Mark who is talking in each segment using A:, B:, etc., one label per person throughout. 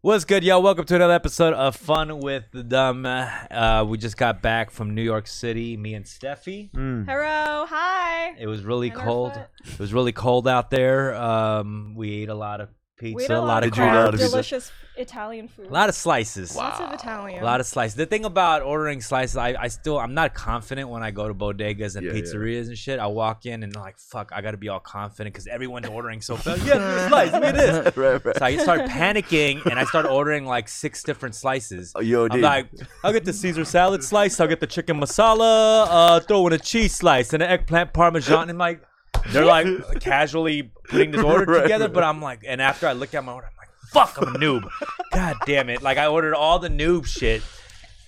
A: What's good, y'all? Welcome to another episode of Fun with the Dumb. Uh, we just got back from New York City, me and Steffi.
B: Hello, hi.
A: It was really
B: And our
A: cold.
B: foot.
A: It was really cold out there. Um, we ate a lot of
B: We
A: pizza,
B: had a lot of
C: Did you crap.
B: crowd,
C: notice-
B: delicious Italian food.
A: a lot of slices.
B: Lots of Italian.
A: A lot of slices. The thing about ordering slices, I, I still I'm not confident when I go to bodegas and
C: Yeah, yeah.
A: pizzerias and shit. I walk in and like fuck, I gotta be all confident because everyone's ordering so fast. Yeah, give me a slice, give me this.
C: right, right.
A: So I start panicking and I start ordering like six different slices.
C: Oh, Yo,
A: I'm
C: dude.
A: like, I'll get the Caesar salad slice, I'll get the chicken masala, uh, throw in a cheese slice and an eggplant parmesan. And like, they're like casually putting this order
C: Right,
A: together,
C: right.
A: but I'm like, and after I look at my order, I'm like, fuck, I'm a noob. God damn it. Like, I ordered all the noob shit.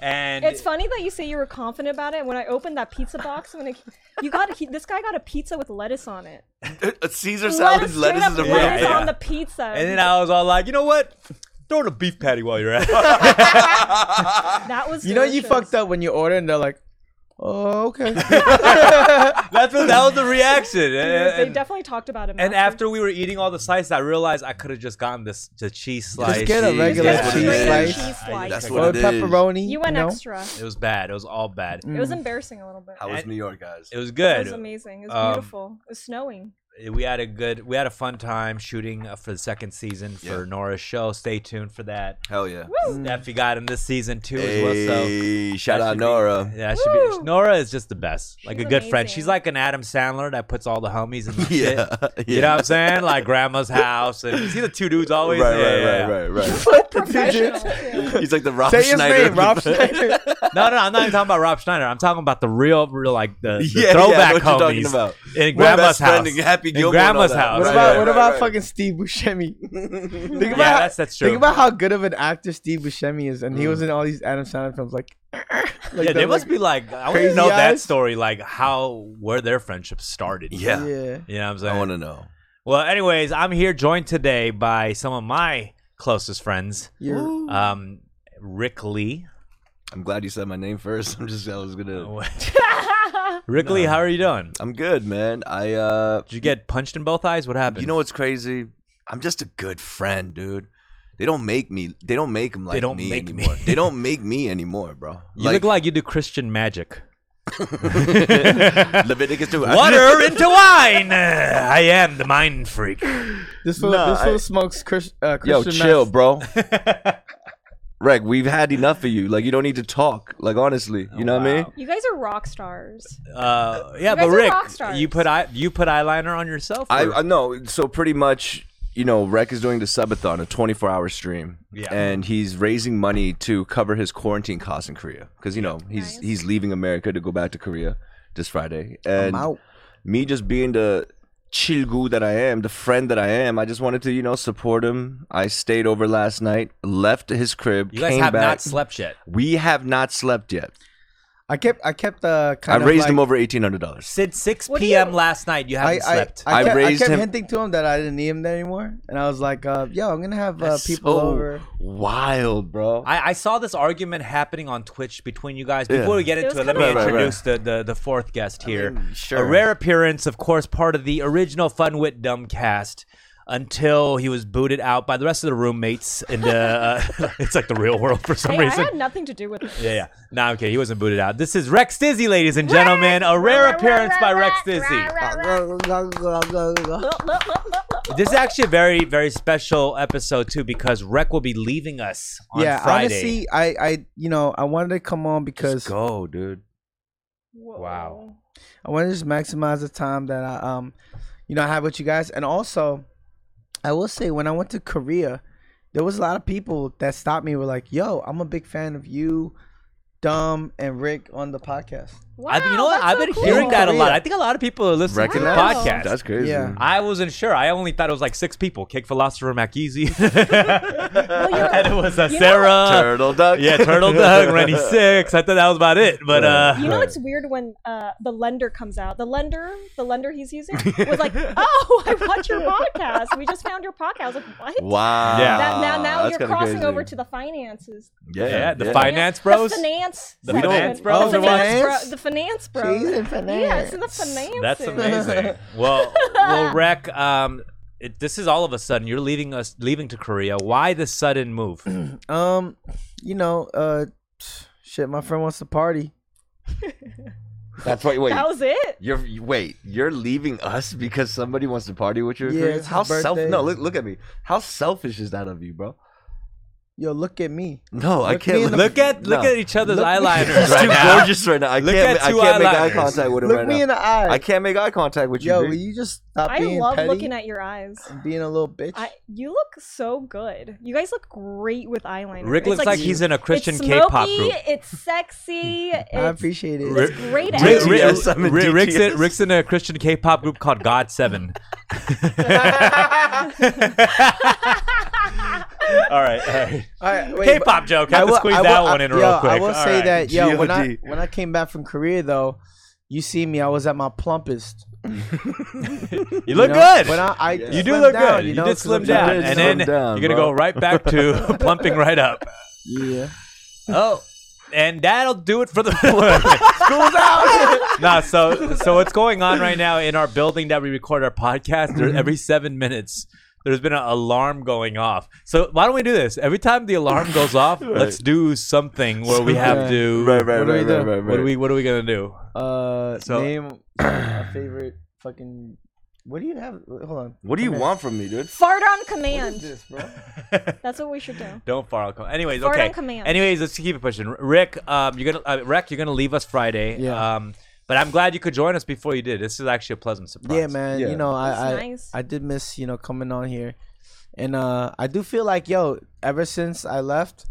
A: And
B: It's funny that you say you were confident about it. When I opened that pizza box, when it, you got he, this guy got a pizza with lettuce on it.
C: a Uh, Caesar
B: Lettuce,
C: salad,
B: straight
C: lettuce
B: up
C: is a real
B: lettuce
C: thing.
A: yeah.
B: on the pizza.
A: and then I was all like, you know what? Throw in a beef patty while you're at it.
B: that was
D: You know you
B: delicious.
D: fucked up when you order and they're like, oh okay.
A: That's what, that was the reaction. And-
B: They
A: and-
B: definitely talked about it.
A: And after we were eating all the slices, I realized I could have just gotten this the cheese slice.
D: get a
A: Cheese.
D: regular
C: That's what it
B: cheese
C: is.
B: slice.
D: Cheese
B: slice.
C: That's
D: or
C: what it is.
D: pepperoni.
B: you went
D: know?
B: extra.
A: It was bad. It was all bad.
B: It was embarrassing a little bit.
C: How was New York, guys?
A: Mm. It was
B: It was
A: good.
B: amazing. It was
A: Um,
B: beautiful. It was snowing.
A: Eh, We had a good. We had a fun time shooting uh, for the second season for
C: Yeah.
A: Nora's show. Stay tuned for that.
C: Hell yeah.
B: Woo!
A: Steffi got in this season too as well. So
C: Hey, shout
A: That
C: out
A: should be-
C: Nora.
A: Yeah, she be,
B: Woo!
A: Nora is just the best. Like a
B: She's
A: good friend.
B: amazing.
A: She's like an Adam Sandler that puts all the homies in the shit.
C: Yeah.
A: You know what I'm saying? Like grandma's house and you see the two dudes always.
C: Right, right,
A: Yeah, yeah, yeah.
C: right, right, right.
B: So professional. too.
C: He's like the Rob
D: Say his
C: Schneider.
D: name, Rob Schneider.
A: No, no, I'm not even talking about Rob Schneider. I'm talking about the real, real like the, the
C: Yeah, yeah,
A: throwback
C: what you talking
A: homies
C: about.
A: in
C: My
A: grandma's
C: best friend
A: house.
C: in Happy
A: In
C: Gilmore and all
A: grandma's
C: that.
A: house.
D: What
C: Right,
D: about
C: right,
D: what
C: right,
D: about
C: right.
D: fucking Steve Buscemi? think
A: yeah,
D: about how,
A: that's that's true. Mm.
D: think about how good of an actor Steve Buscemi is, and he was in all these Adam Sandler films. Like, like
A: yeah,
D: that,
A: they must
D: like-
A: be like I want to
D: crazy
A: know that
D: eyes.
A: story, like how where their friendship started.
C: Yeah.
D: Yeah.
A: you know what I'm saying.
C: I want to know.
A: well, anyways, I'm here joined today by some of my closest friends,
D: You're,
A: um, Rick Lee.
C: I'm glad you said my name first. I'm just, I was going to.
A: Rick Lee, how are you doing?
C: I'm good, man. I, uh,
A: Did you get punched in both eyes? What happened?
C: you know what's crazy? I'm just a good friend, dude. They don't make me. They don't make them like
A: don't
C: me
A: make me.
C: anymore. They don't make me anymore, bro.
A: you look like you do Christian magic.
C: Leviticus 2.
A: Water into wine. I am the mind freak.
D: this fool,
C: Nah,
D: this fool
C: I-
D: smokes Chris, uh,
C: Yo,
D: Christian.
C: chill,
D: Mass-
C: bro. Reg, we've had enough of you. Like, you don't need to talk. Like, honestly, you know what I mean?
A: Oh, wow.
B: you guys are rock stars.
A: Uh, yeah,
B: You
A: but
B: guys are
A: Rick,
B: rock stars.
A: you put eye, you put eyeliner on yourself.
C: I,
A: or-
C: I no. So pretty much, you know, Rec is doing the subathon, a 24-hour stream,
A: Yeah.
C: and he's raising money to cover his quarantine costs in Korea because you know he's
B: Nice.
C: he's leaving America to go back to Korea this Friday. And
D: I'm out.
C: me just being the chilgu that I am, the friend that I am, I just wanted to you know support him. I stayed over last night, left his crib,
A: you guys
C: came
A: have
C: back.
A: not slept yet.
C: we have not slept yet.
D: I kept, I kept uh,
C: I
D: kind of
C: raised
D: like,
C: him over eighteen hundred dollars.
A: Since 6
B: What do
A: p.m.
B: you-
A: last night, you haven't
D: I, I,
A: slept.
D: I,
C: I
D: kept,
C: raised
D: I kept
C: him-
D: hinting to him that I didn't need him there anymore, and I was like, uh, "Yo, I'm gonna have uh,
C: That's so
D: people over."
C: Wild, bro.
A: I, I saw this argument happening on Twitch between you guys.
C: Yeah.
A: Before we get
B: It
A: into it,
B: was
A: let me
B: kinda
C: weird.
A: introduce The, the, the fourth guest here.
C: mean, sure.
A: A rare appearance, of course, part of the original Fun Wit Dumb cast until he was booted out by the rest of the roommates. In the, uh, it's like the real world for some
B: Hey, I
A: reason.
B: had nothing to do with this.
A: Yeah, yeah. No, I'm kidding. He wasn't booted out. This is Rex Dizzy, ladies and gentlemen. A rare appearance by Rex Dizzy. This is actually a very, very special episode too because Rex will be leaving us on
D: yeah,
A: Friday.
D: honestly, I, I, you know, I wanted to come on because
C: go, dude.
B: Whoa.
A: Wow.
D: I want to just maximize the time that I, um, you know, I have with you guys, and also, I will say when I went to Korea, there was a lot of people that stopped me. Were like, "Yo, I'm a big fan of you, Dumb and Rick on the podcast."
B: Wow,
A: I, you know what?
B: that's
A: I've
B: so
A: been
B: cool.
A: hearing that a lot.
D: Korea.
A: I think a lot of people are listening to the
B: Recognize? Wow.
A: podcast.
C: That's crazy.
D: Yeah.
A: I wasn't sure. I only thought it was like six people. Kick Philosopher MacEasy.
B: you're-
A: and it was uh,
B: you know-
A: Sarah.
C: Turtle duck.
A: yeah, Turtle Doug, Rennie Six. I thought that was about it. But uh,
B: You know it's weird when uh, the lender comes out. The lender, the lender he's using was like, "Oh, I watch your podcast. We just found your podcast." I was like, "What?"
C: Wow.
A: Yeah.
B: That, now, now
C: That's
B: you're
C: kinda
B: crossing
C: crazy.
B: over to the finances.
C: yeah,
A: Yeah, the
C: yeah. Oh,
A: fi- Finance bros?
B: The finance.
A: The
B: section.
A: finance bros
B: The
D: or
B: finance,
D: what?
B: bro- the finance bros.
D: She's in
B: Yeah, it's
D: finance.
B: in the finance.
A: That's amazing. well, well, Rec, um, it, this is all of a sudden. You're leaving us, leaving to Korea. Why the sudden move?
D: Um, you know, uh, shit. My friend wants to party.
C: That's why. Wait,
B: That was it.
C: you're you- wait. You're leaving us because somebody wants to party with you. in
D: Yeah,
C: Korea?
D: it's his
C: how self?
D: birthday.
C: No, look, look at me. How selfish is that of you, bro?
D: Yo, look at me.
C: No, I
D: Look
C: can't.
D: me in the-
A: Look at look
C: No.
A: at each other's
D: Look-
A: eyeliners
C: He's too
A: right now.
C: gorgeous right now. I
A: Look
C: can't.
A: at
C: ma- I
A: two
C: can't make eye
A: eyeliners.
C: contact with him
D: Look
C: right
D: me
C: now.
D: in the eye.
C: I can't make eye contact with you.
D: Yo,
C: dude.
D: will you just stop
B: I
D: being
B: love
D: petty?
B: looking at your eyes.
D: and being a little bitch.
B: I, you look so good. You guys look great with eyeliner.
A: Rick
B: It's
A: looks like, he's in a Christian
B: it's
A: K-pop
B: smoky,
A: group.
B: It's sexy. It's,
D: I appreciate it.
B: it's great.
C: Rick-
A: Rick,
B: acting.
A: Rick-
C: DTS, I'm in
A: Rick- Rick's, in,
C: DTS.
A: Rick's in a Christian K-pop group called God Seven. all right, all right.
D: All right, wait, but-
A: K-pop joke. Have to
D: will-
A: squeeze
D: will-
A: that one in
D: yo,
A: real quick.
D: I will
A: All
D: say
A: right.
D: that yo, when I
C: GOD.
D: when I came back from Korea though, you see me, I was at my plumpest.
A: you look
D: know?
A: good.
D: When I, I
A: you do
D: slimmed
A: look
D: down,
A: good.
D: You,
A: You,
D: know,
A: did
D: 'cause
A: slim
D: I'm
A: down,
D: trying
C: You did
D: to-
A: and
C: slim
A: then
C: down,
A: you're gonna
C: bro.
A: go right back to plumping right up.
D: Yeah.
A: Oh, and that'll do it for the school's out. nah, so so what's going on right now in our building that we record our podcast?
C: Mm-hmm.
A: There, every seven minutes, there's been an alarm going off. So why don't we do this? Every time the alarm goes off, let's do something where we have to.
C: Right, right,
D: What do we
C: right,
D: do?
C: right, right,
A: What are
C: right.
A: we What are we gonna do?
D: Uh,
A: So-
D: name a favorite fucking. What do you have? Hold on.
C: What do you
D: Come here.
C: want from me, dude?
B: Fart on
D: What is
B: command.
D: this, bro?
B: That's what we should do.
A: Don't far. I'll come. Anyways,
B: Fart
A: okay.
B: on command.
A: Anyways, let's keep it pushing. Rick, um, you're gonna uh, Rick, you're gonna leave us Friday.
D: Yeah.
A: Um, but I'm glad you could join us before you did. This is actually a pleasant surprise.
D: Yeah, man.
C: Yeah.
D: You know, I
B: That's
D: I,
B: nice.
D: I did miss you know coming on here, and uh, I do feel like yo, ever since I left,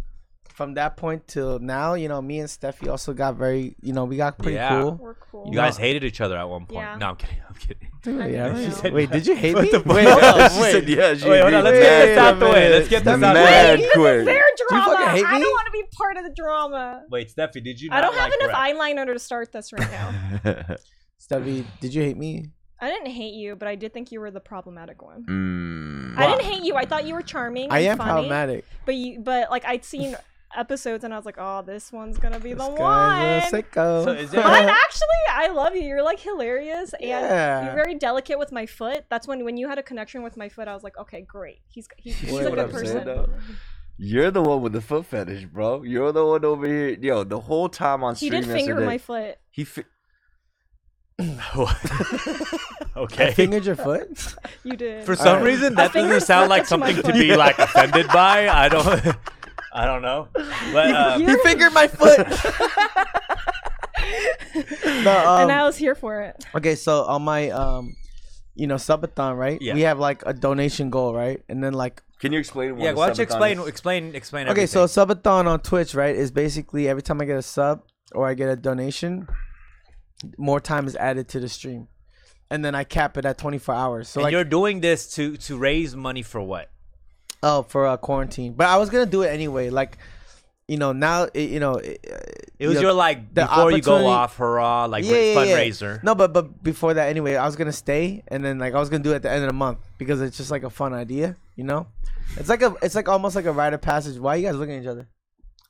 D: from that point till now, you know, me and Steffi also got very, you know, we got pretty
A: Yeah.
D: cool.
B: We're cool.
A: You guys hated each other at one point.
B: Yeah.
A: No, I'm kidding. I'm kidding.
D: yeah,
B: She
D: right?
B: said
D: Wait, did you hate me?
A: the fuck?
D: Wait, hold up,
C: she
D: wait.
C: said, yeah, she
A: Wait, hold on.
C: agreed.
A: Let's
D: wait
A: get this out the
D: a
A: way.
D: minute.
A: Let's get this
D: Stop
A: out the
C: it.
A: way.
C: Mad
B: Wait, this
C: quick.
B: is their
D: you
B: drama.
D: fucking hate
B: I
D: me?
B: don't want to be part of the drama.
A: Wait, Steffi, did you? Not
B: I don't have
A: like
B: enough
A: Rick?
B: eyeliner to start this right now.
D: Steffi, did you hate me?
B: I didn't hate you, but I did think you were the problematic one.
C: Mm.
B: I didn't hate you. I thought you were charming.
D: I
B: and
D: am
B: funny,
D: problematic.
B: But you, but like I'd seen episodes and I was like, oh, this one's gonna be the
D: This
B: one.
D: guy's a sicko.
A: So is there-
B: But actually, I love you. You're like hilarious and
D: Yeah.
B: you're very delicate with my foot. That's when when you had a connection with my foot, I was like, okay, great. He's he, he's
D: See
B: a
D: what
B: good
D: I'm
B: person.
D: saying,
C: though? You're the one with the foot fetish, bro. You're the one over here. Yo, the whole time on
B: he
C: stream
B: did finger
C: yesterday,
B: my foot.
C: he fi-
A: okay.
D: Fingered your foot?
B: You did.
A: For some
D: Alright.
A: reason,
B: I
A: that doesn't
B: fingered
A: sound
B: stuck
A: like
B: to my
A: something to
B: foot.
A: be like offended by. I don't. I don't know. But um,
D: he fingered my foot. no, um,
B: and I was here for it.
D: Okay, so on my um, you know, subathon, right?
A: Yeah.
D: We have like a donation goal, right? And then like
C: Can you explain? What
A: yeah,
C: a
A: why don't you
C: subathon
A: explain?
C: is?
A: Explain. Explain.
D: okay, so
A: everything.
D: subathon on Twitch, right, is basically every time I get a sub or I get a donation, more time is added to the stream. And then I cap it at 24 hours. So
A: And
D: like
A: you're doing this to to raise money for what?
D: oh, for uh, quarantine. But I was going to do it anyway. Like you know, now it, you know, it,
A: It was
D: you know,
A: your like
D: the
A: before you go
D: opportunity-
A: off hurrah like ra- fundraiser.
D: No, but but before that, anyway, I was gonna stay, and then like I was gonna do it at the end of the month because it's just like a fun idea, you know. It's like a, it's like almost like a rite of passage. Why are you guys looking at each other?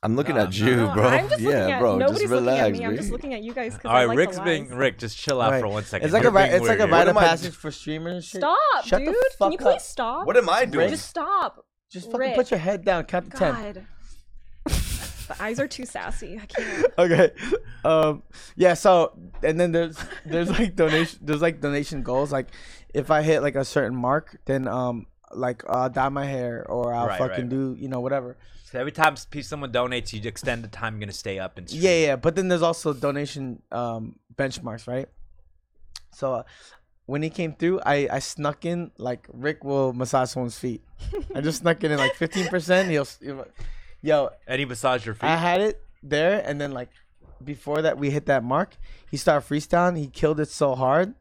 C: I'm looking
A: No,
C: at you,
B: No,
C: bro.
B: I'm just looking
C: yeah,
B: at
C: bro.
B: nobody's
C: Just
B: looking at
C: relax,
B: me. I'm just
C: bro.
B: looking at you guys because
A: All right,
B: I like
A: Rick's
B: the
A: being
B: lies.
A: Rick. Just chill out
D: Right.
A: for one second.
D: It's like a
A: You're
D: ri-
A: being
D: it's like a
A: weird.
D: rite
C: am
D: of
C: I-
D: passage for streamers. And shit.
B: Stop,
D: Shut the
B: dude.
D: fuck
B: Can you
D: up.
B: please stop?
C: What am I doing?
B: Just stop.
D: Just fucking
B: Rick.
D: put your head down. Count to ten.
B: God. the eyes are too sassy. I can't.
D: Okay. Um. Yeah. So and then there's there's like donation there's like donation goals. Like if I hit like a certain mark, then um like I'll dye my hair or I'll
A: Right, right,
D: fucking
A: right.
D: do you know whatever.
A: So every time s- pe- someone donates, you extend the time you're gonna stay up and.
D: Yeah, yeah. But then there's also donation um, benchmarks, right? So uh, when he came through, I, I snuck in like Rick will massage someone's feet. I just snuck it in like 15%. He'll, s- he'll- yo,
A: And he massaged your feet.
D: I had it there, and then like before that we hit that mark, he started freestyling. He killed it so hard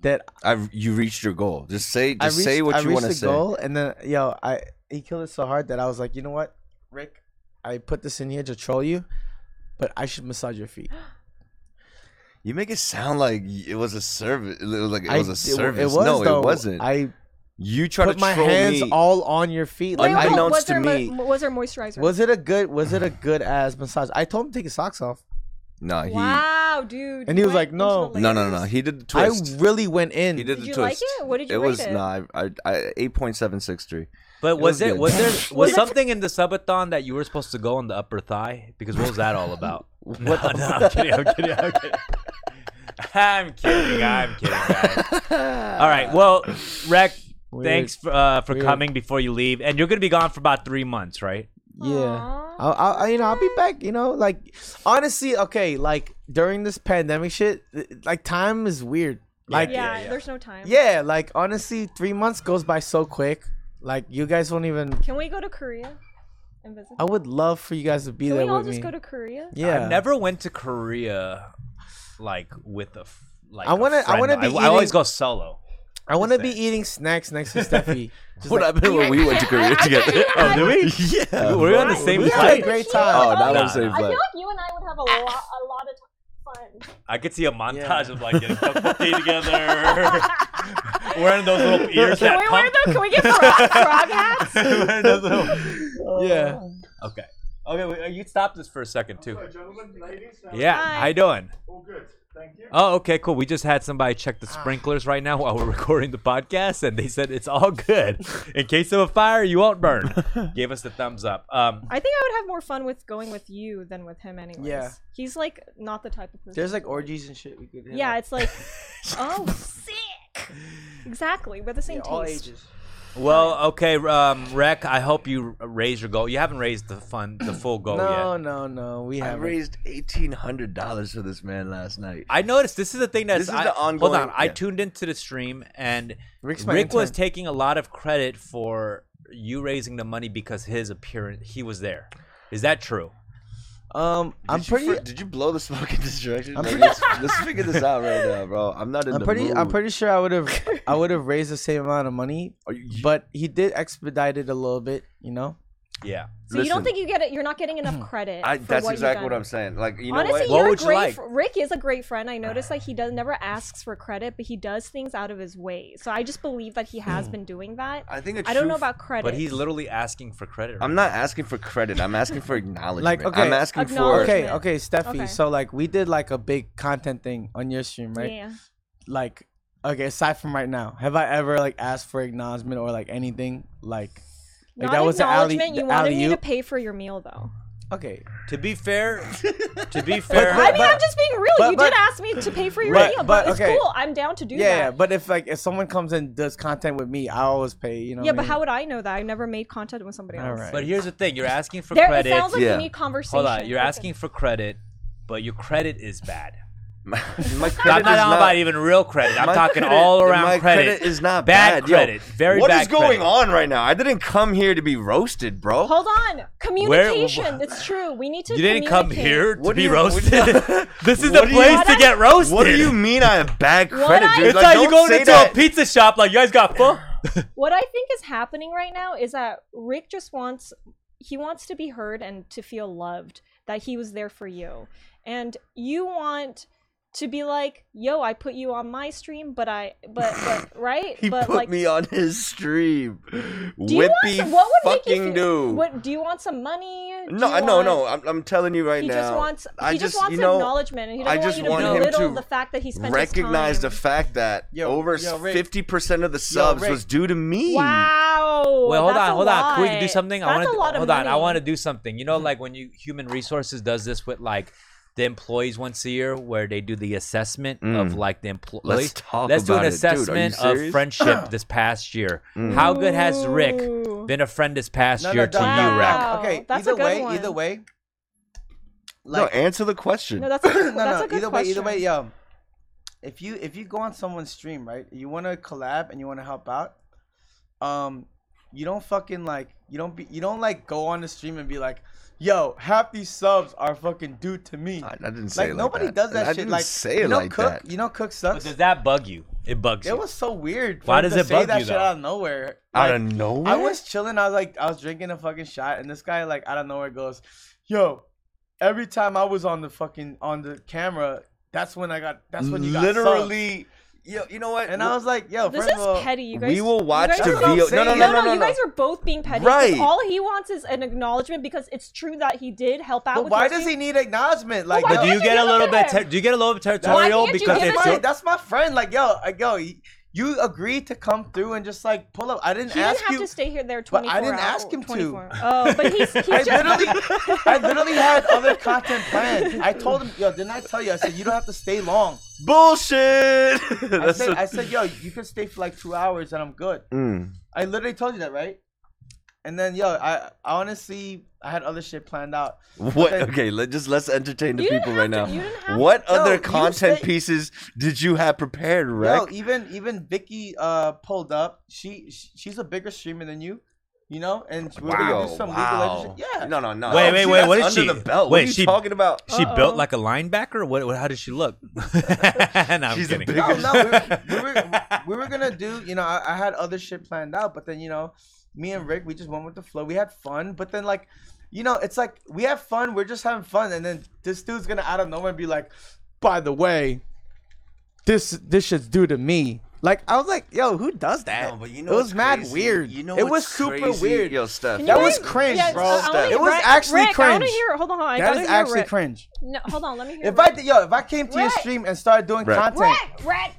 D: that
C: I've, you reached your goal. Just say,
D: I
C: just
D: reached,
C: say what
D: I
C: you
D: reached
C: want to
D: the
C: say.
D: goal, and then yo, I he killed it so hard that I was like, you know what, Rick, I put this in here to troll you, but I should massage your feet.
C: You make it sound like it was a service. It was like it
D: I-
C: was a
D: w-
C: service. no,
D: though.
C: it wasn't.
D: I
C: you try to
D: put my
C: troll
D: hands
C: me.
D: all on your feet.
B: Wait,
D: Like,
B: wait,
D: I
C: know-
D: know.
B: was
C: announced to
B: there mo-
C: me-
B: was there moisturizer?
D: Was it a good? Was it a good ass massage? I told him to take his socks off.
C: No, he.
B: wow, dude.
D: And he
B: you
D: was
B: went
D: like,
B: into
D: no.
B: the
C: No, no, no, no.
B: layers?
C: He did the
D: I
C: twist.
D: really went in.
C: he did,
B: Did
C: the
B: you like
C: twist.
B: it? What did you
C: it
B: rate
C: was
B: it?
C: nah, I, I, I eight point seven six three.
A: But
C: It
A: was
C: was
A: it
C: good.
A: was there was
B: it-
A: something in the subathon that you were supposed to go on the upper thigh? Because what was that all about? what no, no, I'm kidding. I'm kidding. I'm kidding. I'm kidding. I'm kidding. Guys. All right. Well, Rec,
D: Weird.
A: thanks for, uh, for
D: Weird.
A: coming before you leave, and you're gonna be gone for about three months, right?
D: Yeah.
B: Aw.
D: I'll, I'll, I- you know, I'll be back. You know, like honestly, okay, like during this pandemic shit, th- like time is weird. Like yeah,
B: yeah,
A: yeah.
B: there's no time.
D: like honestly, three months goes by so quick. Like you guys won't even.
B: Can we go to Korea and visit?
D: I would love for you guys to be
B: Can
D: there
B: we all
D: with
B: just
D: me.
B: go to Korea?
D: yeah,
A: I never went to Korea, like with a f- like.
D: I wanna-
A: a
D: I
A: friend.
D: wanna be
A: I, I always
D: eating-
A: go solo.
D: I want to be
A: Just
D: eating snacks next to Steffi. Just
C: What
D: like-
C: happened when we went to Korea together?
A: Oh, do we?
C: yeah,
A: Were we on the
C: bro.
A: same
D: We had a
A: flight?
D: great
C: Oh,
D: time.
C: that was
A: Nah, nah.
C: same
B: I feel
C: flight.
B: like you and I would have a lot, a lot of t- fun.
A: I could see a montage of like getting tteokbokki together, wearing those little ears
B: Can
A: that
B: we wear
A: pump.
B: the? Can we get frog, frog hats?
A: Wearing those little-
D: Yeah.
A: Okay. Okay, wait, uh, you stop this for a second too.
E: Sorry, gentlemen, ladies. uh,
A: Yeah,
B: Hi.
A: how you doing?
E: All good. Thank you.
A: Oh, okay, cool. We just had somebody check the sprinklers right now while we're recording the podcast, and they said it's all good. In case of a fire, you won't burn. Gave us the thumbs up. Um,
B: I think I would have more fun with going with you than with him, anyways.
D: Yeah.
B: He's like not the type of person.
D: There's like orgies and shit we could. hit
B: Yeah,
D: up.
B: it's like, oh, sick. Exactly. We're the same
D: Yeah, all
B: taste.
D: ages.
A: well, okay, um, Rec. I hope you raise your goal. You haven't raised the fund, the full goal
D: no,
A: yet.
D: no, no. We
C: I
D: have
C: raised eighteen hundred dollars for this man last night.
A: I noticed this is the thing that's
C: This is
A: I-
C: the
A: Hold
C: ongoing-
A: on, I
C: yeah.
A: tuned into the stream and
D: Rick's my
A: Rick was
D: intern.
A: taking a lot of credit for you raising the money because his appearance. He was there. Is that true?
D: um, I'm
C: Did you
D: pretty.
C: fr- did you blow the smoke in this direction?
D: I'm
C: Like,
D: pretty-
C: let's, let's figure this out right now, bro. I'm not in
D: I'm
C: the
D: pretty.
C: mood.
D: I'm pretty sure I would have. I would have raised the same amount of money,
C: Are you- you-
D: but he did expedite it a little bit. You know.
A: Yeah.
B: So you don't
C: listen.
B: think you get it? You're not getting
D: Hmm.
B: enough credit.
C: I,
B: for
C: that's
B: what
C: exactly
B: you've
C: what
B: done.
C: I'm saying. Like, you know
B: Honestly,
C: what?
A: What
B: you're a
A: would you
B: great.
A: like?
B: fr- Rick is a great friend. I noticed like he does never asks for credit, but he does things out of his way. So I just believe that he has
D: Hmm.
B: been doing that.
C: I think a
B: I don't
C: true
B: know
C: f-
B: about credit.
A: But he's literally asking for credit. right
C: I'm not asking for credit. I'm asking for acknowledgement.
D: Like, okay.
C: I'm asking for.
B: Acknowledgement.
D: Okay. Okay, Steffi.
B: Okay.
D: So like, we did like a big content thing on your stream, right?
B: Yeah.
D: Like, okay. Aside from right now, have I ever like asked for acknowledgement or like anything like? Like
B: Not
D: that was the alley.
B: acknowledgement.
D: the
B: you wanted me to
D: alley-oop?
B: pay for your meal, though.
D: Okay.
A: To be fair, to be fair,
B: I mean,
D: but-
B: I'm just being real.
D: but-
B: you
D: but-
B: did ask me to pay for your
D: Right,
B: meal, but,
D: but,
B: it's
D: okay.
B: cool. I'm down to do
D: Yeah, yeah.
B: that.
D: But if like if someone comes and does content with me, I always pay. You know.
B: yeah, but how would I know that? I never made contact with somebody
D: All
B: else.
D: right.
A: but here's the thing: you're asking for
B: There, it
A: credit.
B: sounds like
C: Yeah.
B: you need conversation.
A: Hold on, you're
B: Okay.
A: asking for credit, but your credit is bad.
C: My, my credit
A: I'm
C: is
A: not talking
C: not
A: about even real credit. I'm
C: my
A: talking
C: credit-
A: all around
C: my
A: credit.
C: is not
A: Bad
C: bad. Yo,
A: credit. Very
C: What
A: bad
C: is going
A: credit.
C: on right now? I didn't come here to be roasted, bro.
B: Hold on, communication. it's true. We need to.
A: Oh. You didn't come
B: communicate.
A: here to
C: What do
A: be
C: you-
A: roasted. this is
C: What
A: the
C: do you-
A: place to
B: What
A: get roasted.
C: What do you mean I have bad
B: What
C: credit,
B: I-
C: dude?
A: It's
C: Like,
A: like
C: don't
A: you going
C: say
A: into
C: that.
A: a pizza shop like you guys got full.
B: What I think is happening right now is that Rick just wants he wants to be heard and to feel loved. That he was there for you, and you want to be like, "Yo, I put you on my stream, but I, but, but, right?
C: He
B: but
C: put
B: like,
C: me on his stream.
B: do you want
C: Whippy
B: some- what would make you
C: fucking
B: feel-
C: dude.
B: What do you want? Some money? Do
C: no,
B: you
C: I- no,
B: want-
C: no. I'm, I'm telling you right
B: He
C: now.
B: just wants. He
C: I
B: just,
C: just,
B: wants
C: you know,
B: acknowledgement, and he
C: I
B: doesn't
C: just want
B: want you
A: him
B: to belittle
C: to
B: the fact that he spent
C: recognize
B: his
C: the
B: time.
C: fact that
D: Yo,
C: over
D: yo, Rick.
C: fifty percent of the
D: Yo,
C: subs
D: Rick.
C: was due to me.
B: Wow.
A: Well, hold
B: that's
A: on,
B: a
A: hold on. Can we do
B: lot.
A: something?
B: That's
A: I want
B: a
A: to
B: lot of
A: hold on. I
B: money.
A: want to do something. You know,
D: Mm-hmm.
A: like when you human resources does this with like the employees once a year, where they do the assessment of
C: Mm.
A: like the employees.
C: Let's talk
A: Let's do an
C: about it, dude. Are you
A: assessment of
C: serious?
A: friendship this past year.
C: Mm.
A: How good has Rick
B: Ooh.
A: been a friend this past
D: No, no,
A: year
D: no,
A: to
D: no,
A: you,
D: no,
A: Rap?
B: Wow,
D: Okay.
B: that's a
D: either
B: good
D: way.
B: one.
D: Either way.
C: no, answer the question.
B: No, that's a,
D: no,
B: that's
D: no.
B: a good
D: either
B: question.
D: way, either way, yo. If you if you go on someone's stream, right? You want to collab and you want to help out. Um, you don't fucking like you don't be you don't like go on the stream and be like, yo, half these subs are fucking due to me.
C: I, I didn't say
D: like
C: it like
D: nobody
C: that.
D: does that
C: I
D: shit.
C: didn't
D: like
C: say
D: you
C: it
D: know,
C: like
D: Cook,
C: that.
D: you know, Cook
A: But
D: sucks.
A: does that bug you? It bugs you.
D: It was so weird. for
A: Why
D: him
A: does
D: to
A: it
D: say
A: bug
D: that
A: you,
D: shit
A: though?
D: out of nowhere?
C: Out
D: Like,
C: of nowhere.
D: I was chilling. I was like, I was drinking a fucking shot, and this guy like out of nowhere goes, "Yo, every time I was on the fucking on the camera, that's when I got. That's when you got subs."
C: literally yo, you know what?
D: And I was like, yo,
B: This
D: first
B: is
D: of all,
B: petty. You
C: we
B: guys.
C: will
B: you
C: watch
B: guys
D: the
B: are both-
D: video- no, no, no,
C: no, no,
B: You
C: no.
B: guys are both being petty. 'cause
C: Right.
B: All he wants is an acknowledgement because it's true that he did help out.
D: but
B: with
D: why
B: rescue.
D: does he need acknowledgement? Like,
B: why
A: But do
D: yo,
B: can't
A: you get a
B: give it
A: little
B: to
A: bit?
B: them?
A: Ter- do you get a little bit
B: Why
A: territorial
B: can't you give
A: because it's
B: it
A: your,
B: to
D: my, that's my friend. Like, yo, like, yo, you- you agreed to come through and just like pull up. I didn't
B: He didn't
D: ask
B: have
D: you.
B: to stay here there
D: But
B: 24
D: I didn't
B: hours-
D: ask him to.
B: 24. Oh, but he's, he's
D: I
B: just
D: literally, I literally had other content planned. I told him, yo, didn't I tell you? I said you don't have to stay long.
C: Bullshit.
D: I
C: That's
D: said,
C: what-
D: I said, yo, you can stay for like two hours and I'm good.
C: Mm.
D: I literally told you that, right? And then, yo, I, I honestly, I had other shit planned out.
C: What?
D: Okay.
C: Okay, let just let's entertain the
B: You didn't
C: people right
B: have to-
C: now.
B: you didn't have
C: What
D: No,
C: other
D: you
C: content
D: say-
C: pieces did you have prepared,
D: Yo,
C: Rec?
D: even even Vicky uh pulled up. She sh- she's a bigger streamer than you, you know. And we're gonna do some legal shit. Yeah.
C: No, no, no.
A: Wait, wait,
C: See,
A: wait,
C: that's
A: what is
C: under
A: she-
C: the belt?
A: wait,
C: what are you
A: she-
C: talking about?
A: she built
B: Uh-oh.
A: like a linebacker? What, what? How does she look? no, I'm
C: She's the
A: kidding.
C: biggest-
D: No, no, we were, we were we were gonna do. You know, I, I had other shit planned out, but then you know, me and Rick, we just went with the flow. We had fun, but then like, you know, it's like we have fun. We're just having fun, and then this dude's gonna out of nowhere be like, "By the way, this this shit's due to me." Like I was like, "Yo, who does that?"
C: No, but you
D: it
C: know
D: was
C: what's
D: mad
C: crazy?
D: weird.
C: You know
D: it was
C: what's
D: super
C: crazy?
D: weird.
C: Yo, Steph.
B: Can
D: That
B: you
D: was
B: guys-
D: cringe,
B: yes,
D: bro.
B: I- I wanna
C: Steph.
B: hear
D: It was
B: Rick-
D: actually
B: Rick, I want to
D: cringe.
B: hear. Hold on, hold on. I
D: That
B: gotta
D: is
B: hear
D: actually
B: Rick.
D: cringe.
B: No, hold on. Let me hear.
D: If
B: Rick.
D: I did, yo, if I came to your
B: Right.
D: stream and started doing
C: Right.
D: content,
B: Rick, Rick.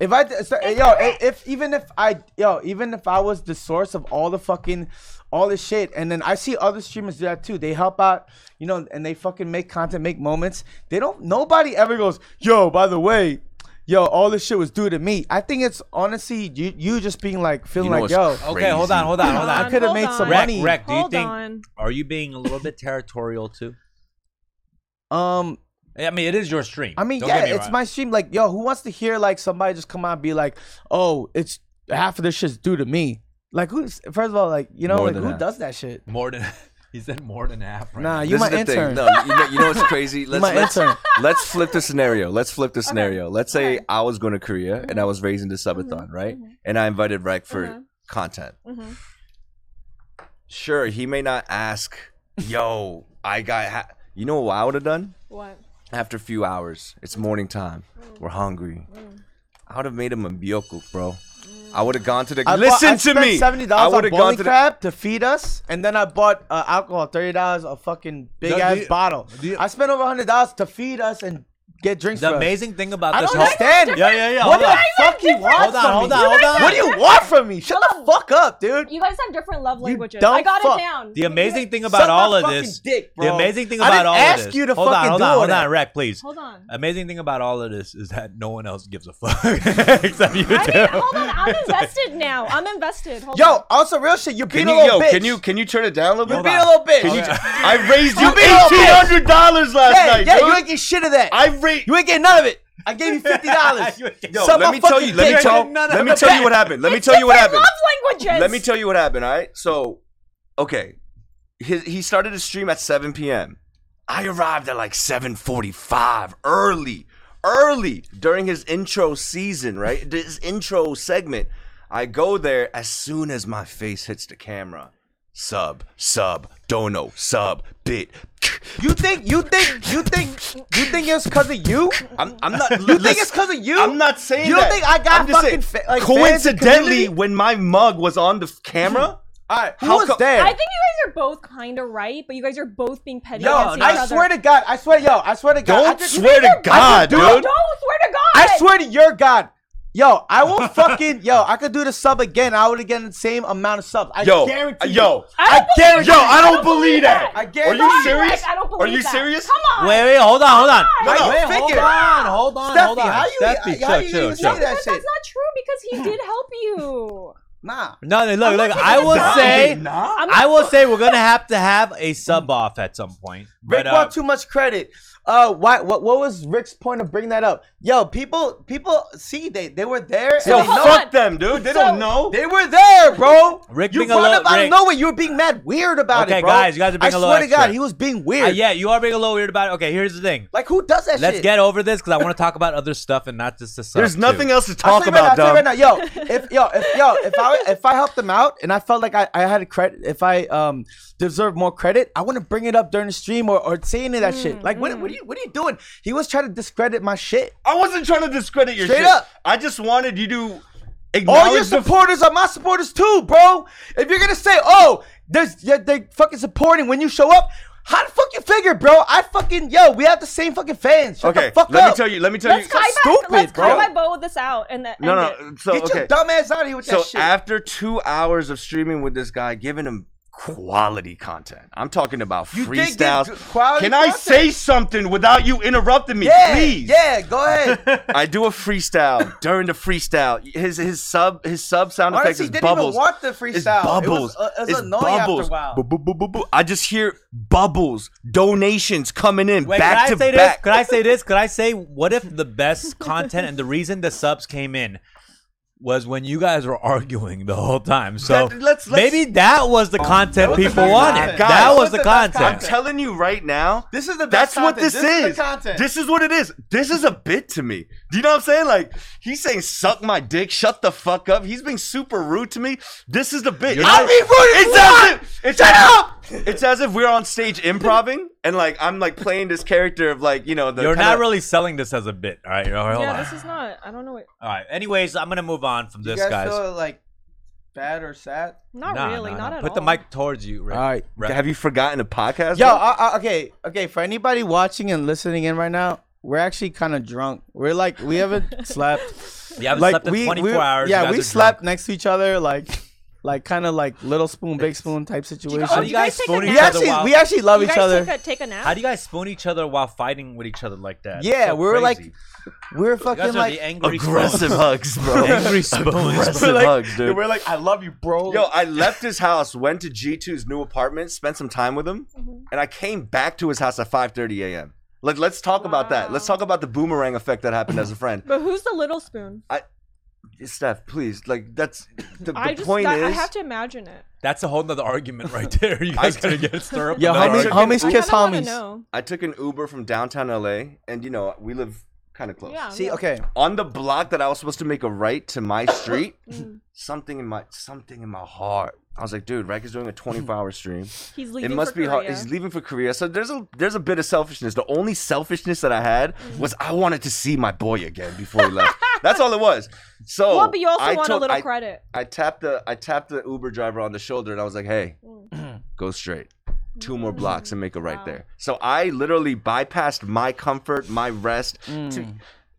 D: if I did, so, yo, if, if even if I yo, even if I was the source of all the fucking all this shit, and then I see other streamers do that too. They help out, you know, and they fucking make content, make moments. They don't. Nobody ever goes, yo. By the way. Yo, all this shit was due to me. I think it's honestly you, you just being like feeling
C: You know
D: like, yo,
C: what's
A: Okay, hold on, hold on, hold
D: I
A: on.
B: on,
D: could have
B: hold
D: made some
B: on.
A: Rec,
D: money.
A: rec, do you
B: Hold
A: think?
B: on.
A: Are you being a little bit territorial too?
D: Um,
A: I mean, it is your stream.
D: I mean,
A: Don't
D: yeah,
A: get me
D: it's
A: wrong.
D: my stream. Like, yo, who wants to hear like somebody just come out and be like, "Oh, it's half of this shit's due to me." Like, who's first of all, like, you know,
C: More
D: like
C: than
D: who
C: half.
D: does that shit?
A: more than he said more than half. Right
D: Nah,
A: now.
D: you
C: this
D: my
C: is the
D: intern.
C: thing. No, you know, you know what's crazy? Let's,
D: my
C: let's,
D: intern.
C: let's flip the scenario. Let's flip the scenario. Let's say
B: Okay. Mm-hmm.
C: I was going to Korea and I was raising the subathon, right? And I invited Rec for
B: Mhm.
C: content.
B: Mhm.
C: Sure, he may not ask, yo, I got. Ha-. You know what I would have done?
B: What? Mm.
C: After a few hours, it's morning time. We're hungry. I would have made him a bioku, bro.
B: Mm.
C: I would have gone to the.
D: I bought-
C: Listen
D: I
C: to
D: spent
C: me.
D: Seventy
C: I
D: dollars on
C: would've
D: bowling
C: to the-
D: crab to feed us, and then I bought uh, alcohol, thirty dollars a fucking big ass
A: do you-
D: bottle.
A: do you-
D: I spent over hundred dollars to feed us and get drinks.
A: The
D: for us.
A: amazing thing about
D: I
A: this
D: don't
A: whole
D: understand.
A: yeah, yeah, yeah.
D: What
A: hold on.
D: the fuck you want
A: Hold on,
D: from
A: hold
D: me?
A: on, hold on.
D: What do you want from me? Shut the fuck up, dude.
B: You guys have different love languages.
D: dumb
B: I got
D: fuck.
B: it down.
A: The amazing thing
D: Suck
A: about
D: my
A: all of
D: fucking
A: this,
D: dick,
A: the
D: bro.
A: amazing thing
D: I
A: about
D: didn't
A: all
D: ask
A: of this.
D: you to
A: hold on,
D: fucking
A: hold
D: do
A: on,
D: all
A: hold
D: that.
A: on, Rec, please.
B: Hold on.
A: Amazing thing about all of this is that no one else gives a fuck except you
B: I
A: two.
B: mean, hold on. I'm invested now. I'm invested. Hold on.
D: Yo, also real shit. You're being
C: Can you,
D: a little
C: yo,
D: bitch.
C: can you can you turn it down a little
D: You're
A: Hold
C: bit?
D: being
A: on.
D: a little bitch.
A: Can you
D: yeah,
C: I raised you
D: You're being a little bitch.
C: eighteen hundred dollars last night,
D: yeah,
C: dude.
D: you ain't get shit of that.
C: I raised.
D: you ain't get none of it. I gave you fifty dollars.
A: You ain't get-
C: Yo,
D: Suck
C: let
D: my
C: me tell
D: fucking
C: you. Let me
D: dick.
C: tell.
A: No, no,
C: Let me
A: no,
C: tell
A: no.
C: you what happened. Let me tell you what happened.
B: Different Love languages.
C: Let me tell you what happened. All right. So, okay, his, he started his stream at 7 p.m. I arrived at like 7:45, early, early during his intro season. Right, this intro segment. I go there as soon as my face hits the camera. Sub, sub, dono, sub, bit.
D: You think you think you think you think it's because of you?
C: I'm, I'm not.
D: You think it's because of you?
C: I'm not saying
D: You don't
C: that.
D: think I got
C: I'm just
D: fucking
C: saying,
D: fa- like, fans in
C: coincidentally
D: community?
C: when my mug was on the f- camera.
D: All right, who
C: How
D: was
C: co-
D: there?
B: I think you guys are both kind of right, but you guys are both being petty
D: yo,
B: against each
D: I
B: other.
D: swear to God, I swear, yo, I swear to God, I
C: Don't
D: just-
C: swear to God,
D: dude.
B: No,
C: dude.
B: don't swear to God.
D: I swear to your God. Yo, I will fucking yo. I could do the sub again. I would again the same amount of subs. I
C: Yo,
D: guarantee.
C: uh,
D: you.
C: yo,
B: I don't believe
C: yo,
B: that.
C: I don't believe that.
D: I
C: Are
D: guarantee.
C: you
D: you.
C: serious?
B: I don't
C: Are
B: believe
C: you
B: that.
C: serious?
B: Come on.
A: Wait, wait, hold on, hold on.
D: Wait,
A: wait, hold
D: figure.
A: on, hold on, hold
D: Steffi,
A: on.
D: how you-
A: Steffi,
D: how
A: chill,
D: you
A: chill,
D: even
A: chill.
D: say that
B: Because
D: shit.
B: that's not true because he did help you.
D: Nah.
A: No, no, look, look.
B: not
A: I will
B: gonna
A: say,
D: nah.
B: I'm
A: I
B: not-
A: will say, we're gonna have to have a sub off at some point.
D: Rick
A: But, uh,
D: want too much credit. Uh, why? What? What was Rick's point of bringing that up? Yo, people, people, see, they they were there.
C: Yo,
D: and they,
B: hold
D: know-
C: fuck
B: on.
C: them, dude. They
B: So-
C: don't know.
D: they were there, bro.
A: Rick
D: you
A: being a
D: brought
A: little-
D: up out
A: Rick-
D: of nowhere. You were being mad weird about
A: Okay,
D: it, bro.
A: guys, you guys are being
D: I
A: a little
D: swear to God,
A: extra.
D: he was being
A: uh,
D: weird.
A: yeah, you are being a little weird about it. Okay, here's the thing.
D: Like, who does that?
A: Let's
D: shit?
A: get over this because I want to talk about other stuff and not just the sub.
C: There's nothing
A: too.
C: else to
D: I'll
C: talk
D: tell you right
C: about,
D: now, I'll
C: dog.
D: tell you right now, yo, if yo, if yo, if I I if I helped them out and I felt like I, I had a credit, if I um deserve more credit, I want to bring it up during the stream or, or saying that shit. Like what what are you what are you doing? He was trying to discredit my shit.
C: I wasn't trying to discredit your
D: Straight
C: shit.
D: up.
C: I just wanted you to
D: All your
C: acknowledge the
D: supporters are my supporters too, bro. If you're gonna say, oh, there's yeah, they fucking supporting when you show up, how the fuck you figure, bro? I fucking yo, we have the same fucking fans. Shut
C: Okay,
D: the fuck
C: let
D: up.
C: me tell you. Let me tell
B: Let's
C: you.
B: tie by,
D: stupid,
B: let's tie
D: bro.
B: by bow this out and then
C: No,
B: end
C: no. So
D: Get
C: okay.
D: your dumb ass out of here with
C: so
D: that shit.
C: after two hours of streaming with this guy, giving him quality content. I'm talking about
D: You did give
C: freestyles.
D: good quality
C: Can I
D: content.
C: say something without you interrupting me,
D: yeah,
C: please?
D: yeah, go ahead.
C: I do a freestyle during the freestyle. His his sub his sub sound effects
D: Honestly,
C: is
D: didn't
C: bubbles.
D: even want the
C: It's
D: freestyle.
C: bubbles.
D: It was, uh, it was
C: it's
D: annoying
C: bubbles.
D: after a while.
C: Boo, boo, boo, boo, boo. I just hear bubbles, donations coming in
A: Wait,
C: back
A: could I
C: to
A: say
C: back.
A: this? Could I say this? Could I say what if the best content and the reason the subs came in was when you guys were arguing the whole time? So
C: That- let's- let's-
A: maybe that was the content
D: Oh, was the
A: people
D: best
A: wanted.
D: content.
A: that
C: Guys,
A: was the
D: that was the best
C: I'm
A: content.
D: content.
C: telling you right now.
D: This is the best
C: That's what
D: content.
C: this, is.
D: the content.
C: This is what it is. This is a bit to me. Do you know what I'm saying? Like he's saying, "Suck my dick, shut the fuck up." He's being super rude to me. This is the bit.
A: You're not- I'll be
C: rude. It's as if it's shut up. It's as if we're on stage improving, and like I'm like playing this character of like you know the
A: You're
C: kinda-
A: not really selling this as a bit. All right. All right,
B: it.
A: hold
B: Yeah,
A: on.
B: this is not. I don't know. What,
A: All right. Anyways, I'm gonna move on from
D: you
A: this,
D: guys,
A: guys.
D: feel like bad or sad?
B: not
A: Nah,
B: really.
A: nah,
B: not
A: nah.
B: at
A: Put
B: all.
A: the mic towards you. Rick.
D: All right.
A: Right.
C: Have you forgotten a podcast?
D: Yo,
C: bro?
D: I, I, okay, okay. For anybody watching and listening in right now, we're actually kind of drunk. We're like we haven't slept.
A: You haven't
D: like
A: slept in 24 hours. You
D: Yeah,
A: guys
D: we
A: are
D: slept next to each other, like, like kind of like little spoon, big spoon type
B: you
D: situation.
A: Drunk. How
B: Oh,
A: do you
B: you
A: guys
B: guys take
A: spoon
B: a
A: each
D: we
B: nap?
A: other?
D: actually
A: while,
D: we actually love
B: you
D: each
B: guys
D: other.
B: Take a, take a nap.
A: how do you guys spoon each other while fighting with each other like that? It's
D: Yeah,
A: so
D: we were like-
A: crazy.
D: we were
A: you guys
D: fucking
A: are
D: like
A: the angry
C: aggressive
A: spoons.
C: hugs, bro.
A: Angry spoons.
C: Aggressive
D: like-
C: hugs, dude.
D: We're like, I love you, bro.
C: Yo, I left his house, went to G2's new apartment, spent some time with him,
B: Mm-hmm.
C: and I came back to his house at 5:30 a.m. Like, let's talk about that. Let's talk about the boomerang effect that happened as a friend.
B: but who's the little spoon?
C: Steph, please, like, that's the, the
B: I just
C: point
B: that,
C: is.
B: I have to imagine it.
A: That's a whole nother argument right there. You guys gotta get stirred up.
D: Yo, homies,
A: another
C: Alright.
A: argument.
D: homies
B: I
D: kiss
B: kinda wanna
D: homies.
B: know.
C: I took an Uber from downtown LA, and you know we live kind of close.
B: Yeah.
D: See,
B: yeah.
D: okay,
C: On the block that I was supposed to make a right to my street, something in my something in my heart. I was like, dude, Rec is doing a 24-hour stream.
B: He's leaving.
C: it must
B: for
C: be hard.
B: Korea.
C: He's leaving for Korea, so there's a there's a bit of selfishness. The only selfishness that I had
B: Mm-hmm.
C: was I wanted to see my boy again before he left. That's all it was. So
B: well, but you also
C: I
B: want a
C: took-
B: little
C: I,
B: credit.
C: I tapped the I tapped the Uber driver on the shoulder and I was like, "Hey,
F: Mm.
C: go straight, two more blocks and make a right
B: Wow.
C: there." So I literally bypassed my comfort, my rest. To,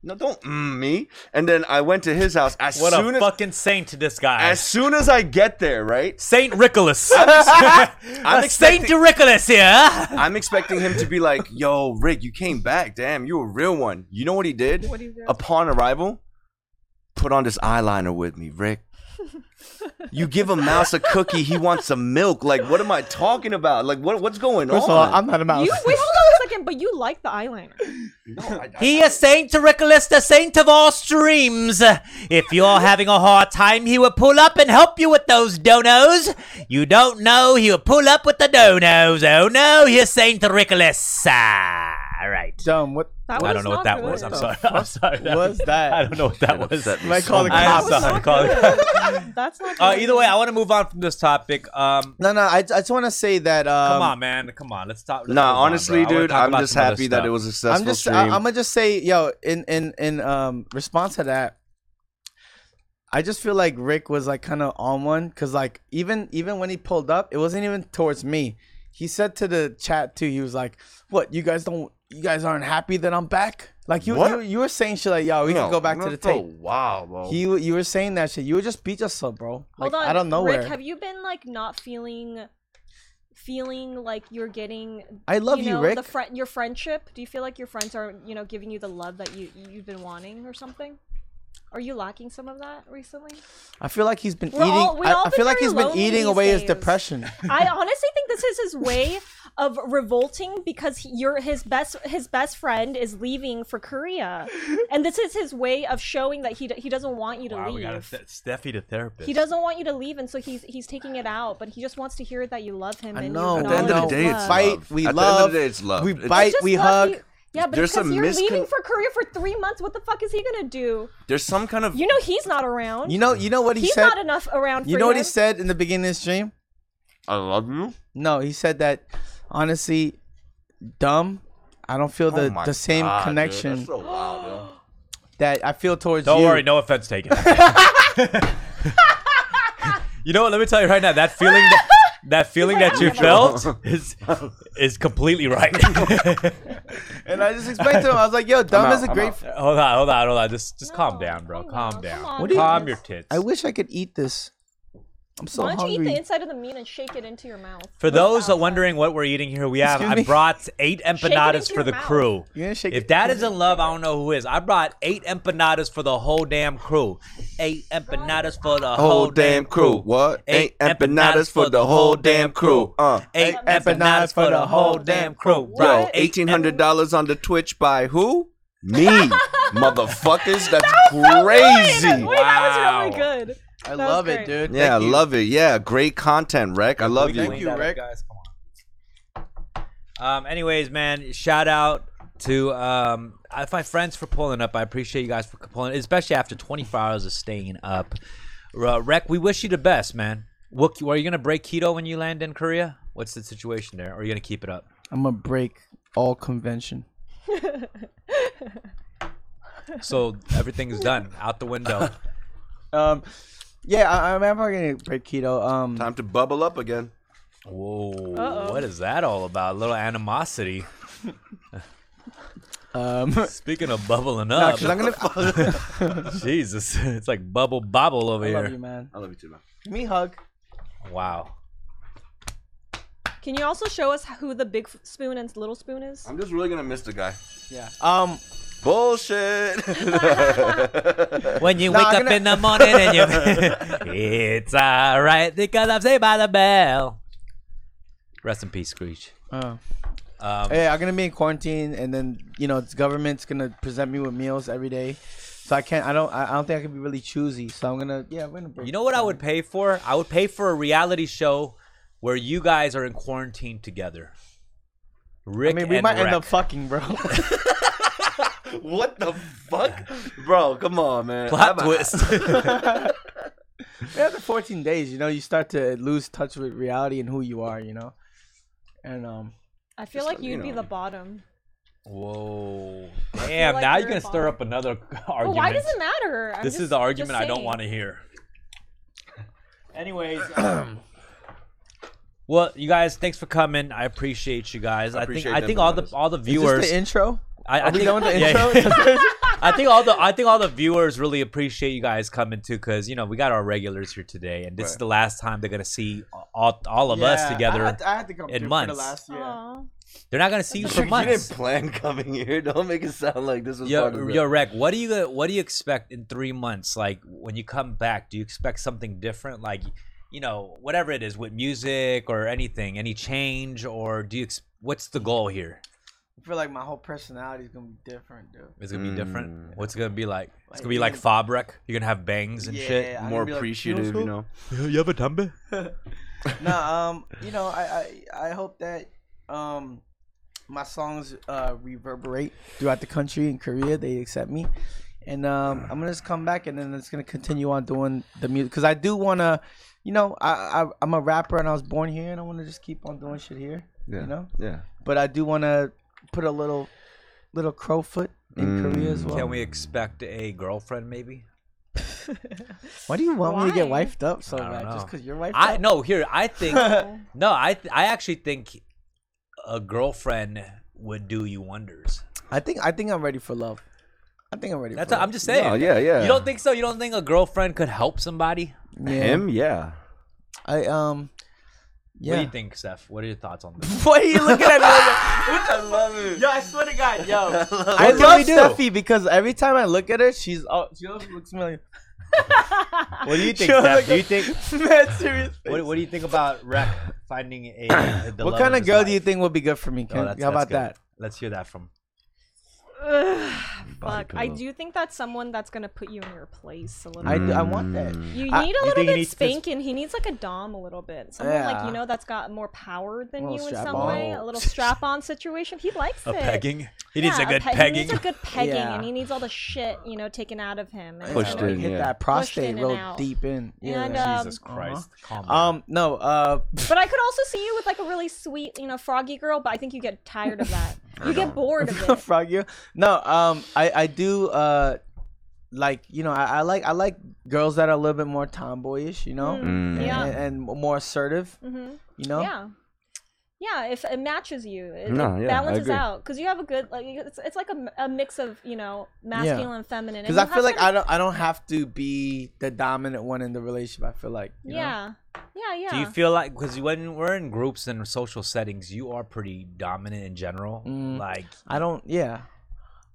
C: no, don't mm me. And then I went to his house as
A: What
C: soon
A: a
C: as
A: fucking saint this guy.
C: as soon as I get there, right?
A: Saint Nicholas.
C: I'm
A: Saint
C: expecting-
A: Nicholas here.
C: I'm expecting him to be like, "Yo, Rick, you came back. Damn, you a real one." You know what he did?
B: What do you do?
C: Upon arrival, put on this eyeliner with me, Rick. You give a mouse a cookie, he wants some milk. Like, what am I talking about? Like, what what's going
D: first of
C: on?
D: all, I'm not a mouse.
B: You wait, hold on a second. But you like the eyeliner.
A: He is Saint Nicholas, the saint of all streams. If you're having a hard time, he will pull up and help you with those donos. You don't know, he will pull up with the donos. Oh no, he's Saint Nicholas. Ah, All right.
D: Dumb. What?
B: That was
A: I don't know what
B: not
A: that
B: good.
A: was. I'm
D: the
A: sorry. I'm sorry. That
D: was that?
A: I don't know what that was.
C: upset me.
D: Might call the
A: I am
D: cops.
B: was
A: sorry.
B: not
A: Call it.
B: good. That's not.
A: Uh,
B: good.
A: either way, I want to move on from this topic. Um,
D: No, no. I, I just want to say that. Um,
A: come on, man. Come on. Let's stop. let's move
C: Nah,
A: on, bro. I
C: honestly,
A: wanna
C: dude,
A: talk
C: I'm
A: about
C: just
A: some other
C: happy that
A: stuff.
C: it was a successful
D: I'm just.
C: stream.
D: I, I'm gonna just say, yo, in in in um response to that, I just feel like Rick was like kind of on one because like even even when he pulled up, it wasn't even towards me. He said to the chat too. He was like, "What you guys don't? You guys aren't happy that I'm back? Like you
C: What?
D: you, you were saying shit like, yo, we can go back to the tape.
C: Wow, bro.
D: He you were saying that shit. You would just beat yourself, bro. Like
B: Hold on.
D: I don't know
B: Rick,
D: where.
B: have you been like not feeling, feeling like you're getting?
D: I love you,
B: you, know,
D: Rick.
B: The fri- your friendship. Do you feel like your friends are you know giving you the love that you you've been wanting or something? Are you lacking some of that recently?
D: I feel like he's been
B: We're
D: eating.
B: all- we
D: I,
B: all
D: I feel
B: been
D: like
B: very
D: he's been
B: lonely
D: eating
B: these
D: away his
B: days.
D: depression.
B: I honestly think this is his way of revolting because he, you're his best his best friend is leaving for Korea, and this is his way of showing that he d- he doesn't want you to
A: Wow,
B: leave.
A: we got Steffi to therapist.
B: He doesn't want you to leave, and so he's he's taking it out. But he just wants to hear that you love him.
D: I
B: and
D: know.
B: You
D: At the end of the
B: acknowledge
D: day,
B: his
D: it's
B: love.
D: fight,
C: love.
D: we
C: At the end of
D: love,
C: the day, it's love.
D: we
C: It's-
D: bite,
B: It's just
D: we
B: love.
D: hug.
B: You- Yeah, but
C: There's
B: because
C: some
B: you're leaving
C: miscon-
B: for Korea for three months, what the fuck is he gonna do?
C: There's some kind of
B: You know he's not around.
D: You know, you know what he
B: he's
D: said.
B: not enough around. For
D: you know what he
B: him.
D: said in the beginning of the stream.
C: I love you.
D: No, he said that honestly, dumb. I don't feel
C: Oh
D: the,
C: my
D: the same
C: God, dude,
D: connection
C: That's so wild, yo.
D: that I feel towards
A: Don't
D: you.
A: worry, no offense taken. you know what? Let me tell you right now. That feeling, that, that feeling that you felt is is completely right.
D: And I just explained to him, I was like, "Yo, dumb
C: out,
D: is a
C: I'm
D: great."
C: out.
D: f-
A: hold on, hold on, hold on. Just just calm
B: No,
A: down, bro.
B: come
A: Calm
B: on,
A: down.
B: come on,
D: What do you-
A: calm
B: guys.
A: your tits.
D: I wish I could eat this. I'm so
B: Why don't you eat
D: hungry.
B: the inside of the meat and shake it into your mouth?
A: For
B: That's
A: those
B: outside.
A: wondering what we're eating here, we have
D: Excuse
A: I
D: me?
A: brought eight
B: it
A: empanadas
B: into
A: for
B: your
A: the
B: mouth.
A: crew.
D: You're gonna shake
A: If
D: it-
A: that isn't love, I don't know who is. I brought eight empanadas for the whole damn crew. Eight empanadas for the whole,
C: Whole damn crew. What? Eight empanadas for the whole damn crew. Uh.
A: Eight empanadas for the whole damn crew.
B: What?
A: bro.
C: Yo,
B: Right.
C: eighteen hundred dollars on the Twitch by who? Me, motherfuckers. That's
B: Wait, that,
C: crazy.
B: wait, that was
A: Wow.
B: really good.
D: I
B: That was
D: love
B: great.
D: it, dude.
C: Yeah, I
D: Thank you.
C: love it. Yeah, great content, Rec. I love
D: Thank
C: you.
D: you, Rick.
A: guys. Come on. Um. Anyways, man, shout out to um I- my friends for pulling up. I appreciate you guys for pulling, especially after 24 hours of staying up. Uh, Rec, we wish you the best, man. What, are you gonna break keto when you land in Korea? What's the situation there? Or are you gonna keep it up?
D: I'm gonna break all convention.
A: So everything's done out the window.
D: Um, yeah, I, I'm probably gonna break keto. Um,
C: Time to bubble up again.
A: Whoa,
B: Uh-oh.
A: what is that all about? A little animosity.
D: um,
A: Speaking of bubbling
D: no,
A: up,
D: 'cause I'm gonna.
A: Jesus, it's like bubble bobble over
D: I love
A: here.
D: you, man.
C: I love you too, man.
D: Give me a hug.
A: Wow.
B: Can you also show us who the big spoon and little spoon is?
C: I'm just really gonna miss the guy.
D: Yeah. Um,
C: Bullshit.
A: When you
D: Nah,
A: wake
D: I'm
A: up
D: gonna-
A: in the morning and you, it's alright because I'm saved by the bell. Rest in peace, Screech.
D: uh,
A: Um,
D: yeah, I'm gonna be in quarantine, and then you know, it's government's gonna present me with meals every day, so I can't. I don't. I, I don't think I can be really choosy. So I'm gonna. Yeah, I'm gonna break.
A: you know what I would pay for? I would pay for a reality show where you guys are in quarantine together.
D: I
A: Rick
D: mean, we
A: and
D: might
A: Rec.
D: end up fucking, bro.
C: what the fuck, bro? Come on, man. Have
A: plot
C: a-
A: twist.
D: After 14 days, you know, you start to lose touch with reality and who you are. You know, and um,
B: I feel like you'd be the bottom.
A: Whoa! Damn!
B: like
A: now
B: you're
A: you're gonna stir
B: involved.
A: up another
B: But
A: argument.
B: why does it matter? I'm
A: this
B: just-
A: is the argument
B: just
A: I don't
B: saying.
A: want to hear. Anyways, um, well, you guys, thanks for coming. I appreciate you guys. I, think
C: appreciate
A: I
C: them
A: think all
C: being
A: the all the
D: is this
A: viewers.
D: the intro?
A: I, I
D: Are we
A: think
D: done with the
A: yeah,
D: intro?
A: yeah. I think all the I think all the viewers really appreciate you guys coming too, because you know we got our regulars here today, and this is
C: Right.
A: the last time they're gonna see all all of us
D: Yeah,
A: together.
D: I, had- I had to come
A: in
D: through
A: months.
D: For the last year.
B: Aw.
A: they're not gonna see you for
C: You didn't
A: months.
C: plan coming here. Don't make it sound like this was part of
A: Yo,
C: it.
A: yo, Rec, what do you what do you expect in three months? Like when you come back, do you expect something different? Like, you know, whatever it is with music or anything, any change, or do you? Ex- what's the goal here?
D: I feel like my whole personality is gonna be different, dude.
A: It's gonna be different.
C: Mm.
A: What's it gonna be like? It's
D: Like,
A: gonna be like
D: yeah.
A: Fabrek. You're gonna have bangs and shit.
D: Yeah, I'm
C: More
D: gonna be like,
C: appreciative, you
D: "Yo,
C: know.
A: You have a tumble?
D: nah, um, you know, I, I I hope that um my songs uh reverberate throughout the country in Korea. They accept me, and um I'm gonna just come back and then it's gonna continue on doing the music because I do wanna, you know, I, I I'm a rapper and I was born here and I want to just keep on doing shit here,
C: Yeah.
D: you know.
C: Yeah.
D: But I do wanna put a little little crow foot in Korea
C: Mm.
D: as well.
A: Can we expect a girlfriend maybe?
D: Why do you want me to get
B: Why?
D: wifed up so
A: I don't
D: bad? Just
A: know.
D: because you're wifed
A: I
D: up?
A: no. Here, I think
D: No.
A: no. I th- I actually think a girlfriend would do you wonders.
D: I think I think I'm ready for love. I think I'm ready.
A: That's
D: for
A: what, I'm just saying.
C: No, yeah, yeah.
A: You don't think so? You don't think a girlfriend could help somebody?
D: love. Yeah.
C: him? Yeah.
D: I um. Yeah.
A: What do you think, Steph? What are your thoughts on this?
D: What are you looking at me like
C: I love it.
D: Yo, I swear to God, yo.
A: What
D: I
A: can we
D: love
A: do?
D: Steffi because every time I look at her, she's oh, she always looks familiar.
A: What do you
D: think, Steph? Do you
A: think?
D: Man, serious.
A: What, what do you think about Rec finding a? The
D: What kind of girl do you think would be Oh, good for me?
A: Oh,
D: Ken? How about that?
A: Let's hear that from.
B: Ugh, fuck. I
C: pillow.
B: do think that's someone that's gonna put you in your place a little.
D: I, do- I want that.
B: you need
D: I-
B: a
A: You
B: little
A: think he
B: bit
A: needs to-
B: spanking. He needs like a dom a little bit. Someone like
D: Yeah.
B: you know that's got more power than
D: Little
B: you in
D: strap
B: some
D: on.
B: way. A little strap on situation. He likes it.
A: pegging. He needs
B: Yeah,
A: a good
B: pe- He
A: pegging.
B: needs a good pegging,
D: Yeah.
B: and he needs all the shit you know taken out of him. And
C: Pushed
B: so, like,
C: in,
D: hit
C: yeah.
D: that
B: in
D: prostate
B: and
D: real
B: out.
D: deep in. Yeah.
B: And, uh,
A: Jesus
D: um,
A: Christ. Calm down.
D: um, no, uh,
B: But I could also see you with like a really sweet, you know, froggy girl. But I think you get tired of that. you get bored of it.
D: frog you. No, um, I I do uh, like you know I, I like I like girls that are a little bit more tomboyish, you know,
C: Mm.
B: Mm, yeah.
D: and, and more assertive,
B: hmm
D: you know.
B: Yeah. Yeah, if it matches you, it,
C: No,
B: it
C: yeah, I
B: balances
C: agree.
B: out because you have a good like you- it's, it's like a, m- a mix of you know masculine and feminine. and
D: Because I
B: you
D: feel
B: have
D: like
B: that-
D: I don't I don't have to be the dominant one in the relationship. I feel like you know?
B: yeah, yeah, yeah.
A: Do you feel like because when we're in groups and social settings, you are pretty dominant in general?
D: Mm.
A: Like,
D: I don't. Yeah.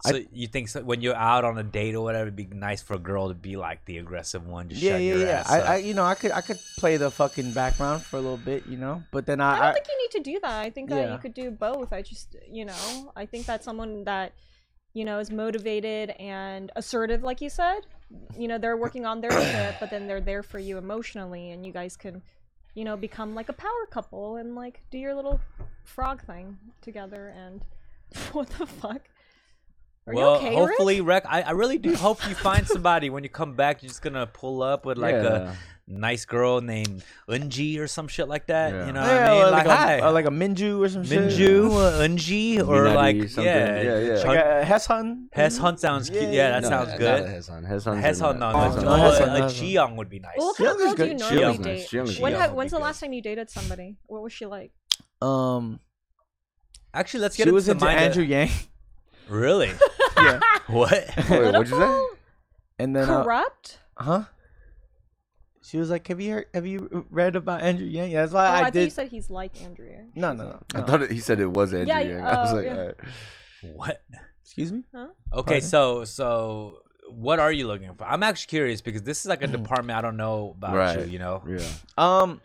D: I-
A: so you think so, when you're out on a date or whatever, it'd be nice for a girl to be like the aggressive one, just
D: Yeah,
A: shut
D: yeah,
A: your
D: yeah.
A: ass
D: I,
A: up.
D: I, you know, I could, I could play the fucking background for a little bit, you know. But then
B: I don't
D: I, I
B: think you need to do that. I think that
D: Yeah.
B: you could do both. I just, you know, I think that someone that, you know, is motivated and assertive, like you said, you know, they're working on their shit, but then they're there for you emotionally, and you guys can, you know, become like a power couple and like do your little frog thing together. And what the fuck? Are you
A: well,
B: okay, Rick?
A: hopefully, Rick, I, I really do hope you find somebody when you come back. You're just gonna pull up with like a nice girl named Unji or some shit like that.
C: Yeah.
A: You know,
D: yeah,
A: what I
D: or
A: mean,
D: like,
A: like, hi,
D: a, or like a Minju or some shit.
A: Minju, uh, Unji, or
C: Minari,
A: like
C: something.
A: yeah,
C: Yeah, yeah.
A: Chun-
D: like a Hess Hun.
A: Hess Hunt sounds cute.
D: Yeah,
A: Yeah,
D: yeah,
A: that
D: no,
A: sounds
C: not
A: good.
C: a Hesan. Hesan's
A: Hess
C: in
A: Hunt,
C: there.
A: no,
D: Oh,
A: no,
D: no,
A: no,
D: Hess Hunt,
A: a
D: Hess Hunt.
A: Cheong would be nice.
B: Well, what
D: She
B: kind of girl
D: was
B: do
D: good.
B: you
D: She
B: normally
A: was
C: nice.
B: date?
C: She was
B: When
A: good.
B: ha- when's the
A: She was
B: last time you dated somebody? What was she like?
D: Um,
A: Actually, let's get
D: she
A: into
D: was
A: the
D: into
A: mind of-
D: Andrew Yang.
A: Really?
D: yeah.
A: what?
C: Wait, what'd you say?
B: Political?
D: And then, uh,
B: Corrupt?
D: huh? She was like, "Have you heard, have you read about Andrew Yang?" Yeah, that's why
B: Oh, I,
D: I,
B: thought you
D: did.
B: said he's like Andrea.
D: No, no, no.
C: I
D: no.
C: thought it, he said it was Andrew
B: Yeah,
C: Yang. I was
B: uh,
C: like,
B: yeah.
C: all right.
A: What?
D: Excuse me.
A: Okay,
D: Pardon?
A: so so what are you looking for? I'm actually curious because this is like a department I don't know about
C: Right.
A: you. You know,
C: Yeah.
D: Hmm. Um,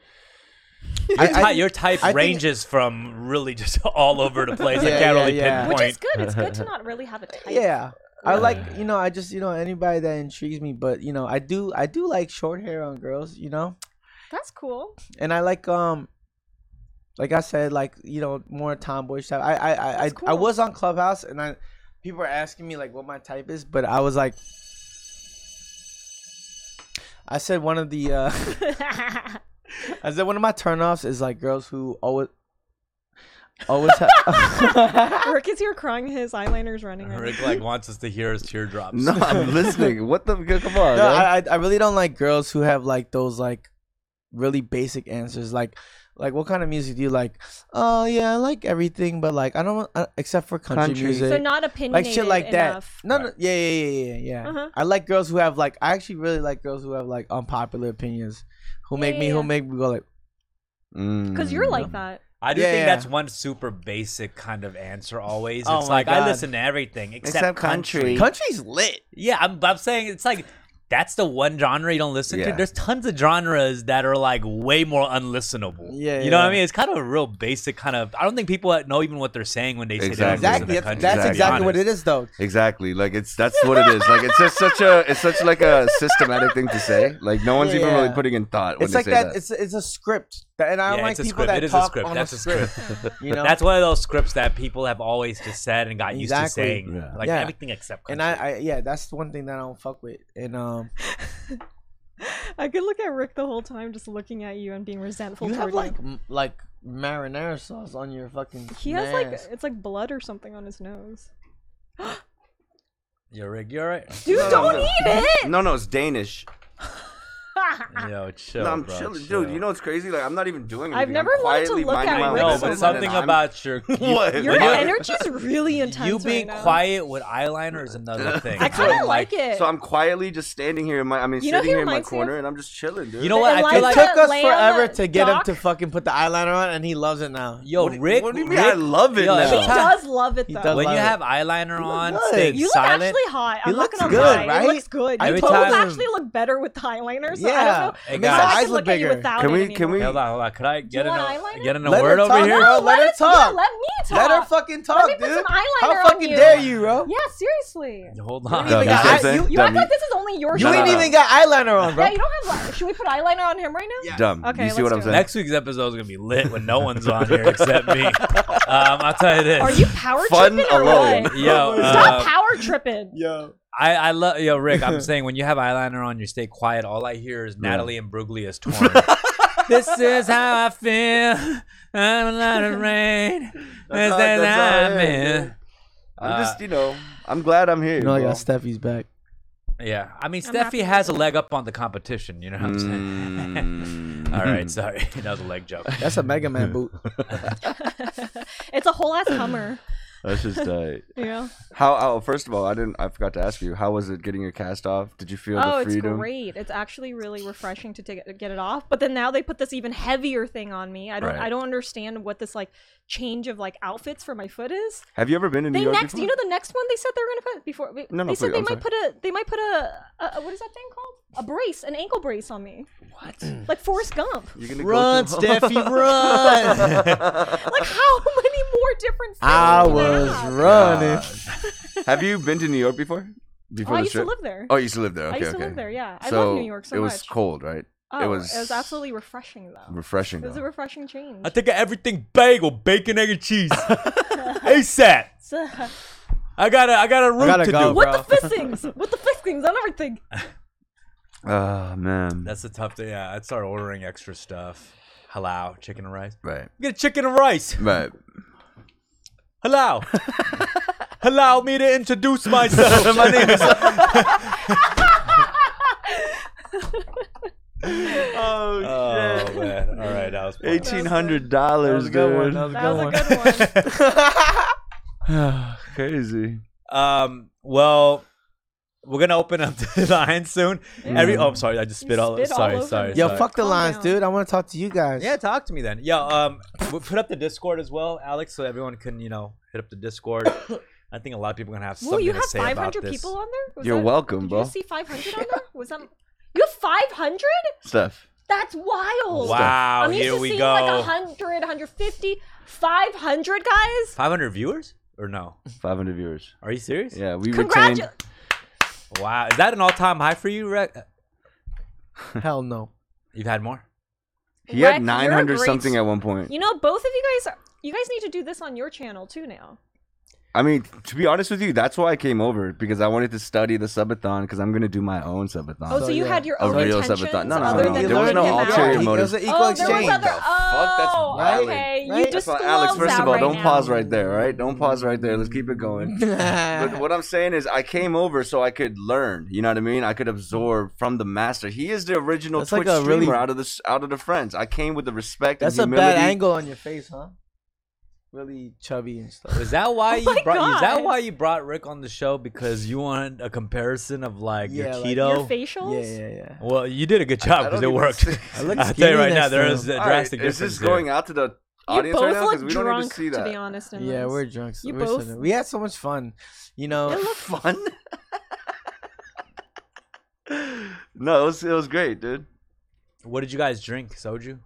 A: your, ty- your type
D: I think-
A: ranges from really just all over the place. I
D: Yeah,
A: can't
D: yeah,
A: really
D: yeah.
A: pinpoint.
B: Which is good. It's good to not really have a type.
D: yeah. I
A: Yeah.
D: like you know I just you know anybody that intrigues me but you know I do I do like short hair on girls you know
B: That's cool.
D: and I like um, like I said, like you know, more tomboy stuff. I I I, I,
B: That's
D: I
B: cool.
D: was on Clubhouse, and I people are asking me like what my type is, but I was like, I said one of the uh, I said one of my turnoffs is like girls who always always ha-
B: Rick is here crying. His eyeliner's running. Right
A: Rick like wants us to hear his teardrops.
C: No, I'm listening. What the? Come on.
D: no,
C: man.
D: I, I I really don't like girls who have like those like really basic answers like like what kind of music do you like? Oh yeah, I like everything, but like I don't uh, except for country,
C: Country.
D: music,
B: So not opinionated
D: like shit like that.
B: enough.
D: No, no, yeah, yeah, yeah, yeah, yeah. yeah.
B: Uh-huh.
D: I like girls who have like I actually really like girls who have like unpopular opinions, who make me
B: yeah,
D: who
B: yeah.
D: make me go like
C: Mm.
D: Mm.
B: Because you're like that.
A: I do
D: Yeah,
A: think
D: yeah.
A: that's one super basic kind of answer always.
D: Oh
A: it's
D: my
A: like
D: God.
A: I listen to everything except,
C: Except
A: country.
C: country.
D: country's lit.
A: Yeah, I'm, I'm saying it's like that's the one genre you don't listen
C: Yeah.
A: to. There's tons of genres that are like way more unlistenable.
D: Yeah,
A: you know what I
D: yeah.
A: mean. It's kind of a real basic kind of. I don't think people know even what they're saying when they say they
C: Exactly.
A: don't listen
D: Exactly,
A: to
D: that's,
A: country.
D: that's
A: to be
D: exactly what
A: honest.
D: it is though.
C: Exactly. Like it's that's what it is. Like it's just such a it's such like a systematic thing to say. Like no one's even
D: Yeah.
C: really putting in thought when
D: It's
C: they
D: like
C: say
D: that,
C: that.
D: It's it's a script, That- and I
A: Yeah,
D: don't like
A: it's a
D: people
A: script.
D: that
A: It is a
D: talk
A: script.
D: on
A: That's
D: a
A: a
D: script. you know,
A: That's one of those scripts that people have always just said and got used
D: Exactly.
A: to saying,
C: Yeah.
A: like
D: Yeah.
A: everything except country.
D: and I, I yeah, that's one thing that I don't fuck with. And um,
B: I could look at Rick the whole time, just looking at you and being resentful.
D: you have
B: toward
D: like m- like marinara sauce on your fucking.
B: he has like
D: mask.
B: it's like blood or something on his nose.
A: You're Rick. You're right.
B: Dude,
C: No, no,
B: don't
C: no.
B: eat it.
C: no, no, it's Danish.
A: Yo, chill,
C: no, I'm
A: bro,
C: chilling,
A: chill.
C: dude. You know what's crazy? Like I'm not even doing anything.
B: I've never
C: I'm
B: wanted to
C: quietly
B: look
C: minding
B: at
C: my
B: my
A: no,
B: Wait,
C: business
A: but
B: listen,
C: and
A: something
C: I'm-
A: about your
C: What?
B: Your
C: Like, I-
B: energy's really intense.
A: you being
B: right now.
A: quiet with eyeliner is another thing.
B: I kind of like it.
C: So I'm quietly just standing here in my I mean
B: You know
C: sitting
B: who
C: here in my
B: reminds me
C: corner
B: of?
C: and I'm just chilling, dude.
A: You know what? I
D: It
A: feel like
B: Eliza-
D: took us
B: lay on
D: forever
B: the
D: to get
B: dock.
D: him to fucking put the eyeliner on, and he loves it now.
A: Yo,
C: What do you-
A: Rick.
C: what do you mean?
A: Rick-
C: I love it
A: Yo,
C: now.
A: every
B: he
C: Yeah.
A: time-
B: does love it
D: He
B: though.
D: does
A: when
D: love
A: you
D: it.
A: have eyeliner on,
D: good.
A: staying
B: You look
A: silent.
B: actually hot.
D: He
B: I'm not
D: looks
B: gonna
D: good,
B: lie.
D: right?
B: It looks good.
D: I
A: Every
B: you told
A: time-
B: actually look better with the eyeliner. So I
D: Yeah, Yeah.
B: don't know.
A: Hey,
D: It
B: So
D: makes
A: guys.
D: her
B: I
D: eyes
B: can
D: look
B: look at you
D: bigger.
B: without
C: Can
B: it
C: we-
B: anymore.
C: can we-
A: Hey, Hold on, hold on. Could I get
B: you
A: in
B: want
A: a
B: eyeliner?
A: get in a
D: Let her
A: word over
D: talk.
A: here?
D: Bro, let her
B: us-
D: talk.
B: Yeah, let me talk.
D: Let her fucking talk,
B: me put
D: dude.
B: some eyeliner
D: How
B: on
D: fucking
B: you.
D: dare you, bro?
B: Yeah, seriously.
A: Hold
D: You
A: on.
D: ain't even
C: Yeah,
D: got
C: that's what I'm
D: eye-
C: saying.
D: you-
B: You
C: Dumb,
B: act
C: you-
B: like this is only your
D: You
C: No,
B: show.
D: ain't
C: no, no.
D: even got eyeliner on, bro.
B: Yeah, you don't have. li- Should we put eyeliner on him right now?
C: Dumb.
B: Okay,
C: you see
B: let's
C: what I'm
B: do it.
C: saying?
A: Next week's episode is gonna be lit when no one's on here except me. Um, I'll tell you this.
B: Are you power
C: Fun
B: tripping or
C: alone.
B: what?
A: Yo,
B: Stop
A: uh,
B: power tripping.
D: Yo.
A: I, I love yo Rick. I'm saying when you have eyeliner on, you stay quiet. All I hear is Natalie and Bruglia's torn. this is how I feel. I'm a lot of rain. This
C: That's all-
A: is how
C: that's all
A: I'm
C: I am,
A: in.
C: dude. I'm
A: Uh,
B: Uh,
C: just, you know, I'm glad I'm here.
D: You know, I
C: bro.
D: got Steffi's back.
A: Yeah, I mean
B: I'm
A: Steffi
B: happy
A: has a leg up on the competition. You know what I'm saying?
C: Mm.
A: All right, sorry, that was a leg joke.
D: That's a Mega Man boot.
B: it's a whole ass Hummer.
C: That's just uh, tight.
B: You know.
C: How? Oh, first of all, I didn't. I forgot to ask you. How was it getting your cast off? Did you feel the
B: Oh, it's
C: freedom?
B: great. It's actually really refreshing to take it, get it off. But then now they put this even heavier thing on me. I don't
C: Right.
B: I don't understand what this like change of like outfits for my foot is.
C: Have you ever been in
B: They
C: New York?
B: next,
C: before?
B: you know, the next one they said they were gonna put before. Wait,
C: No, no,
B: they said
C: please,
B: they
C: I'm
B: might put a they might put a, a, a- what is that thing called? A brace, an ankle brace on me. What? Like Forrest Gump.
C: You're gonna
D: Run,
C: go to-
D: Steffi, run.
B: like how many more different things?
D: I
B: do they
D: was
B: have?
D: running.
C: Uh, Have you been to New York before?
B: Oh,
C: Before
B: I
C: the
B: used
C: trip?
B: to live there.
C: Oh, you used to live there. Okay,
B: I used to
C: okay.
B: live there. Yeah, I
C: so
B: love New York so
C: it was
B: much.
C: cold, right?
B: Oh,
C: it was.
B: absolutely refreshing though.
C: refreshing.
B: it was a
C: though.
B: refreshing change.
A: I think of everything bagel, bacon, egg, and cheese. ASAP.
B: So-
A: I got a I got a route
D: gotta
A: to
D: go.
A: do.
D: What?
B: With the fistings, with the fistings on everything.
C: oh man.
A: That's a tough thing. Yeah, I'd start ordering extra stuff. Halal, chicken and rice.
C: right.
A: Get a chicken and rice.
C: Right.
A: Hello. Allow me to introduce myself. My name is.
C: Oh,
A: Oh man! All right, that was fun.
C: Eighteen hundred dollars, dude.
B: That was a good one.
C: Crazy.
A: Um. Well, we're gonna open up the line soon. Every. Oh, I'm sorry. I just
B: You
A: spit all. Oh,
B: spit all
A: sorry.
B: over
A: sorry.
B: me.
D: Yo,
A: sorry.
D: fuck the
B: Calm
D: lines,
B: down.
D: dude. I want to talk to you guys.
A: Yeah, talk to me then. Yeah. Um. We'll put up the Discord as well, Alex, so everyone can you know hit up the Discord. I think a lot of people are gonna have
B: Ooh,
A: something
B: you
A: to
B: have
A: say about
B: 500
A: this.
B: people on there. Was
C: You're
B: that-
C: welcome,
B: Did
C: bro.
B: you see 500 on there? Was that? You have 500?
C: Steph.
B: That's wild.
A: Wow.
B: I'm used
A: here
B: to
A: we
B: seeing
A: go.
B: Like 100, 150, 500 guys.
A: 500 viewers or no?
C: Five hundred viewers.
A: Are you serious?
C: Yeah, we
B: Congratulations.
C: retained.
A: Wow. Is that an all-time high for you, Rick?
D: Hell
B: Oh,
D: no.
A: You've had more.
C: He had
B: Rex,
C: nine hundred
B: you're a
C: something
B: great-
C: at one point.
B: You know, both of you guys, you guys need to do this on your channel too now.
C: I mean, to be honest with you, that's why I came over because I wanted to study the subathon because I'm gonna do my own subathon.
B: Oh, so,
D: So,
B: you
D: yeah.
B: had your
C: A
B: own
C: real
B: intentions
C: subathon. No, no,
B: other
C: no, no.
B: than
C: There was no
B: learning about-
C: ulterior
D: It
C: motive.
D: was an equal
B: Oh, there
D: exchange.
B: was other.
C: fuck? That's
B: Oh,
C: violent.
B: okay. You
D: Right?
B: just
C: That's why, Alex.
B: gloves
C: First
B: out
C: of all,
B: right
C: don't
B: now.
C: pause right there. Right? Don't pause right there. Let's keep it going. but what I'm saying is, I came over so I could learn. You know what I mean? I could absorb from the master. He is the original
D: That's
C: Twitch
D: like a
C: streamer
D: really-
C: out of the s- out of the friends. I came with the respect.
D: That's a
C: and humility.
D: bad angle on your face, huh? Really chubby and stuff.
A: Is that why
B: Oh my
A: you brought? Is that
B: God.
A: why you brought Rick on the show because you wanted a comparison of like
D: Yeah,
A: your
D: like-
A: keto?
B: Your facials.
D: Yeah, yeah, yeah.
A: well, you did a good job
C: I
A: because
C: don't
A: it
C: even
A: worked.
C: see-
D: I look
A: I tell you
D: skinny
A: right now,
D: next
A: there
D: time.
A: is a
C: All
A: drastic
C: right, Is
A: difference.
C: this
A: here.
C: going out to the
B: You
C: audience
B: both
C: right now? Because
B: look
C: we don't
B: drunk,
C: even see that.
B: to be honest. In
D: Yeah,
B: this.
D: we're drunk.
B: You
D: We're so
B: both-
D: drunk. We had so much fun. You know,
C: fun. no, it was, it was great, dude.
A: What did you guys drink? Soju,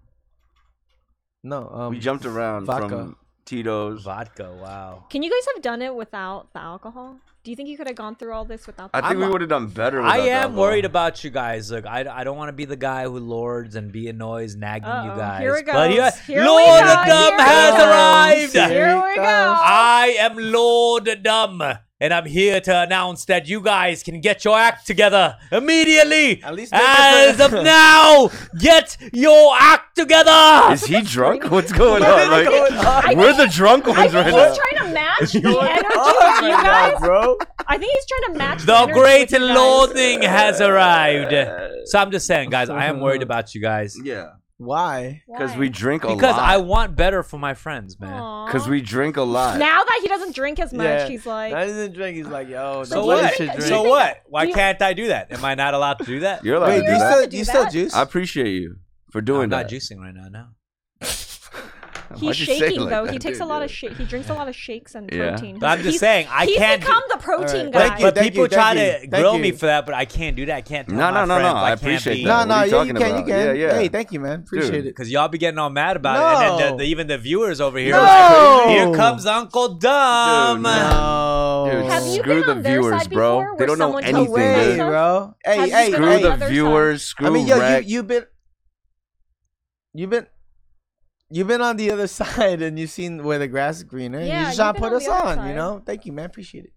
D: no. Um,
C: we jumped around
D: vodka.
C: from Tito's.
A: vodka. Wow.
B: Can you guys have done it without the alcohol? Do you think you could have gone through all this without? The
C: I think
A: I'm
C: we
A: a-
C: would have done better.
A: I
C: without that,
A: am
C: though.
A: worried about you guys. Look, I, I don't want to be the guy who lords and be annoys nagging you
B: Uh-oh,
A: guys.
B: here it
A: But
B: goes.
A: yeah,
B: Here we
A: Lord
B: go,
A: of Dumb
B: here we
A: has
B: go.
A: arrived.
D: Here
B: Here we go.
A: I am Lord Dumb, and I'm here to announce that you guys can get your act together immediately.
D: At least make it
A: as of
D: for-
A: now, get your act together.
C: Is he drunk? What's going
D: What is
C: on? Like,
D: going on?
B: I
C: we're
B: think-
C: the drunk
B: I
C: ones
B: think
C: right
B: he's
C: now.
B: trying to match the
D: What?
B: energy
D: Oh
B: of
D: my
B: you guys.
D: God, bro.
B: I think he's trying to match the,
A: The
B: energy with
A: great
B: you guys.
A: loathing has arrived. So I'm just saying, guys, I am worried about you guys
C: Uh, Yeah,
D: Why?
C: because
B: Why?
C: we drink a
A: because I
C: lot.
A: want better for my friends, man.
B: Aw.
C: Because we drink a lot.
B: Now that he doesn't drink as much,
D: Yeah.
B: he's like,
D: I didn't drink. He's like, yo.
A: So
D: nobody
A: what?
D: should
B: do you
D: drink.
A: So
B: think-
A: what? Why
B: do you-
A: can't I do that? Am I not allowed to do that?
C: You're allowed
D: Wait,
C: to
D: you
C: do that.
D: still
B: Do
D: you
B: that?
D: still juice?
C: I appreciate you for
A: No,
C: doing
A: I'm
C: that.
A: not juicing right now. No.
B: He's
C: Why'd you say it
B: shaking
C: like
B: though.
C: that,
B: he takes a
C: dude?
B: lot of
C: Yeah.
B: shake. He drinks a lot of shakes and
C: Yeah.
B: protein.
A: But I'm
B: He's-
A: just saying, I
B: he's
A: can't
B: become
A: do-
B: the protein
D: All right.
B: guy.
D: Thank you,
A: but people try
D: thank
A: to
D: you,
A: grill
D: thank
A: me
D: you.
A: for that, but I can't do that. I can't tell
C: No,
A: my
C: no, no, no,
A: friends.
C: I
A: can't
C: appreciate
A: be,
C: that.
D: No,
C: What are
D: no,
C: you
D: yeah, you
C: talking
D: can, you
C: about?
D: can.
C: Yeah, yeah.
D: Hey, thank you, man. Appreciate it.
A: Because y'all be getting all mad about it, and then the,
D: No.
A: the, even the viewers over here,
D: No.
A: are like, here comes Uncle Dumb.
C: Dude, no.
D: No.
C: Oh, Dude,
B: Have you
C: Screw
B: been on
C: the
B: their
C: viewers,
B: side
C: bro.
B: before
C: They
B: where
C: don't know
B: someone
C: anything,
B: tells you
D: Way,
B: stuff?
C: dude.
D: bro. Hey,
B: Have you
D: hey,
B: been
C: Screw
B: on
D: hey.
C: the
B: other side.
C: viewers. Screw
D: I mean, yo,
C: rec.
D: you you've been you've been you've been on the other side and you've seen where the grass is greener. and
B: Yeah,
D: you
B: you've
D: just trying to
B: been
D: put
B: on
D: us
B: the other
D: on,
B: side.
D: you know. Thank you, man. Appreciate it.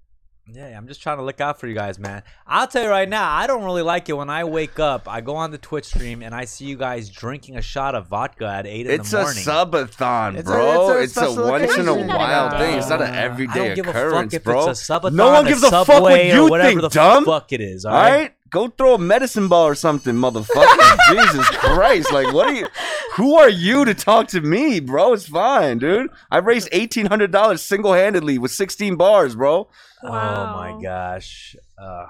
A: Yeah, I'm just trying to look out for you guys, man. I'll tell you right now, I don't really like it when I wake up. I go on the Twitch stream and I see you guys drinking a shot of vodka at eight
C: It's
A: in
C: a
A: the morning.
C: subathon,
D: It's a-
C: bro.
D: it's a
C: It's a,
D: special
C: once in a
B: occasion.
C: while
B: Nah.
C: thing. It's not an
D: I
A: I
C: everyday
A: don't give a
C: occurrence,
A: fuck if
C: bro.
A: it's a subathon,
C: no one
A: a
C: gives a fuck what
A: subway, or
C: you
A: whatever
C: think,
A: the
C: dumb.
A: fuck it is. All
C: All right, go throw a medicine ball or something, motherfucker. Jesus Christ! Like, what are you? Who are you to talk to me, bro? It's fine, dude. I raised eighteen hundred dollars single handedly with sixteen bars, bro.
B: Wow.
A: Oh my gosh. Uh,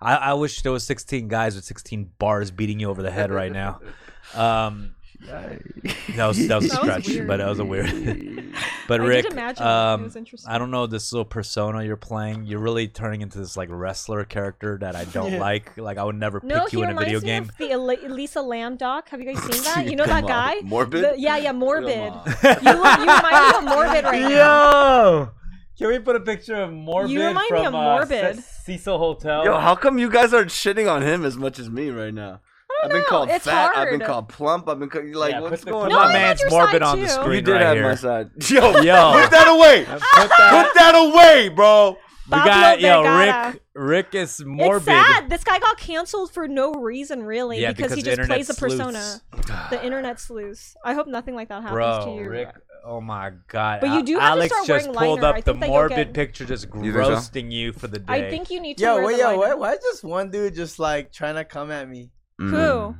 A: I, I wish there was 16 guys with 16 bars beating you over the head right now. Um, that was that was a
B: That was
A: stretch,
B: weird.
A: but that was a weird. but
B: I
A: Rick,
B: did imagine that.
A: um,
B: it was interesting.
A: I don't know this little persona you're playing. You're really turning into this like wrestler character that I don't like. Like I would never
B: No,
A: pick
B: he
A: you in a
B: reminds
A: video
B: me
A: game.
B: of the Eli- Elisa Lamb doc. Have you guys seen that? You know
C: Come
B: that
C: on.
B: guy?
C: Morbid?
B: The- yeah, yeah, morbid. You, you remind me of morbid right now.
A: Yo, can we put a picture of Morbid
B: remind me
A: from
B: of
A: uh,
B: Morbid.
A: Ce- Cecil Hotel?
C: Yo, how come you guys are shitting on him as much as me right now?
B: I
C: I've
B: don't
C: been
B: know.
C: called
B: it's
C: fat. I've
B: hard.
C: been called plump. I've been ca- like,
A: Yeah,
C: what's
A: put the-
C: going
A: put
B: No,
A: my
B: I
C: on?
B: man- had
A: man's
B: your
A: Morbid
B: side,
A: on the
B: too. You
A: screen
C: you did
A: right
C: have
A: here.
C: my side. Yo,
A: Yo.
C: put that away. Put
A: Put that
C: that away, bro.
A: We
B: Pablo
A: got yo
B: Vergara.
A: Rick. Rick is
B: It's
A: morbid.
B: sad. This guy got canceled for no reason, really,
A: Yeah,
B: because, he
A: because
B: just
A: internet
B: plays a persona. the internet sleuth. I hope nothing like that happens
A: Bro,
B: to you.
A: Rick. Oh my god.
B: But you do have to
A: Alex
B: start
A: just
B: wearing
A: pulled
B: liner.
A: up
B: I
A: the
B: think that you'll
A: morbid
B: get-
A: picture, just
C: You think so?
A: roasting you for the day.
B: I think you need to
D: Yo,
B: wear
D: wait,
B: the
D: yo,
B: liner.
D: why, why is just one dude just like trying to come at me?
C: Mm.
B: Who?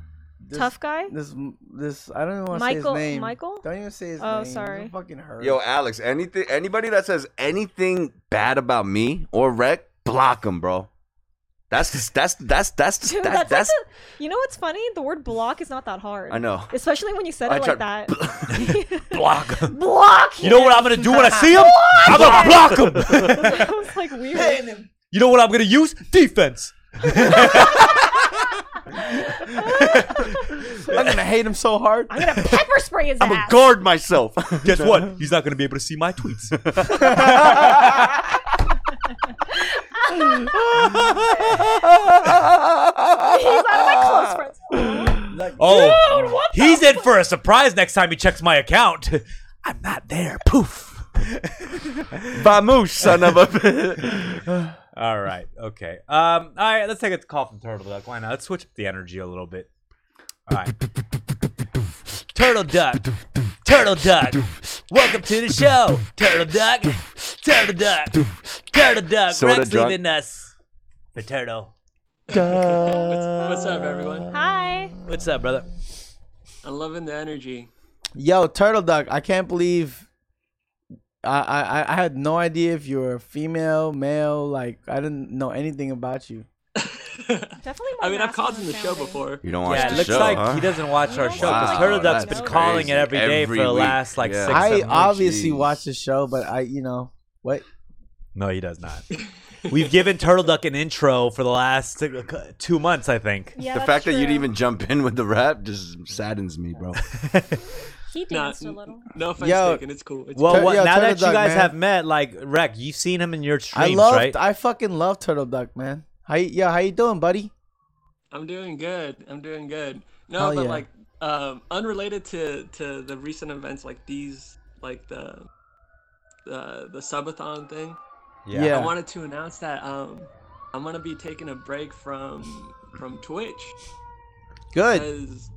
D: This,
B: Tough guy?
D: This, this, I don't even want to say his
B: Michael-
D: name.
B: Michael?
D: Don't even say his name.
B: Oh,
D: It
B: sorry.
D: fucking hurt.
C: Yo, Alex, anything, anybody that says anything bad about me or Rec, block them, bro. That's that's that's that's
B: Dude,
C: that,
B: that's,
C: that's.
B: like a, you know what's funny? The word block is not that hard.
C: I know.
B: Especially when you said
C: I
B: it like that.
A: block him.
B: block
A: You know what I'm gonna do when I see him? I'm gonna block him.
B: That was like weird.
A: You know what I'm gonna use? Defense.
D: I'm gonna hate him so hard.
B: I'm gonna pepper spray his
C: I'm gonna
B: ass.
C: guard myself.
A: Guess what? He's not gonna be able to see my tweets.
B: He's out of my close friends.
A: Oh, he's in for a surprise next time he checks my account. I'm not there. Poof.
C: Vamoose, son of a. bitch.
A: All right. Okay. Um. All right. Let's take a call from Turtle Duck. Why not? Let's switch up the energy a little bit. All right. Turtle Duck. Turtle Duck. Welcome to the show, Turtle Duck. Turtle Duck. Turtle Duck.
C: Sorta
A: Rex
C: drunk.
A: leaving us for Turtle.
G: What's up, everyone?
B: Hi.
A: What's up, brother?
G: I'm loving the energy.
D: Yo, Turtle Duck, I can't believe I, I I- I had no idea if you were female, male, like I didn't know anything about you.
B: Definitely more
G: I mean, I've called in the
B: masculine
G: show
B: sounding.
G: before.
C: You don't watch
A: Yeah,
C: the
A: it looks
C: show,
A: like
C: huh?
A: he doesn't watch our
B: Wow,
A: show because Turtle Duck's
C: that's
A: been calling
C: crazy.
A: it every day
C: Every
A: for the
C: week.
A: last like
C: Yeah.
A: six.
C: Except
D: I
A: seven weeks.
D: obviously
C: Jeez.
D: watch the show, but I you know what?
A: No, he does not. We've given Turtle Duck an intro for the last uh, two months, I think.
B: Yeah,
C: the
B: that's
C: fact that you'd
B: true.
C: even jump in with the rap just saddens me, bro.
B: he
G: Nah,
B: danced a little.
G: n- no offense
D: Yo.
G: taken. It's cool. It's
A: Well,
D: Tur-
A: what,
D: yeah,
A: now
D: Turtle
A: that you
D: Duck,
A: guys
D: man.
A: have met, like Rec, you've seen him in your streams,
D: I love
A: right?
D: I fucking love Turtle Duck, man. How you, yo, how you doing, buddy?
G: cool. I'm doing good. I'm doing good. No,
D: Hell
G: but
D: yeah.
G: like, um, unrelated to to the recent events, like these, like the the the subathon thing.
D: Yeah.
G: I wanted to announce that um, I'm gonna be taking a break from from Twitch.
D: Good.
G: because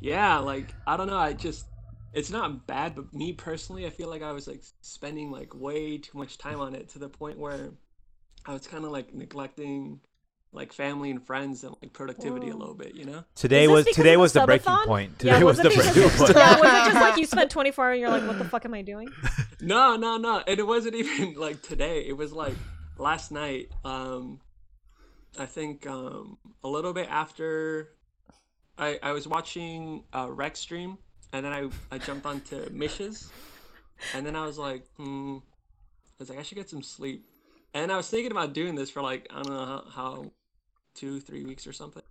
G: yeah like i don't know i just it's not bad but me personally i feel like i was like spending like way too much time on it to the point where i was kind of like neglecting like family and friends and like productivity a
B: Whoa.
G: little bit you know
A: Today
B: Is this
A: was
B: because
A: today
B: of
A: was the breaking
B: subathon?
A: point. Today
B: Yeah, was
A: was the
B: it because
A: breaking
B: of-
A: point.
B: Yeah, was it just like you spent 24 and you're like, what the fuck am I doing?
G: no no no and it wasn't even like today it was like last night um i think um a little bit after i i was watching uh rec stream and then I, I jumped onto Misha's, and then I was like, hmm, I was like, I should get some sleep. And I was thinking about doing this for like, I don't know how, how two, three weeks or something.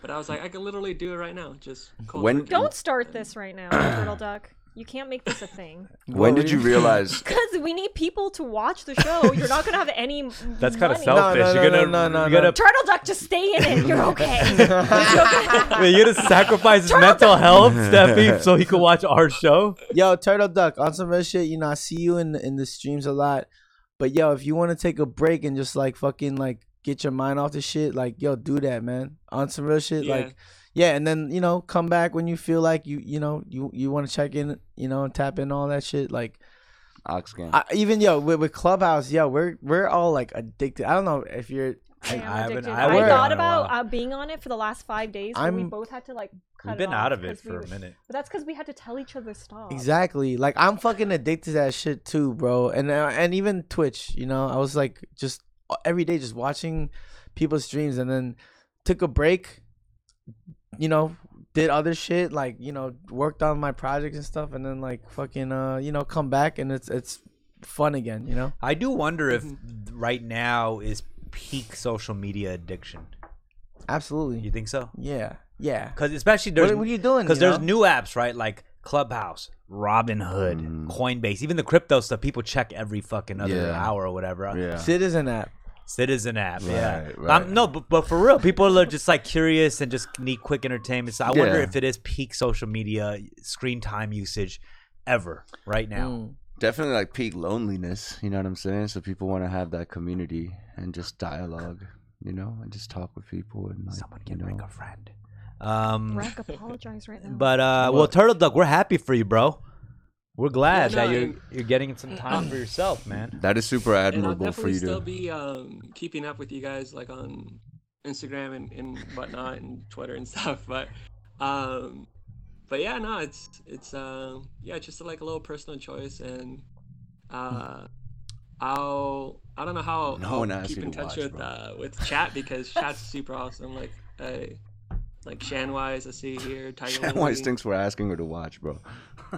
G: But I was like, I could literally do it right now. Just cold
C: When-
G: turkey.
B: Don't start this right now, Turtle Duck. You can't make this a thing.
C: When
D: What
C: did
D: were
C: you realize?
B: Because we need people to watch the show. You're not gonna have any.
A: That's kind of
B: money.
A: selfish.
D: No, no,
A: you're
D: no,
A: gonna,
D: no, no,
A: you're gonna,
B: Turtle Duck, just stay in it. You're okay.
A: you're gonna sacrifice his mental health, Steffi, so he could watch our show.
D: yo, Turtle Duck, on some real shit, you know, I see you in the, in the streams a lot. But yo, if you want to take a break and just like fucking like get your mind off the shit, like yo, do that, man. On some real shit,
G: Yeah.
D: like yeah, and then you know, come back when you feel like you you know you you want to check in, you know, and tap in all that shit. Like
C: Ox game.
D: I, even yo with, with Clubhouse, yo, we're we're all like addicted. I don't know if you're.
B: I, am
A: I haven't-
B: addicted.
A: I
B: I,
D: haven't
B: thought
A: been on in a
B: about
A: while.
B: uh, being on it for the last five days, and we
D: I'm-
B: both had to like cut
A: We've
B: it
A: been
B: off
A: out of it
B: 'cause we
A: for
B: were-
A: a minute.
B: But that's because we had to tell each other stop.
D: Exactly. Like I'm fucking addicted to that shit too, bro. And uh, and even Twitch, you know, I was like just every day just watching people's streams and then took a break, you know, did other shit like, you know, worked on my projects and stuff and then like fucking uh, you know, come back and it's it's fun again, you know.
A: I do wonder if
G: Mm-hmm.
A: right now is peak social media addiction. You
D: Absolutely.
A: think so?
D: Yeah. Yeah.
A: Because especially there's
D: What, what are you doing?
A: because
D: you
A: there's
D: know?
A: new apps, right? Like Clubhouse, Robinhood,
D: Mm.
A: Coinbase, even the crypto stuff. People check every fucking other
C: Yeah.
A: hour or whatever.
C: yeah.
D: Citizen app.
A: Citizen app, yeah.
C: Right, right.
A: Um, no, but, but for real, people are just like curious and just need quick entertainment. So I wonder
C: Yeah.
A: if it is peak social media screen time usage ever right now.
D: Mm.
C: Definitely like peak loneliness. You know what I'm saying? So people want to have that community and just dialogue. You know, and just talk with people and like,
A: Someone
C: you
A: can
C: know.
A: bring a friend. Um,
B: Rack, apologize right now.
A: But uh, well, Turtle Duck, we're happy for you, bro. We're glad
G: Yeah, no,
A: that you're
G: and-
A: you're getting some time for yourself, man.
C: That is super
G: and I'll
C: admirable for
G: definitely
C: you
G: still
C: to.
G: be um, keeping up with you guys like on Instagram and, and whatnot and Twitter and stuff. But um, but yeah, no, it's it's uh, yeah, it's just like a little personal choice, and uh, I'll I don't know how
C: No
G: I'll
C: one asked
G: keep
C: you
G: in
C: to
G: touch
C: watch,
G: with
C: bro.
G: uh, with chat because chat's super awesome. Like uh, like Shanwise, I see here. Tiger
C: Why
G: Lily.
C: stinks we're asking her to watch, bro?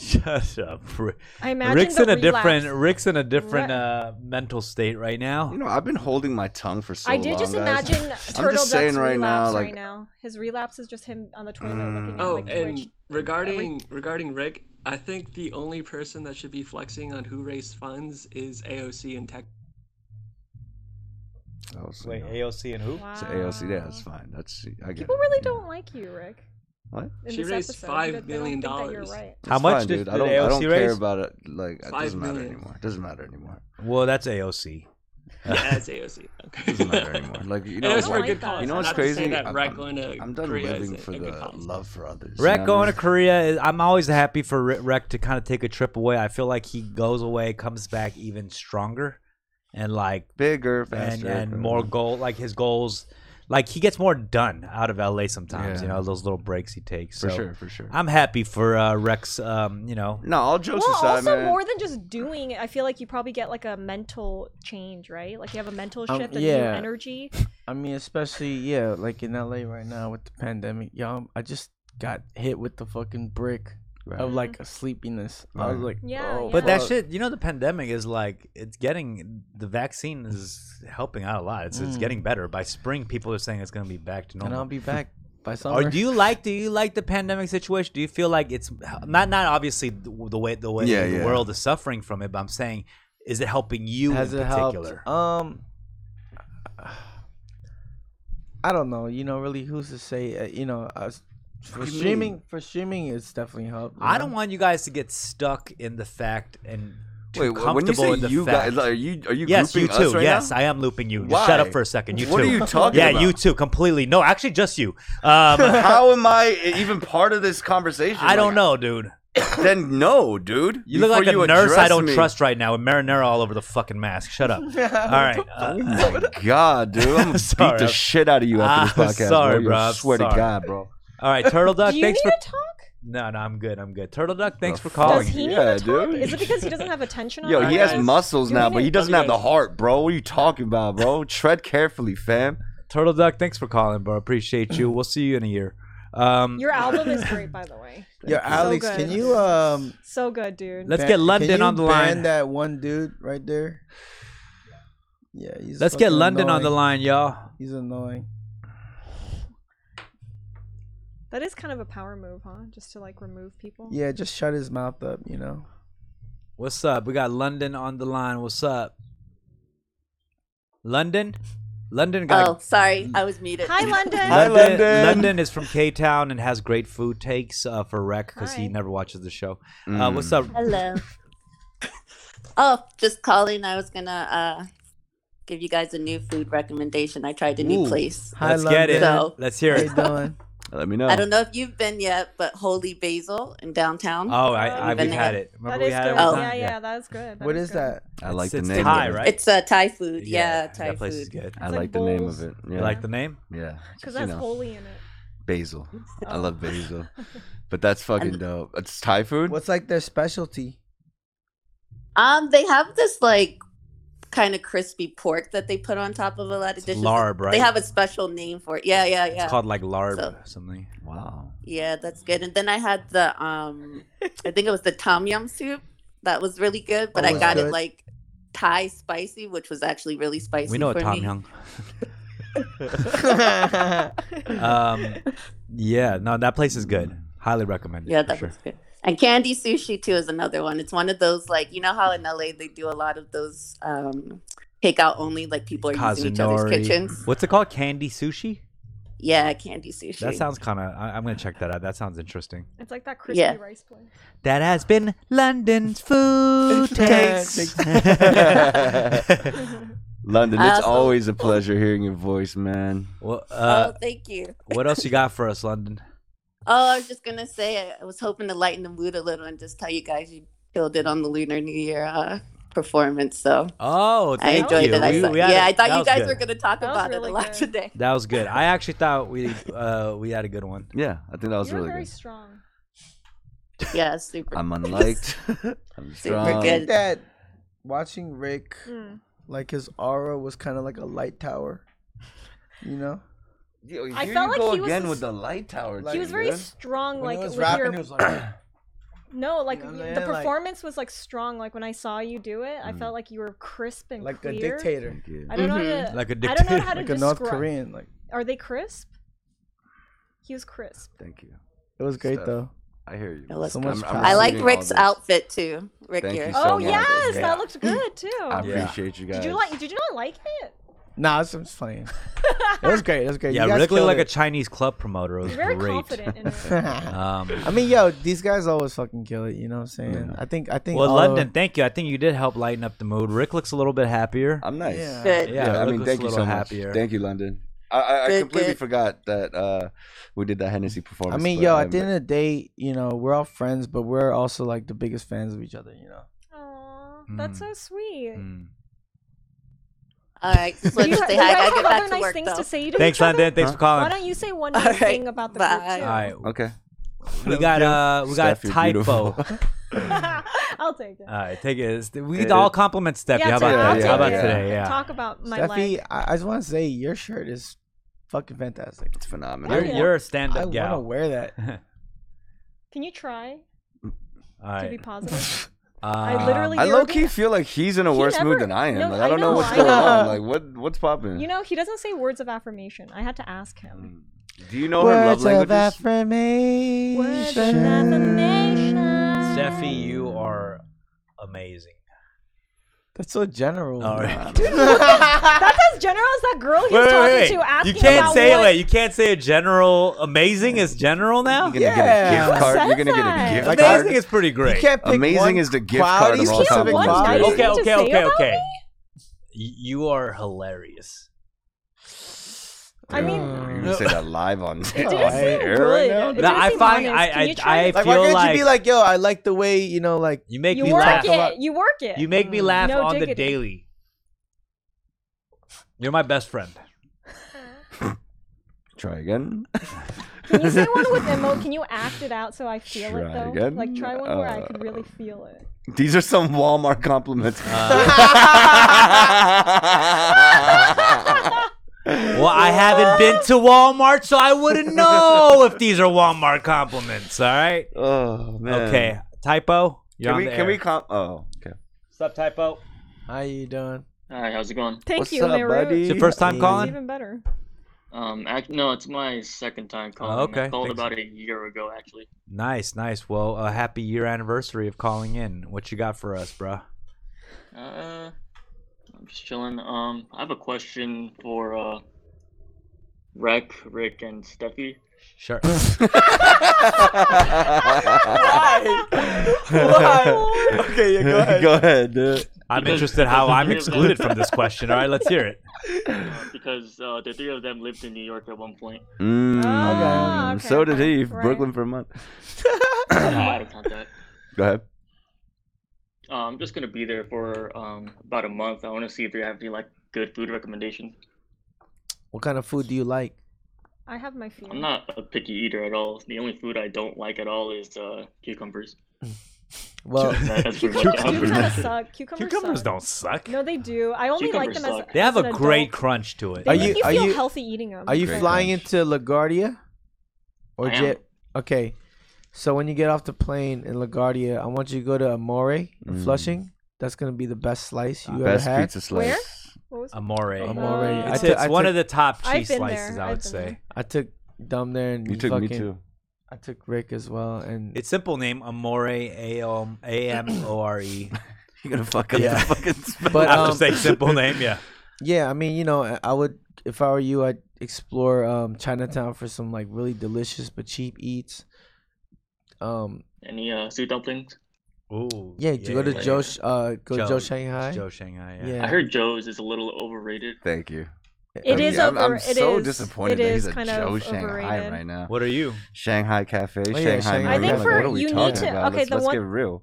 A: Shut up. Ri-
B: I imagine
A: Rick's
B: the
A: in a
B: relapse.
A: different Rick's in a different
B: Re-
A: uh, mental state right now.
C: You know, I've been holding my tongue for so
B: I
C: long.
B: did just
C: guys.
B: imagine
C: I'm
B: Turtle
C: just
B: Duck's
C: saying right
B: relapse
C: now,
B: right
C: like, Mm.
B: now. His relapse is just him on the toilet looking at
G: Oh,
B: like
G: and
B: Twitch.
G: regarding regarding Rick, I think the only person that should be flexing on who raised funds is AOC in Tech.
C: I was, you
A: Wait,
C: know,
A: AOC and who?
B: Wow.
C: it's AOC. Yeah, that's fine. That's I get
B: People
C: it,
B: really
C: you know.
B: don't like you, Rick.
C: What?
B: In
G: She
B: this
G: raised
B: episode.
G: five
B: They don't
G: million
B: think that
G: dollars.
B: You're right.
A: How
C: It's
A: much
C: fine,
A: did,
C: dude.
A: did
C: I don't,
A: AOC
C: I don't care
A: raise?
C: about it. Like it
G: Five
C: doesn't matter
G: million.
C: anymore. It doesn't matter anymore.
A: well, that's AOC.
G: Yeah, it's AOC.
C: It doesn't matter anymore. Like you know,
G: and it was
C: it's
G: for a
B: like-
G: good cause.
C: you know what's
G: Not to say
C: crazy?
G: that
C: I'm-
G: Rick
C: I'm-
G: going to
C: I'm done
G: Korea is
C: living
G: a-
C: for
G: a good
C: the
G: cause.
C: love for others. you know
A: Rec
C: what I
A: going to
C: mean?
A: Korea. is- I'm always happy for Re- Rec to kind of take a trip away. I feel like he goes away, comes back even stronger, and like
C: bigger,
A: and,
C: faster,
A: and
C: bro.
A: more goal like his goals like he gets more done out of LA sometimes you
C: Yeah.
A: know those little breaks he takes
C: for
A: so
C: sure, for sure.
A: I'm happy for uh, Rex um you know
C: no, all jokes
B: Well,
C: aside,
B: also
C: man.
B: more than just doing it, I feel like you probably get like a mental change, right? Like you have a mental
D: Um,
B: shift, and new
D: yeah.
B: energy.
D: I mean, especially yeah, like in LA right now with the pandemic, y'all. I just got hit with the fucking brick
C: Right.
D: of like a sleepiness. I was
C: Right.
D: like,
B: Mm-hmm. Yeah,
D: oh,
A: but that
D: fuck."
A: shit you know the pandemic is like it's getting the vaccine is helping out a lot it's, it's
D: Mm.
A: getting better by spring people are saying it's going to be back to
D: And I'll
A: normal
D: be back by summer.
A: or do you like do you like the pandemic situation do you feel like it's not not obviously the, the way the way
C: Yeah,
A: the
C: yeah.
A: world is suffering from it but I'm saying is it helping you
D: Has
A: in
D: it
A: particular
D: helped? Um, I don't know. You know, really, who's to say? Uh, you know, uh, for
C: do you
D: streaming,
C: mean?
D: for streaming, it's definitely helped. you
A: I
D: know?
A: don't want you guys to get stuck in the fact and too
C: Wait,
A: comfortable
C: when you say
A: in the
C: you
A: fact.
C: guys, like, are you are you
A: yes, you
C: grouping
A: too.
C: us right
A: yes,
C: now?
A: I am looping you. Just
C: Why?
A: Shut up for a second. You
C: What
A: too.
C: are you talking
A: yeah,
C: about?
A: you too. Completely. No, Oh, actually, just you. Um,
C: How am I even part of this conversation?
A: I don't
C: Like,
A: know, dude.
C: Then no, dude.
A: You look like a
C: Before you
A: nurse I
C: address
A: don't
C: me-
A: trust right now with marinara all over the fucking mask. Shut up. All right. Uh,
C: God, dude, I'm gonna beat
A: Sorry,
C: the
A: I'm-
C: shit out of you after
A: I'm
C: this podcast.
A: sorry,
C: bro.
A: bro,
C: I
A: I'm
C: swear to
A: sorry.
C: God, bro.
A: all right, Turtle Duck.
B: Do you
A: thanks
B: need
A: for.
B: to talk?
A: No, no, I'm good. I'm good. Turtle Duck, thanks for
C: Oh,
A: calling.
B: Does he need
C: yeah,
B: to talk?
C: dude.
B: Is it because he doesn't have attention on?
C: Yo,
B: him?
C: he has muscles
B: You
C: now,
B: mean
C: but
B: it-
C: he doesn't
G: Love
C: have
G: you
C: the
G: guys.
C: heart, bro. What are you talking about, bro? Tread carefully, fam.
A: Turtle Duck, thanks for calling, bro. Appreciate you. We'll see you in a year. Um,
B: Your album is great, by the way.
D: Yo, Alex,
B: So
D: can
B: good.
D: you um?
B: So good, dude.
A: Let's
D: ban-
A: get London
D: can you
A: on the
D: ban
A: line.
D: That one dude right there. Yeah, he's.
A: let's get
D: fucking
A: London on the
D: annoying.
A: line, y'all.
D: He's annoying.
B: That is kind of a power move, huh? Just to like remove people.
D: Yeah, just shut his mouth up. You know.
A: What's up? We got London on the line. What's up? London? London got
H: Oh, sorry, I was muted.
B: Hi, London.
C: Hi, London.
A: London is from K Town and has great food takes uh, for rec because he
B: Hi.
A: never watches the show. Uh, what's up?
H: Hello. oh, just calling. I was gonna uh, give you guys a new food recommendation. I tried a new
A: Ooh.
H: place.
D: Hi,
A: Let's get it.
H: So-
A: Let's hear
D: How
A: it.
D: you doing?
C: Let me know.
H: I don't know if you've been yet, but Holy Basil in downtown. Oh.
A: Oh, I, I,
H: Been
A: we've had
H: there.
A: it.
B: That
A: Remember we
B: is
A: had
B: good.
A: it?
H: all
A: one
H: the
B: yeah,
A: time?
B: yeah, that is good.
D: what is that?
C: I like the
A: It's-
C: name.
A: It's Thai,
C: of it.
A: right?
H: It's uh, Thai food. Yeah, Thai
A: that place
H: food.
A: is good.
C: I like
B: It's like
C: the name of
B: bowls.
C: it.
A: You
C: Yeah.
A: like the name?
C: yeah.
B: Because
C: you
B: that's
C: know,
B: holy in it.
C: basil. I love basil. But that's fucking
H: And-
C: dope. It's Thai food.
D: What's like their specialty?
H: Um, they have this like kind of crispy pork that they put on top of a lot of
A: It's
H: dishes.
A: larb, right?
H: They have a special name for it. Yeah, yeah, yeah.
A: It's called like larb
H: So-
A: or something.
C: Wow.
H: Yeah, that's good. And then I had the um I think it was the tom yum soup. That was really good, but
A: Oh,
D: That
H: I
D: was
H: got
D: good.
H: it like Thai spicy, which was actually really spicy.
A: We know
H: for
A: a Tom
H: me.
A: Young.
D: What's
A: Um, yeah, no, that place is good.
C: Mm.
A: Highly recommended.
H: Yeah,
A: for
H: that
A: sure.
H: was good. And candy sushi too is another one. It's one of those like you know how in LA they do a lot of those um takeout only, like people are using each other's
A: Kazunori.
H: kitchens.
A: What's it called? Candy sushi?
H: Yeah, candy sushi.
A: That sounds kind of. I'm gonna check that out. That sounds interesting.
B: It's like that crispy
H: Yeah.
B: rice place.
A: That has been London's food takes.
C: London,
H: I
C: it's
H: also-
C: always a pleasure hearing your voice, man.
A: well,
H: Oh,
A: uh,
H: thank you.
A: what else you got for us, London?
H: Oh, I was just gonna say I was hoping to lighten the mood a little and just tell you guys you killed it on the Lunar New Year uh, performance. So
A: Oh,
H: I
A: thank
H: enjoyed
A: you.
H: it. I
A: We-
H: saw-
A: we had
H: yeah,
A: a-
H: I
A: that
H: thought you
A: was
H: guys
A: good.
H: were going to talk
B: That was
H: about it
B: really
H: a lot
B: good.
H: today.
A: That was good. I actually thought we uh, we had a good one.
C: Yeah, I think that was
B: You're
C: really
B: very
C: good.
B: strong.
H: Yeah, super.
C: I'm unliked. I'm strong.
H: good.
D: that watching Rick,
B: Mm.
D: like his aura was kind of like a light tower. You know,
C: Yo,
B: I
C: here
B: felt
C: you
B: like
C: go
B: he was
C: again
B: a
C: with
B: s-
C: the light tower.
D: Like,
B: he was very
C: dude.
B: strong, like with your
D: was like,
B: no, like
D: You
B: y- the
D: know what I'm saying? Like- Mm-hmm.
B: performance was like strong. Like when I saw you do it, I
C: Mm.
B: felt like you were crisp and
D: like a
B: clear.
D: dictator,
C: Thank you.
B: I don't know.
H: Mhm.
B: How to,
A: Like a
B: I don't know
A: dictator.
B: how to
D: like a North
B: describe.
D: Korean. Like
B: Are they crisp? He was crisp.
C: Thank you.
D: it was great
C: Stuff.
D: though.
C: I hear you.
H: It was
D: So much
C: I'm- I'm
D: power.
H: I like
C: receiving all
H: Rick's
C: this.
H: outfit too. Rick
C: Thank
H: here.
C: you so
B: Oh
C: much.
B: yes,
C: Yeah.
B: that looked good too.
C: I
A: Yeah.
C: appreciate you guys.
B: Did you like? Did you not like it?
D: Nah, it's just funny. it was great. It was great.
A: Yeah,
D: you guys
A: Rick looked
D: killed
A: like a
D: it.
A: Chinese club promoter. It was
B: He's very
A: great.
B: confident in it.
A: Um,
D: I mean, yo, these guys always fucking kill it. You know what I'm saying? I think, I think.
A: well,
D: all
A: London, thank you. I think you did help lighten up the mood. Rick looks a little bit happier.
C: I'm nice.
D: Yeah.
H: Good.
A: Yeah,
C: I
A: Rick
C: mean,
A: looks
C: thank
A: a
C: you
A: little
C: so
A: happier.
C: much. Thank you, London. I, I, I
H: Good,
C: completely
H: good.
C: forgot that uh, we did that Hennessy performance.
D: I mean,
C: but
D: yo, at the
C: I'm-
D: end of the day, you know, we're all friends, but we're also like the biggest fans of each other. You know.
B: Aw, that's
A: Mm.
B: so sweet.
A: Mm.
H: All right, just wanted
B: you,
H: to say
B: you
H: hi. I
B: guys
H: gotta
B: have
H: get back
B: other
H: to
B: nice
H: work,
B: things
H: though.
B: to say to
A: Thanks,
B: each other?
A: London. Thanks for
B: Why
A: calling.
B: don't you say one
H: All
B: nice
H: right,
B: thing about the
H: bye.
A: All right,
C: Okay.
A: we got uh, we got
C: Steph, you're
A: typo.
C: beautiful.
A: All
B: group too? I'll take it.
A: right, take it. We
C: Yeah.
A: all compliment Steffi. How
B: so
A: about
B: I'll
A: today?
B: take
A: How about
B: it.
A: today? Yeah.
B: Talk about my
D: Steffi,
B: life.
D: I, I just want to say your shirt is fucking fantastic.
C: It's phenomenal.
A: You're,
B: Yeah.
A: you're a
D: I
A: stand-up
D: want to
A: gal.
D: wear that.
B: Can you try
A: All
B: to be
A: right.
B: positive?
A: Um,
B: literally-
C: Mm. I
B: You're
C: low key
B: good.
C: feel like he's in a
B: He
C: worse mood
B: never-
C: than I am.
B: no,
C: like, I don't
B: I
C: know,
B: know,
C: what's
B: I
C: going
B: know.
C: on. Like, what what's popping?
B: You know, he doesn't say words of affirmation. I had to ask him.
A: Mm.
C: Do you know her love
D: of
C: languages?
B: Words of
D: affirmation.
B: affirmation.
A: Steffi, you are amazing.
D: That's so general.
A: All
D: man.
A: right.
B: That's as general as that girl Oh, he was talking to asking
A: You can't
B: about
A: say
B: what-
A: like you can't say a general amazing is general now.
C: You're gonna get a
D: Yeah.
C: gift card.
B: Who
C: You're gonna get a
B: says
C: gift
D: that?
A: Amazing
D: Like,
C: card.
A: is pretty
D: You
A: great.
D: can't pick
C: Amazing
D: one
C: is the gift card of
D: quality
C: all
D: specific
C: time.
B: one
D: quality.
B: nice thing
A: Okay,
B: to
A: okay,
B: say
A: okay,
B: about
A: okay.
B: me?
A: Y- You are hilarious.
B: I mean,
C: You're gonna say that live on
B: it
D: Oh,
B: didn't
D: hey,
B: seem
C: air
B: good.
C: right now?
B: It
A: No,
B: didn't
A: I
B: seem
A: find-
B: honest.
A: I-
B: Can
A: I-
B: you try
A: I
B: it?
D: Like, why
A: feel
D: couldn't
A: like-
D: you be like, yo, I like the way, you know, like,
A: You make
B: you
A: me
B: work
A: laugh.
B: it. You work it.
A: You make me laugh
B: No
A: on the
B: diggity.
A: daily. You're my best friend.
C: Try again.
B: Can you say one with emo? Can you act it out so I feel
C: Try
B: it though?
C: again?
B: Like try one where I
C: Uh,
B: could really feel it.
C: These are some Walmart
A: Uh,
C: compliments.
A: Uh, Well, I haven't been to Walmart, so I wouldn't know if these are Walmart compliments. All right.
C: Oh man.
A: Okay. Typo. You're
C: Can
A: on
C: we
A: the
C: can
A: air.
C: we comp? Oh, okay.
A: Sup, typo?
D: How you doing?
I: All right, how's it going?
B: Thank
C: What's
B: you,
C: up,
B: Maroon.
C: buddy?
A: It's your first time
D: Hey.
B: It's
A: calling?
B: even better.
I: Um, act- no, it's my second time calling.
A: Oh, okay.
I: I called
A: Thanks.
I: about a year ago, actually.
A: Nice, nice. Well, a happy year anniversary of calling in. What you got for us, bruh?
I: Uh, I'm just chilling. Um, I have a question for uh, Rec, Rick, and Steffi.
A: Sure.
C: Why? Okay, yeah, go ahead. go ahead, dude.
A: I'm interested how I'm excluded from this question. All right, let's hear it.
I: Uh, because uh, the three of them lived in New York at one point.
C: Mm,
I: Oh,
B: Ah, okay,
C: So did he.
B: right.
C: Brooklyn for a month.
I: out of contact.
C: Go ahead.
I: Uh, I'm just gonna be there for um about a month. I want to see if they have any like good food recommendations.
D: What kind of food do you like?
B: I have my feet.
I: I'm not a picky eater at all. The only food I don't like at all is uh, cucumbers.
D: Well,
I: That- That's pretty much all.
B: Cucumbers kinda suck. Cucumbers,
A: Cucumbers
B: suck.
A: don't suck.
B: No, they do. I only like them
I: Cucumbers
B: as
I: suck.
A: They have
B: as
A: a
B: an
A: great
B: adult.
A: crunch to it.
B: They
D: Are
B: make
D: you-
B: you
D: are
B: feel
D: you-
B: healthy eating them.
D: are you
C: Great
D: flying
C: lunch.
D: into LaGuardia? Or
I: I am.
D: jet? Okay. So when you get off the plane in LaGuardia, I want you to go to Amore in
C: Mm.
D: Flushing. That's gonna be the best slice you ever
C: Best
D: had.
C: pizza slice.
B: Where? What was-
A: Amore.
D: Amore.
B: Uh,
D: I
A: It's,
D: took-
A: it's
D: I
A: one
D: took-
A: of the top
B: I've
A: cheese
B: been
A: slices,
B: there.
A: I would
B: I've been
A: say.
B: there.
D: I took Dom there and
C: You
D: he
C: took
D: fucking,
C: me too.
D: I took Rick as well and
A: It's simple name Amore A M A M O R E.
C: You're gonna fuck up
A: Yeah.
C: the fucking spell.
D: But,
A: I'm
D: um,
A: just saying simple name, yeah.
D: Yeah, I mean, you know, I- I would if I were you, I'd explore um, Chinatown for some like really delicious but cheap eats. Um,
I: Any uh, soup dumplings?
A: Ooh.
D: yeah, to go to
I: yeah,
D: Joe, Sh- uh, go to
A: Joe-
D: Joe Shanghai.
A: Joe Shanghai. Yeah.
D: Yeah.
I: I heard Joe's is a little overrated.
C: Thank you.
B: It
C: I
B: is
C: mean, I'm,
B: over.
C: I'm
B: it
C: so
B: is-
C: disappointed
B: it
C: that
B: is
C: he's a
B: kind
C: Joe
B: of
C: Shanghai
B: overrated.
C: right now.
A: What are you? Oh,
C: Shanghai Cafe,
D: yeah,
C: Shanghai.
D: Shanghai
C: Maroon,
D: I think
C: like,
D: for-
C: what are we
B: you need
C: talking
B: to-
C: about?
B: okay,
C: let's,
B: the
C: let's
B: one-
C: get real.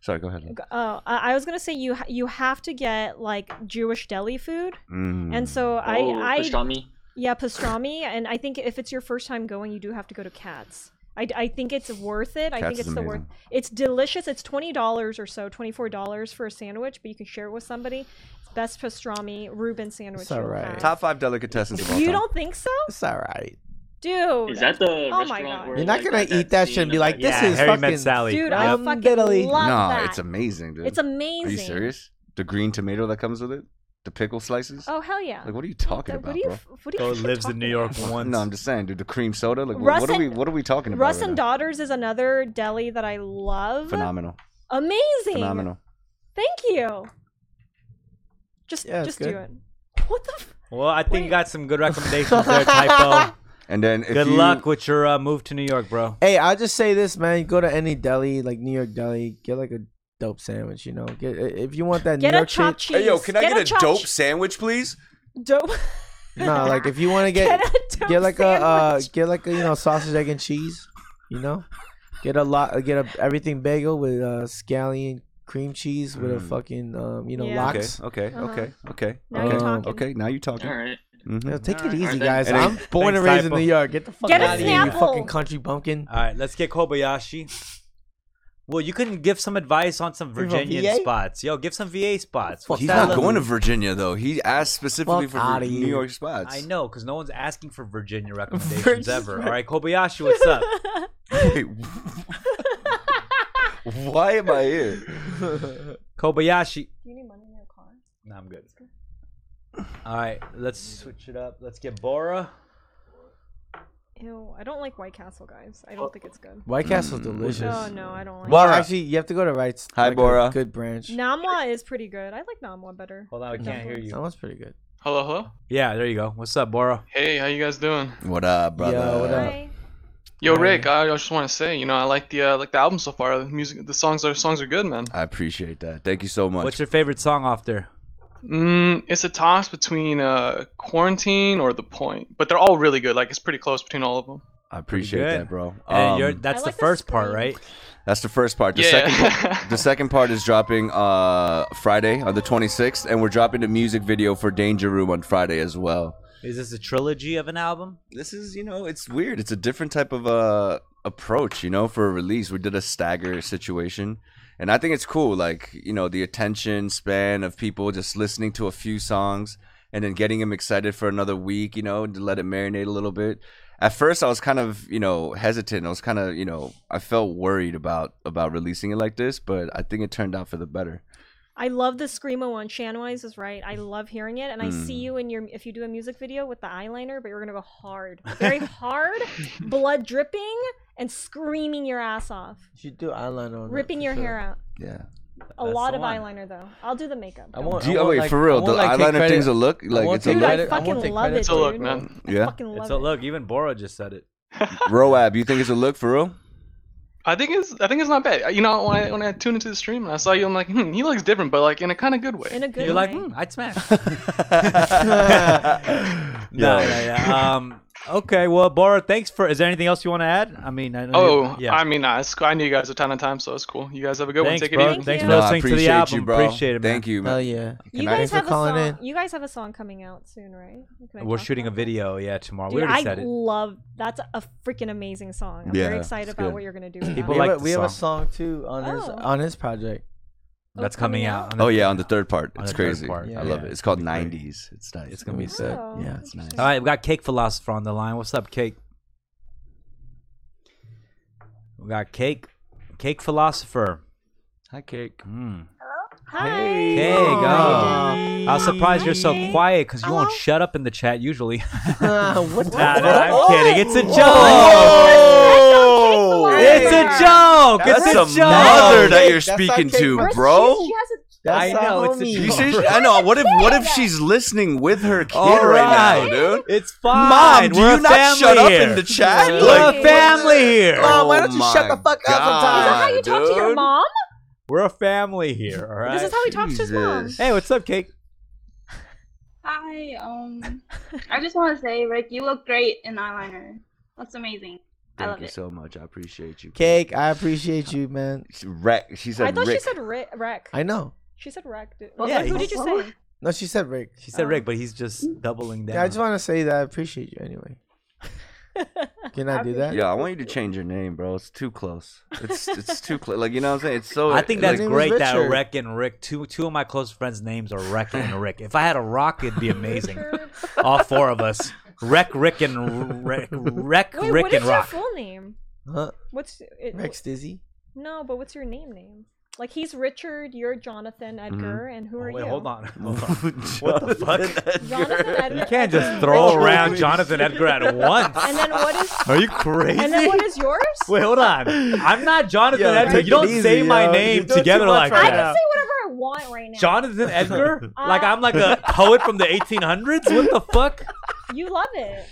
C: Sorry, go ahead.
B: Uh, I I was gonna say you ha- you have to get like Jewish deli food,
C: Mm.
B: and so
I: oh,
B: I I
I: pastrami.
B: yeah pastrami, and I think if it's your first time going, you do have to go to Cats. I, I think it's worth it. I
C: Katz
B: think
C: is
B: it's the worth.
C: amazing.
B: It's delicious. It's twenty dollars or so, twenty four dollars for a sandwich, but you can share it with somebody. It's best pastrami Reuben sandwich.
D: It's
B: you'll
D: alright.
B: have.
C: top five delicatessens of all
B: You
C: time.
B: don't think so,
D: It's all right.
B: dude? Oh
I: Is that the
B: my
I: restaurant
B: God.
I: where
D: You're not
I: like,
D: gonna
I: that-
D: eat that shit
I: scene
D: and be
I: of
D: like,
I: that-
D: "This
A: yeah,
D: is
A: Harry
D: fucking-
A: met Sally.
B: dude?
A: yeah.
B: I
D: Um,
B: fucking
D: Italy.
B: love
C: no,
B: that.
C: it's amazing, dude.
B: It's amazing.
C: Are you serious? The green tomato that comes with it, the pickle slices.
B: Oh hell yeah!
C: Like, what are you talking
B: Th-
C: about,
B: what do you,
C: bro?
B: f- What do you
A: Go
B: actually
A: lives in
B: talk
A: New
B: about?
A: York once.
C: No, I'm just saying, dude. The cream soda. Like,
B: Russ
C: what are we?
B: and-
C: What are we talking about?
B: Russ
C: right
B: and
C: now?
B: Daughters is another deli that I love.
C: Phenomenal.
B: Amazing.
C: Phenomenal.
B: Thank you. Just
D: Yeah, it's
B: just do
D: good.
B: it. What the f-
A: Well, I think
B: Wait.
A: you got some good recommendations there, typo.
C: And then, if
A: Good
C: you-
A: luck with your uh, move to New York, bro.
D: Hey, I'll just say this, man. Go to any deli, like New York deli, get like a dope sandwich. You know, get if you want that
B: Get
D: New
B: a
D: York
B: chopped
D: shit.
B: cheese. chopped che-
C: sandwich, please?
B: dope
D: No, like if you want to
B: get
D: get
B: a dope
D: get like a uh,
B: sandwich.
D: get like a you know sausage egg and cheese you know get a lot uh, get a everything bagel with uh scallion cream cheese with a
C: Mm.
D: fucking um you know
B: Yeah.
C: Okay,
D: lox
C: okay,
B: Uh-huh.
C: okay, okay.
B: Now
D: you're
C: okay.
B: talking.
C: Okay, now you're talking.
I: All right.
C: Mhm.
D: Yo, take it
I: Alright,
D: easy
I: alright,
D: guys
C: then.
D: i'm born and
A: Thanks,
D: raised in
A: Typo.
D: new york get the fuck
B: Get a
D: out of here you
B: Snapple.
D: fucking country bumpkin
A: All right, let's get Kobayashi. Well, you couldn't give some advice on some
D: Give a
A: Virginian
D: VA?
A: spots. Yo, give some VA spots.
D: Fuck
A: What's
C: He's
A: that
D: Stop.
C: not
A: little-
C: going to Virginia though. He asked specifically
D: Fuck
C: for
D: outta
C: New
D: here.
C: York spots.
A: I know, because no one's asking for Virginia recommendations ever. All right, Kobayashi, what's up?
C: Wait, why am I here?
A: Kobayashi.
B: Do you need money in your car?
A: No, I'm good. All right, let's switch it up. Let's get Bora.
B: Ew, I don't like White Castle guys. I don't think it's good.
D: white castle's
C: Mm.
D: delicious
B: Oh no, I don't like
D: Well,
A: Bora.
D: actually you have to go to right
C: Hi,
D: like a
C: Bora.
D: good branch
B: it. Namwa is pretty good. I like Namwa better.
A: Hold on, I can't hear
D: that
A: you.
D: one's pretty good
J: Hello, hello.
A: Yeah, there you go. What's up, Bora?
J: Hey, how you guys doing?
C: What up, brother?
D: Yo, what up?
B: Hi.
J: Yo,
D: Hi.
J: Rick. I just want to say, you know, I like the uh, like the album so far. The music, the songs are songs are good, man.
C: I appreciate that. Thank you so much.
A: What's your favorite song off there?
J: Mm, it's a toss between uh, quarantine or the point, but they're all really good. Like it's pretty close between all of them.
C: I appreciate
A: Pretty good.
C: that, bro.
A: And you're,
C: Um,
A: that's
B: I
A: the
B: like the
A: first part,
B: scream.
A: right?
C: that's the first part. The
J: yeah.
C: second The second part is dropping uh, Friday on the 26th, and we're dropping the music video for Danger Room on Friday as well.
A: Is this a trilogy of an album?
C: This is, you know, it's weird. It's a different type of uh, approach, you know, for a release. We did a stagger situation, and I think it's cool. Like, you know, the attention span of people just listening to a few songs and then getting him excited for another week, you know, to let it marinate a little bit. At first, I was kind of, you know, hesitant. I was kind of, you know, I felt worried about about releasing it like this, but I think it turned out for the better.
B: I love the screamo one. Shanwise is right. I love hearing it, and I see
C: Mm.
B: you in your if you do a music video with the eyeliner, but you're gonna go hard, very hard, blood dripping and screaming your ass off,
D: You should do eyeliner on that
B: ripping
D: for
B: your
D: sure.
B: hair out.
C: Yeah.
B: A
A: That's
B: lot
A: the
B: of
A: one.
B: eyeliner though. I'll do the makeup.
D: I want,
C: Do you,
D: I
C: oh,
D: want,
C: wait,
D: like-
C: for real,
D: I
C: the
D: want, like, take
C: eyeliner
D: credit-
C: things a look like
D: I won't
C: it's a
D: take
B: Dude,
C: look.
B: I
D: credit- I won't
B: fucking
D: take
B: love
D: credit
B: it,
J: It's a look,
B: dude.
J: man.
B: I
C: Yeah,
B: fucking love
A: It's
B: it.
A: a look. Even Bora just said it.
C: Roab, you think it's a look for real?
J: I think it's I think it's not bad. You know, when I when I tuned into the stream and I saw you, I'm like, hmm, he looks different, but like in a kind of good way.
B: In a good
A: You're
B: way.
A: like, "Hmm, I'd smash.
C: yeah.
A: No, yeah, yeah. Um, okay, well, Bora, thanks for. Is there anything else you want to add? I mean, I know you-
J: oh,
A: yeah.
J: I mean, nah, it's, I knew you guys a ton of time, so it's cool. You guys have a good
A: thanks,
J: one. Take
A: bro.
J: it easy.
B: Thank
A: thanks
B: you.
A: for
B: No,
C: I
A: listening to the
C: appreciate
A: album.
C: you, bro.
A: Appreciate it, man.
C: Thank you, man.
D: Hell yeah.
B: you
C: I-
B: guys
D: Thanks for
B: have a
D: calling
B: song.
D: in.
B: You guys have a song coming out soon, right? Can I
A: We're
B: talk
A: shooting a
B: about that?
A: video, yeah, tomorrow.
B: Dude,
A: we already
B: I
A: said it.
B: love that's a freaking amazing song. I'm
C: Yeah,
B: very excited
C: it's
B: about
C: good.
B: what you're gonna do. With
A: People
B: that.
D: we
A: like
D: have, a,
A: the
D: we have a song too on his
B: Oh.
D: on his project.
B: Oh,
A: That's
B: it's coming
A: coming
B: out?
A: out.
C: Oh yeah, on the third part,
A: On
C: it's
A: the third
C: crazy.
A: part,
C: I love
A: yeah.
C: it. It's called '90s. It's nice.
A: It's gonna be sick.
B: Oh,
D: Yeah,
C: it's nice.
A: All right, we got Cake Philosopher on the line. What's up, Cake? We got Cake, Cake Philosopher.
C: Hi, cake.
A: Mm.
B: Hi.
A: Cake.
B: How you
A: Oh. I was surprised you're so
B: Hi.
A: quiet because you won't
B: Hello?
A: shut up in the chat usually.
D: Uh-huh. what Oh.
A: Nah,
D: the-
A: nah, I'm kidding. It's a joke.
C: Oh,
B: Whoa.
A: It's a joke.
C: That's
A: it's
C: a
A: a joke.
C: mother that
D: Hey,
C: you're
D: that's our
C: speaking
D: cake,
C: to,
B: doing? First,
C: bro.
B: She, she has a,
D: That's
A: I know,
D: our
A: it's a
D: homie.
C: You serious? I know. What if what if she's listening with her kid
A: All
C: right now,
A: right.
C: dude?
A: It's fine.
C: Mom, do
A: We're
C: you
A: a
C: not
A: family
C: shut up
A: here.
C: in the chat?
B: Yeah.
A: We're
C: Like,
A: a family here.
D: Mom, why don't you
C: Oh
D: shut the
C: my
D: fuck up
B: is
D: sometimes?
B: that how you
C: God,
B: talk to your
C: dude.
B: mom?
A: We're a family here. All right.
B: This is how he talks to his mom.
C: Jesus.
A: hey, what's up, Cake?
F: Hi. Um, I just want to say, Rick, you look great in eyeliner. That's amazing. I
C: Thank
F: love
C: you
F: it.
C: so much. I appreciate you.
D: Cake, I appreciate you, man.
C: She- Rec. She said
B: I thought
C: Rick.
B: she said Rick. Wreck.
D: I know.
B: She said wreck. Dude.
F: Well,
A: Yeah,
B: who
A: he's-
B: did you say?
D: No, she said Rick.
A: She said
B: Oh.
A: Rick, but he's just doubling down.
D: Yeah, I just want to say that I appreciate you anyway. Can I do that?
C: Yeah, I want you to change your name, bro. It's too close. It's it's too close. Like you know what I'm saying? It's so.
A: I think that's
D: His name was
A: great that
D: Richard.
A: Wreck and Rick, two two of my close friends' names are Wreck and Rick. If I had a rock, it'd be amazing. All four of us. Wreck, Rick, and Rick, Wreck,
B: Wait,
A: Rick,
B: what is
A: and
B: your
A: Rock.
B: full name?
D: Huh?
B: What's it,
D: Rex Dizzy.
B: No, but what's your name name? Like he's Richard, you're Jonathan Edgar, and who
A: Oh,
B: are
A: wait,
B: you?
A: hold on. Hold on.
C: what
A: the fuck?
B: Jonathan Edgar.
A: You can't just
B: Edgar,
D: Oh,
A: throw
B: Richard.
A: around Jonathan Edgar at once.
B: And then what is?
A: Are you crazy?
B: And then what is yours?
A: Wait, hold on. I'm not Jonathan
D: Yo,
A: Edgar.
D: take
A: You don't
D: it easy,
A: say my
D: yo.
A: name
D: You're doing
A: together
D: too much
A: like
D: right
B: I
A: that.
B: can say whatever I want right now.
A: Jonathan Edgar?
B: Uh,
A: like I'm like a poet from the 1800s? What the fuck?
B: you love it.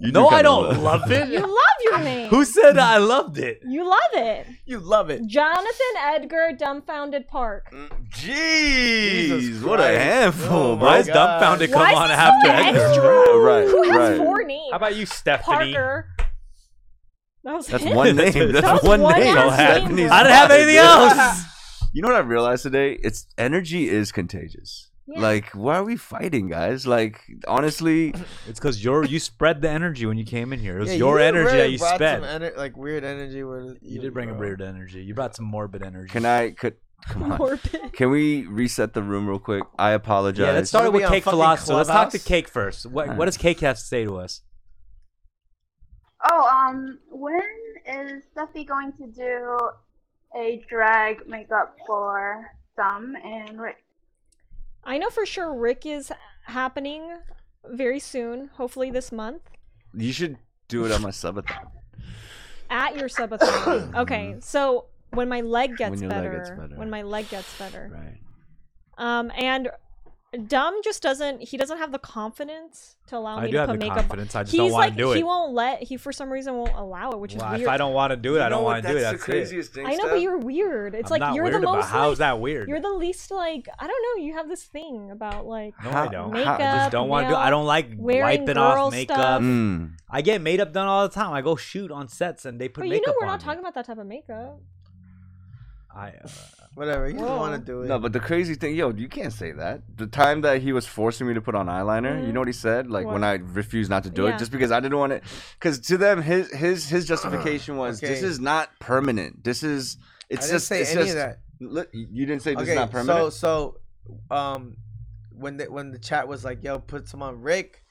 A: no, I don't love
B: You
A: it.
B: love your name.
A: Who said I loved it?
B: You love it.
D: You love it.
B: Jonathan Edgar Dumbfounded Park.
A: Mm,
C: Jeez,
D: Jesus
C: what a
D: Christ.
C: handful,
D: Oh
C: bro.
A: Why is
D: God.
A: dumbfounded
B: Why
A: come
B: is
A: on
B: this
A: after
B: so
A: Edgar?
B: extra?
C: Right,
B: Who has
C: right.
B: four names?
A: How about you, Stephanie?
B: Parker? That was
C: That's
B: it?
C: one name. That's
B: That was
C: one
B: one
C: name.
B: ass name,
C: Stephanie's
B: bro.
A: I didn't have
C: fine,
A: anything
C: dude.
A: else.
C: You know what I realized today? It's energy is contagious.
B: Yeah.
C: Like, why are we fighting, guys? Like, honestly,
A: It's because you you spread the energy when you came in here. It was
D: Yeah,
A: your
D: you
A: energy that
D: really
A: you
D: brought
A: sped.
D: some ener- like weird energy. Where
A: you did bring a weird energy. You brought some morbid energy.
C: can I? Could come on?
B: Morbid.
C: Can we reset the room real quick? I apologize.
A: Yeah, let's start
D: Should we
A: with
D: on
A: Cake
D: fucking
A: Philosopher. Let's talk to
D: Clubhouse?
A: Cake first. What, what does Cake have to say to us?
F: Oh, um, when is Steffi going to do a drag makeup for Thumb and Rick?
B: I know for sure Rick is happening very soon, hopefully this month,
C: You should do it on my subathon.
B: at your subathon.
A: Mm-hmm.
B: okay, so when my leg gets,
C: your leg
B: better,
C: gets better.
B: when my leg gets better,
C: Right.
B: um, and Dumb just doesn't. He doesn't have the confidence to allow
A: I
B: me
A: do
B: to
A: have
B: put
A: the
B: makeup.
A: confidence. I just
B: He's
A: don't want
B: like
A: to do it.
B: he won't let. He for some reason won't allow it, which is
A: Well,
B: weird.
A: if I don't want to do it, I don't want to do it. That's it.
C: thing.
B: I know, but you're weird. It's
A: I'm
B: like
A: not
B: you're
A: weird
B: the
A: about-
B: most. like-
A: How's that weird?
B: You're the least like I don't know. You have this thing about like
A: no,
C: How-
A: I don't.
B: makeup.
A: I just don't want to do. I don't like
B: wearing
A: wiping
B: girl
A: off makeup.
B: stuff.
C: Mm.
A: I get made up done all the time. I go shoot on sets and they put
B: But you
A: makeup
B: know we're
A: on
B: not
A: me.
B: talking about that type of makeup.
A: I, uh,
D: Whatever. You
B: Whoa.
D: don't want to do it.
C: No, but the crazy thing, yo, you can't say that. The time that he was forcing me to put on eyeliner, you
D: Mm-hmm.
B: Mhm.
C: know what he said? Like when
B: What?
C: I refused not to do
B: Yeah.
C: it, just because I didn't want it. Because to them, his his his justification was, "This
D: Okay.
C: is not permanent. This is
D: I
C: it's
D: didn't
C: just
D: say
C: it's
D: any
C: just
D: of that.
C: Look, you didn't say this is
D: Okay,
C: not permanent.
D: so so um, when the when the chat was like, "Yo, put some on Rick,"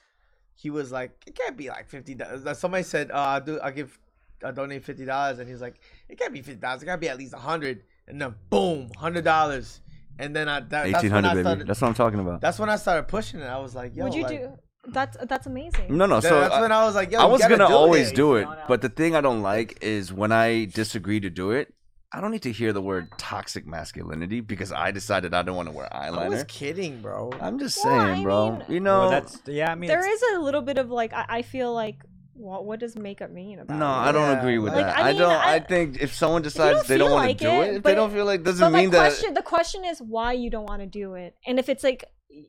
D: he was like, "It can't be like fifty dollars." Somebody said, uh, "I'll do. I'll give. I'll donate fifty dollars," and he's like, "It can't be fifty dollars. It gotta be at least a hundred. And then boom, hundred dollars. And then I that, that's
C: Eighteen
D: when I
C: hundred, baby.
D: started.
C: That's what I'm talking about.
D: That's when I started pushing it. I was like, "Yo,
B: Would you
D: like,
B: do? That's that's amazing.
C: No, no.
D: That-
C: so
D: that's when I was like, yo,
C: I
D: you
C: was
D: gotta
C: gonna
D: do
C: always
D: it.
C: do it, but the thing I don't like is when I disagree to do it. I don't need to hear the word toxic masculinity because I decided I don't want to wear eyeliner.
D: I was kidding, bro.
C: I'm just saying, bro. you know,
A: that's yeah. I mean,
B: there is a little bit of like I, I feel like what what does makeup mean about?
C: No,
B: it?
C: I don't agree with
B: Like,
C: that.
B: I
C: I,
B: mean,
C: don't.
B: I-
C: I, think if someone
B: If you
C: decides they don't
B: feel
C: want
B: like
C: to do it, if they
B: but
C: don't feel like,
B: but,
C: doesn't mean
B: like,
C: that.
B: Question, the question is why you don't want to do it, and if it's like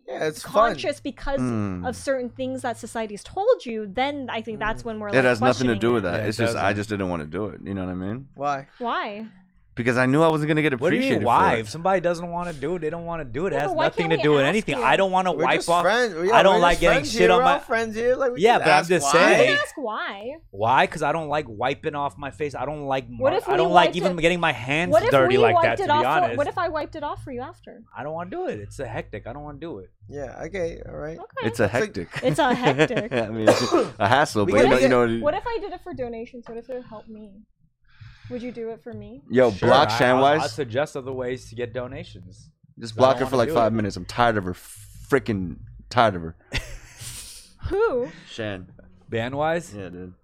D: yeah, it's fun.
B: conscious because
C: Mm.
B: of certain things that society's told you, then I think that's when we're like
C: Hmm. it has nothing to do with that.
A: Yeah, it
C: it's just I
A: doesn't.
C: just didn't want to do it. You know what I mean?
D: Why?
B: why.
C: Because I knew I wasn't gonna get
A: What do you
C: appreciated.
A: mean? Why?
C: For
A: If somebody doesn't want to do it, they don't want to do it. It
B: Yeah,
A: has
B: but why
A: nothing
B: can't
A: to
B: we
A: do with
B: ask
A: anything.
B: you?
A: I don't want to
D: We're
A: wipe
D: just
A: off.
D: friends. Yeah,
A: I don't
D: we're
A: like
D: just
A: getting
D: friends
A: shit
D: here.
A: on
D: We're
A: my-
D: all friends here. Like, we
A: Yeah,
D: can
A: but I'm
D: ask
A: just
D: why.
B: You
A: saying.
B: can
A: Hey.
B: ask why.
A: Why? Because I don't like wiping off my face. I don't like.
B: What
A: mar-
B: if
A: I
B: we
A: don't like
B: wiped
A: even
B: it-
A: getting my hands
B: What if
A: dirty
B: we
A: like
B: wiped
A: that. To
B: it
A: be
B: off?
A: honest,
B: For, what if I wiped it off for you after?
A: I don't want to do it. It's a hectic. I don't want to do it.
D: Yeah. Okay. All right.
B: Okay.
C: it. It's a hectic.
B: It's a hectic.
C: I mean, a hassle,
D: We
C: but you
D: can
C: know,
D: get-
C: you know.
B: what if I did it for donations? What if it would help me? Would you do it for me?
C: Yo, block
A: I- I'll- I'll
C: Shanwise.
A: suggest other ways to get donations.
C: Just
A: I
C: block her
A: don't
C: for
A: wanna
C: like
A: do
C: five
A: it.
C: minutes. I'm tired of her. Freaking tired of her.
B: Who?
C: Shan.
A: Bandwise.
C: Yeah, dude.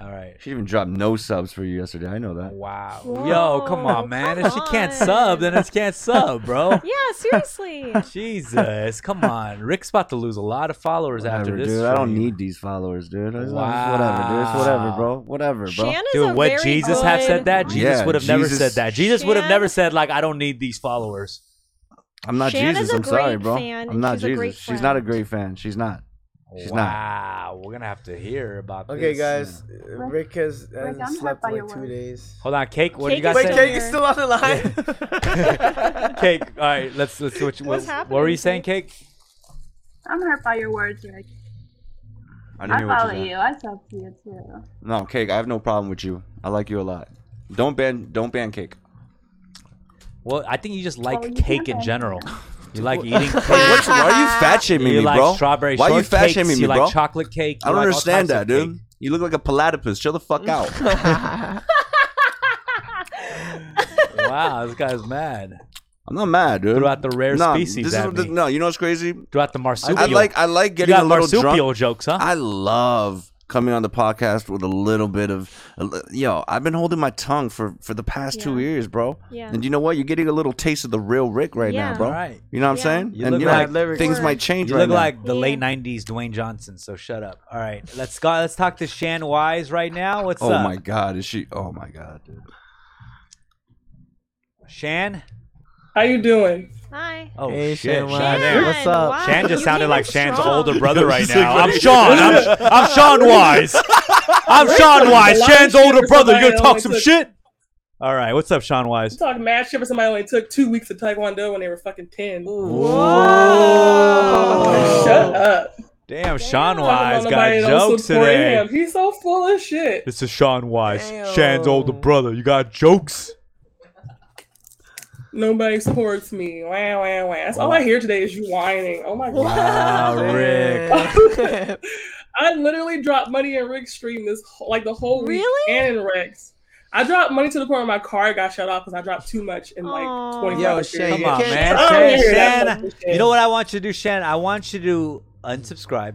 A: All right.
C: She even dropped no subs for you yesterday. I know that.
A: Wow.
B: Whoa,
A: Yo, come on, man.
B: come
A: if she can't
B: on.
A: sub, then it's can't sub, bro.
B: Yeah, seriously.
A: Jesus, come on. Rick's about to lose a lot of followers after
C: Whatever,
A: this.
C: dude. I don't
A: stream.
C: need these followers, dude. It's not- it's whatever, dude. It's whatever, bro. Whatever, bro.
B: Shan is a
A: Dude, would
B: very
A: Jesus have said
B: good-
A: that? Jesus
C: Yeah,
A: would have never
C: Jesus-
A: said that. Jesus would have
B: Shan-
A: never said like, "I don't need these followers."
C: I'm not
B: Shan is
C: Jesus.
B: a
C: I'm sorry,
B: great
C: bro.
B: fan,
C: I'm not
B: and she's a
C: Jesus.
B: great
C: she's not a
B: friend.
C: great fan. She's not. She's not.
A: wow, we're gonna have to hear about
D: Okay,
A: this.
D: guys. uh, Rick has
F: I'm
D: hasn't
F: hurt
D: slept
F: by
D: in
F: your
D: like two
F: words.
D: days.
A: Hold on, Cake. What do you
B: Cake
A: guys
B: is
D: Wait,
B: Still
A: say?
D: Cake
B: here.
D: is still on the line.
A: Cake. All right, let's let's
B: What's
A: switch. what, what
B: happening,
A: were you saying, Cake?
F: I'm hurt by your words, Rick.
C: I didn't
F: I
C: hear what
F: follow
C: you said.
F: you. I talk to you too.
C: No, cake. I have no problem with you. I like you a lot. Don't ban. Don't ban cake.
A: Well, I think you just like
F: Oh, you
A: cake in
F: haven't.
A: general. You like eating cake.
C: What's, why are you fat shaming
A: You
C: me,
A: like
C: bro?
A: strawberry
C: Why are you
A: shortcakes.
C: fat shaming me,
A: You
C: bro?
A: like chocolate cake.
C: I
A: You
C: don't
A: like all
C: understand
A: types
C: that,
A: of
C: dude.
A: cake.
C: You look like a platypus. Chill the fuck out.
A: Wow, this guy's mad.
C: I'm not mad, dude.
A: Threw out the rare
C: Nah,
A: species
C: this is
A: at
C: what- this-
A: me.
C: no, you know what's crazy?
A: Throughout the marsupial.
C: I like. I like
A: you
C: getting
A: got
C: a little
A: marsupial
C: drunk.
A: jokes, huh?
C: I love coming on the podcast with a little bit of, a li- yo. I've been holding my tongue for for the past two
B: Yeah.
C: years, bro.
B: Yeah.
C: And you know what? You're getting a little taste of the real Rick right
B: Yeah.
C: now, bro.
A: All right.
C: You know what
B: Yeah.
C: I'm saying?
A: You
C: and
A: look
C: you know,
A: like-
C: like, things
B: Word.
C: might change
A: You
C: right
A: look
C: now.
A: like the
B: Yeah.
A: late '90s Dwayne Johnson. So shut up. All right, let's go. Let's talk to Shan Wise right now. What's
C: oh
A: up,
C: my god, is she? Oh my god, dude.
A: Shan?
K: How you doing?
B: Hi.
A: Oh
D: Hey,
A: shit,
D: Shan,
A: Shan.
B: Shan,
D: what's up?
B: wow,
A: Shan
B: you
A: just sounded
B: came
A: like
B: in
A: Shan's
B: strong.
A: older brother right now. I'm
C: Right.
A: Sean. I'm, I'm Sean Wise. I'm Sean
K: talking
A: Wise.
K: about
A: Shan's
K: shit
A: older
K: for
A: brother.
K: somebody
A: You're gonna talk
K: else.
A: some shit. All right, what's up, Sean Wise?
K: I'm talking mad shit for somebody who only took two weeks of Taekwondo when they were fucking ten.
A: Whoa.
K: Shut up.
A: Damn, Sean Wise
K: Talking about
A: got
K: nobody don't
A: jokes
K: support
A: today.
K: him. He's so full of shit.
A: This is Sean Wise, Shan's
D: Damn.
A: older brother. You got jokes.
K: Nobody supports me. Wow, wow, wow. That's all I hear today is you whining. Oh my god.
A: Wow, Rick.
D: Rick.
K: I literally dropped money in Rick's stream this wh- like the whole week
B: Really?
K: and in Rex. I dropped money to the point where my car got shut off because I dropped too much in like
B: Aw.
K: 25
D: Yo,
K: minutes.
D: Shane,
A: Come
D: you
A: on,
D: can't-
A: man.
K: I don't hear that
A: Shan,
K: bullshit.
A: you know what I want you to do, Shan? I want you to unsubscribe.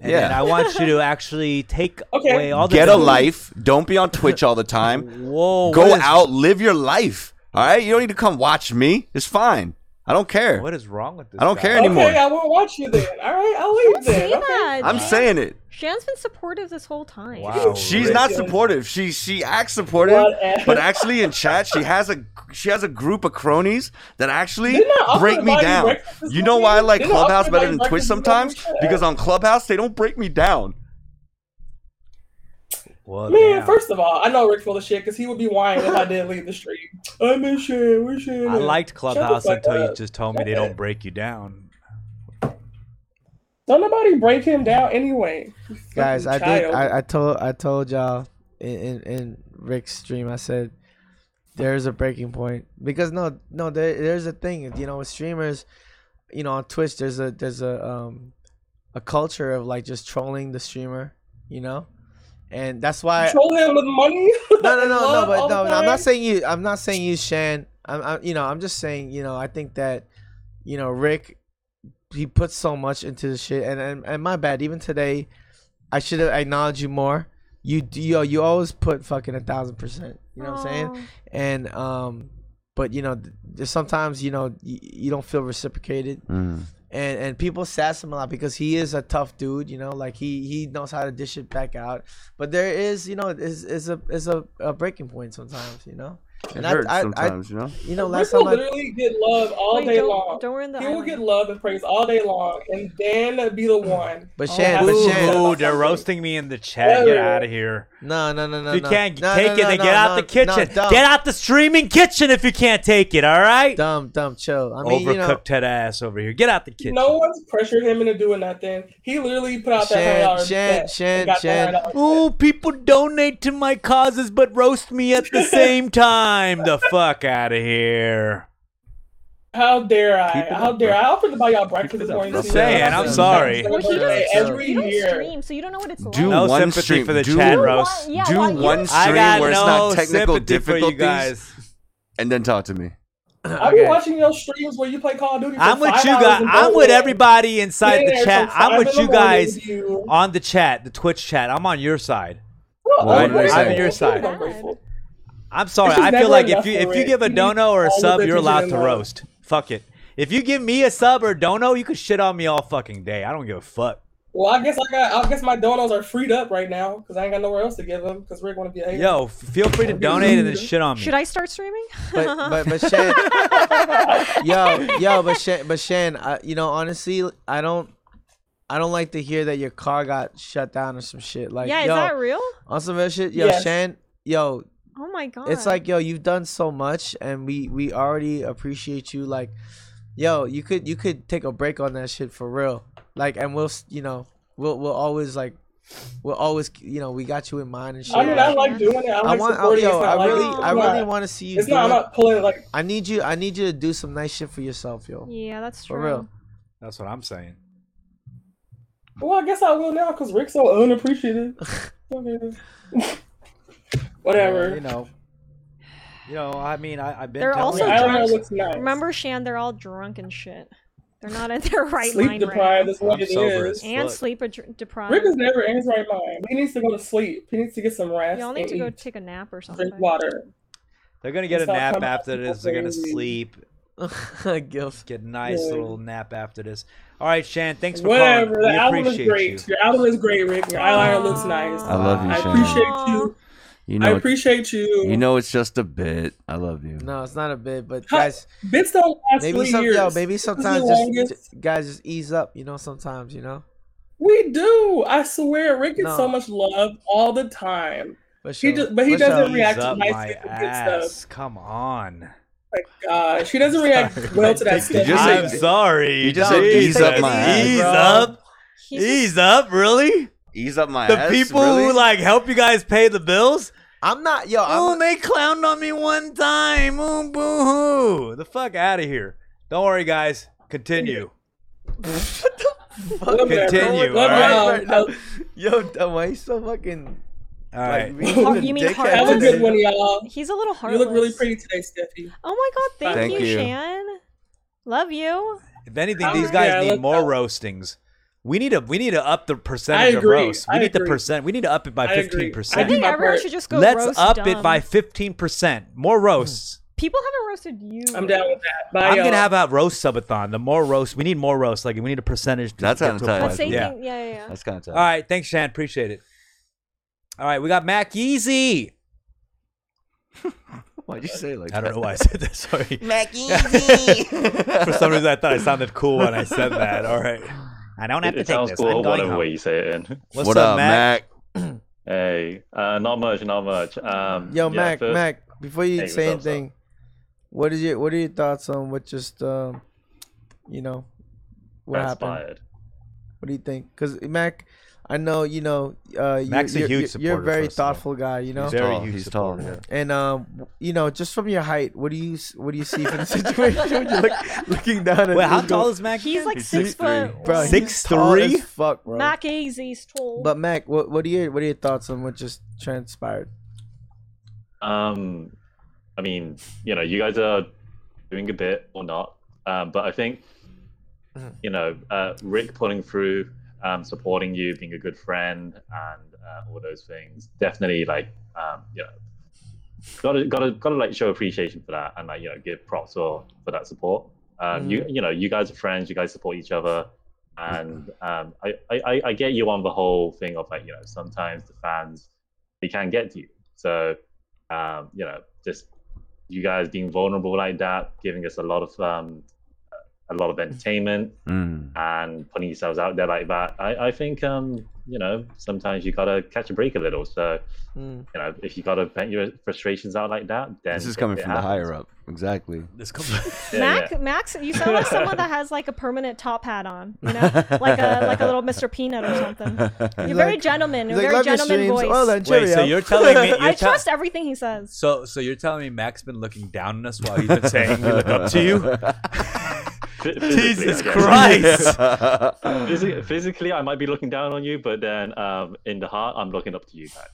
A: And
C: Yeah.
A: then I want you to actually take
K: Okay.
A: away all the
C: Get a life. Don't be on Twitch all the time.
A: Whoa.
C: Go
A: what is-
C: out, live your life. All right, you don't need to come watch me. It's fine. I don't care.
A: What is wrong with this?
C: I don't
A: guy?
C: care
K: Okay,
C: anymore.
K: I won't watch you then. All right, I'll leave
B: Don't
K: then.
B: say
K: okay?
B: that.
C: I'm
B: Shan-
C: saying it.
B: Shan's been supportive this whole time.
A: Wow.
C: She's
A: Rick.
C: not supportive. She she acts supportive,
K: Whatever.
C: but actually in chat she has a she has a group of cronies that actually
K: Didn't I offer
C: break
K: to
C: me
K: buy you
C: down.
K: breakfast this
C: You know why I
K: morning?
C: like
K: Didn't I offer
C: Clubhouse
K: to buy
C: better
K: you
C: than Twitch
K: breakfast this
C: sometimes?
K: morning?
C: Because on Clubhouse they don't break me down.
A: Well,
K: Man,
A: damn.
K: first of all, I know Rick's full of shit because he would be whining if I did leave the stream. I miss Shane. We Shane.
A: I
K: at?
A: liked Clubhouse
K: fuck
A: until you
K: up.
A: just told me they don't break you down.
K: Don't nobody break him down anyway. You
D: guys i
K: fucking
D: did
K: child.
D: I, I told i told y'all in, in in rick's stream i said there's a breaking point because no no there, there's a thing you know with streamers you know on Twitch there's a there's a um a culture of like just trolling the streamer, you know, and that's why
K: Troll him with money.
D: No, no, no, no,
K: Love
D: but
K: all
D: no,
K: the
D: no, I'm
K: time?
D: not saying you. I'm not saying you, Shan. I'm, I, you know, I'm just saying, you know, I think that, you know, Rick, he puts so much into the shit, and and, and my bad. Even today, I should have acknowledged you more. You do, yo, you always put fucking a thousand percent. You know what I'm
K: Aw.
D: saying? And um, but you know, th- there's sometimes you know you, you don't feel reciprocated,
C: Mm.
D: and and people sass him a lot because he is a tough dude. You know, like he he knows how to dish it back out. But there is you know is is a is a, a breaking point sometimes. You know,
C: It hurts sometimes, you know?
D: You know,
K: Rick
D: last
K: will
D: time I
K: literally get love all
B: Wait,
K: day
B: don't-
K: long.
B: don't ruin the
K: he will get love and praise all day long, and then be the
A: Mm.
K: one.
D: But
K: Oh,
D: Shan,
K: that's-
D: but
A: Ooh,
D: Shan,
A: ooh, they're roasting me in the chat. Get out of here.
D: No, no, no, no.
A: If you
D: no.
A: can't
D: No,
A: take
D: no,
A: it,
D: no,
A: then
D: no,
A: get out
D: no,
A: the kitchen.
D: no, dumb.
A: get out the streaming kitchen if you can't take it. All right.
D: Dumb, dumb, chill. I mean,
A: Overcooked
D: you know-
A: head ass over here. Get out the kitchen.
K: No one's pressured him into doing nothing. He literally put out that hundred
A: Shan,
K: dollars.
A: Shan, Shan, Shan.
K: Shan.
A: Ooh, people donate to my causes but roast me at the same time. The fuck out of here.
K: How dare I? How dare I? I offered to buy y'all breakfast this morning.
A: I'm
K: too.
A: saying, I'm sorry.
K: Every
B: Well, he doesn't
K: day, every
B: you don't
K: year.
B: stream, so you don't know what it's like.
C: Do
A: No
C: one
A: sympathy
C: stream
A: for the
C: do,
A: chat roast.
B: Yeah,
C: do
B: why you-
C: one
A: I
C: stream
A: got
C: where it's
A: no
C: not technical
A: sympathy for you
C: difficulties,
A: guys.
C: and then talk to me.
K: I've been watching your streams where you play Call of Duty. For
A: I'm with
K: five
A: you
K: hours
A: guys.
K: and
A: I'm
K: don't
A: with
K: win.
A: everybody inside
K: Sitting
A: the
K: there
A: chat.
K: till
A: I'm
K: five
A: with
K: in the
A: you
K: morning
A: guys
K: with you.
A: on the chat, the Twitch chat. I'm on your side.
K: Well,
A: Right?
K: Oh, I'm grateful.
A: I'm on your
K: It's really
A: side.
K: ungrateful.
A: I'm sorry.
K: It's just
A: I feel
K: never
A: like if
K: enough
A: you
K: for
A: if you
K: it.
A: give a
K: You need
A: dono or a
K: all of
A: sub,
K: it
A: you're
K: to
A: allowed
K: get
A: to
K: enough.
A: roast. Fuck it. If you give me a sub or dono, you can shit on me all fucking day. I don't give a fuck.
K: Well, I guess I got. I guess my donos are freed up right now because I ain't got nowhere else to give them because Rick want to be a hater.
A: Yo, f- feel free to donate and then shit on me.
B: Should I start streaming?
D: But- but- but Shan- yo, yo, but Shan, but Shan, I, you know, honestly, I don't, I don't like to hear that your car got shut down or some shit. Like,
B: Yeah, is
D: yo,
B: that real?
D: On some real shit, yo,
B: Yes.
D: Shan, yo,
B: Oh my god.
D: it's like, yo, you've done so much, and we we already appreciate you. Like, yo, you could you could take a break on that shit for real. Like, and we'll, s- you know, we'll we'll always like. We'll always, you know, we got you in mind and shit.
K: I mean, I like doing it. I like
D: want, oh,
K: supporting it.
D: yo,
K: It's not
D: I
K: like-
D: really,
K: it's
D: I
K: not-
D: really want to see you.
K: it's
D: do
K: not- I'm
D: it.
K: not pulling like.
D: I need you. I need you to do some nice shit for yourself, yo.
B: Yeah, that's
D: For
B: true.
D: real.
A: That's what I'm saying.
K: Well, I guess I will now because Rick's so unappreciative. Okay. Whatever.
A: You know. You know, I mean, I, I've been.
B: They're
A: telling
B: also
A: you.
B: drunk. Remember, Shan? They're all drunk and shit. They're not at their right
K: Sleep
B: mind. right
K: deprived
B: now.
K: is what I'm it sober is. as
B: And
K: fuck.
B: sleep adr- deprived.
K: Rick is never in his right mind. He needs to go to sleep. He needs to get some rest.
B: Y'all need
K: and
B: to go
K: eat,
B: take a nap or something.
K: drink water.
A: They're gonna get a
K: Stop
A: nap
K: coming up
A: after
K: with
A: this. They're gonna
K: crazy.
A: sleep. Get a nice
K: Yeah.
A: little nap after this. All right, Shan. Thanks for
K: Whatever.
A: calling.
K: The
A: We
K: album is
A: appreciate
K: great.
A: you.
K: Your album is great, Rick. Your eyeliner looks nice.
C: I love you,
K: I
C: Shan.
K: appreciate you.
C: You
K: I
C: know,
K: appreciate you.
C: You know, it's just a bit. I love you.
D: No, it's not a bit, but guys,
K: bits don't last
D: maybe
K: three
D: some,
K: years.
D: Yo,
K: This
D: maybe
K: is the
D: sometimes just
K: longest-
D: j- guys just ease up. You know, sometimes you know.
K: We do. I swear, Rick gets
D: No.
K: so much love all the time.
D: But
K: he
D: sure.
K: just, but he
D: But sure.
K: doesn't react
A: Ease up
K: nicely
A: my
K: to good stuff.
A: ass. Come on.
K: Like, God, she doesn't react well to that stuff.
C: Did you just say-
A: I'm sorry.
C: You just said
A: Jesus.
C: ease up my ass,
A: Ease
C: bro.
A: up. Ease up, really?
C: Ease up my
A: the
C: ass.
A: people who
C: really?
A: like help you guys pay the bills.
D: I'm not, yo.
A: Oh, they clowned on me one time. Ooh, boo hoo. The fuck out of here. Don't worry, guys. Continue. Continue. All right.
K: uh,
D: Yo, dumb, why you so fucking?
A: All right.
D: Like,
B: Oh, you mean
D: dickhead
B: heartless?
K: Have a good
D: today?
K: one, y'all.
B: He's a little
K: You
B: heartless.
K: look really pretty today, Steffi.
B: Oh my god! Thank,
A: Thank
B: you,
A: you.
B: Shan. Love you.
A: If anything,
B: All
A: these
B: right.
A: guys
B: Yeah,
A: need
B: let's
A: more roastings. We need to we need to up the
K: I
A: percentage of
K: agree.
A: roast. We
K: I
A: need the
K: agree.
A: percent. We need to up it by
K: I agree.
A: fifteen
K: I
A: percent.
B: I think
K: my
B: everyone
K: part.
B: should just go
A: Let's
B: roast
A: up it
B: dumb.
A: by fifteen percent. More roasts.
B: People haven't roasted you.
K: I'm down with that. Mm. Bye,
A: I'm
K: y'all.
A: gonna have a roast subathon. The more roast, we need more roast. Like we need a percentage. To
C: That's
A: get
C: kinda
A: to a
C: tight.
A: point.
C: Let's say
A: Yeah.
B: Yeah, yeah, yeah.
C: That's kind of tough.
A: All right. Thanks, Shan. Appreciate it. All right, we got Mac Yeezy.
C: Why'd you say it like
A: I
C: that?
A: don't know why I said that. Sorry.
C: Mac
A: Yeezy. For some reason, I thought I sounded cool when I said that. All right. I don't have
L: it,
A: to
L: it
A: take
L: sounds
A: this.
L: cool
A: I'm going
L: whatever
A: home.
L: way you say it in.
A: What's What up, up, Mac?
L: hey, uh, not much, not much. Um,
D: Yo,
L: yeah,
D: Mac,
L: first-
D: Mac. Before you
L: Hey, what's
D: say
L: up,
D: anything, what is your what are your thoughts on what just um, you know, what happened?
L: Transpired.
D: What do you think? Because Mac, I know you know uh, you,
A: Mac's a
D: you're,
A: huge
D: you're- you're a
A: supporter
D: very
A: first of all.
D: thoughtful guy. You know,
A: He's Very tall, huge he's tall, supporter.
D: And um, you know, just from your height, what do you s- what do you see from the situation? when you're look, looking down at
A: Wait, how
D: this
A: tall
D: guy?
A: is Mac?
B: He's like He's six six foot three.
D: Bro,
A: Six
D: he's tall
A: three?
D: as fuck, bro.
B: Mac Easy's tall.
D: But Mac, what what are your what are your thoughts on what just transpired?
L: Um, I mean, you know, you guys are doing a bit or not, um, but I think,
A: Mm-hmm.
L: you know, uh, Rick pulling through, um, supporting you, being a good friend, and uh, all those things definitely like, um, you know, gotta gotta gotta like show appreciation for that and like you know give props for for that support. Um, you
M: Mhm.
L: you know, you guys are friends, you guys support each other. And um, I, I, I- I get you on the whole thing of like, you know, sometimes the fans, they can get to you. So um, you know, just you guys being vulnerable like that, giving us a lot of um, a lot of entertainment and putting yourselves out there like that. I, I think um, you know, sometimes you gotta catch a break a little. So
D: Mm.
L: you know, if you gotta vent your frustrations out like that, then
M: This is
L: it-
M: coming
L: it
M: from the
L: happens.
M: higher up. Exactly.
A: This comes.
B: Mac, Max, you sound like someone that has like a permanent top hat on, you know, like a like a little Mr. Peanut or something. You're very gentleman,
D: he's
B: you're
D: like,
B: very
D: "Love your
B: gentleman
D: streams."
B: voice.
D: Well then,
A: Wait, so
D: cheerio.
A: you're telling me? You're
B: I
A: tell-
B: trust everything he says.
A: So, so you're telling me Mac's been looking down on us while he's been saying we look up to you? Jesus
L: I guess.
A: Christ!
L: Physi- physically, I might be looking down on you, but then um, in the heart, I'm looking up to you guys.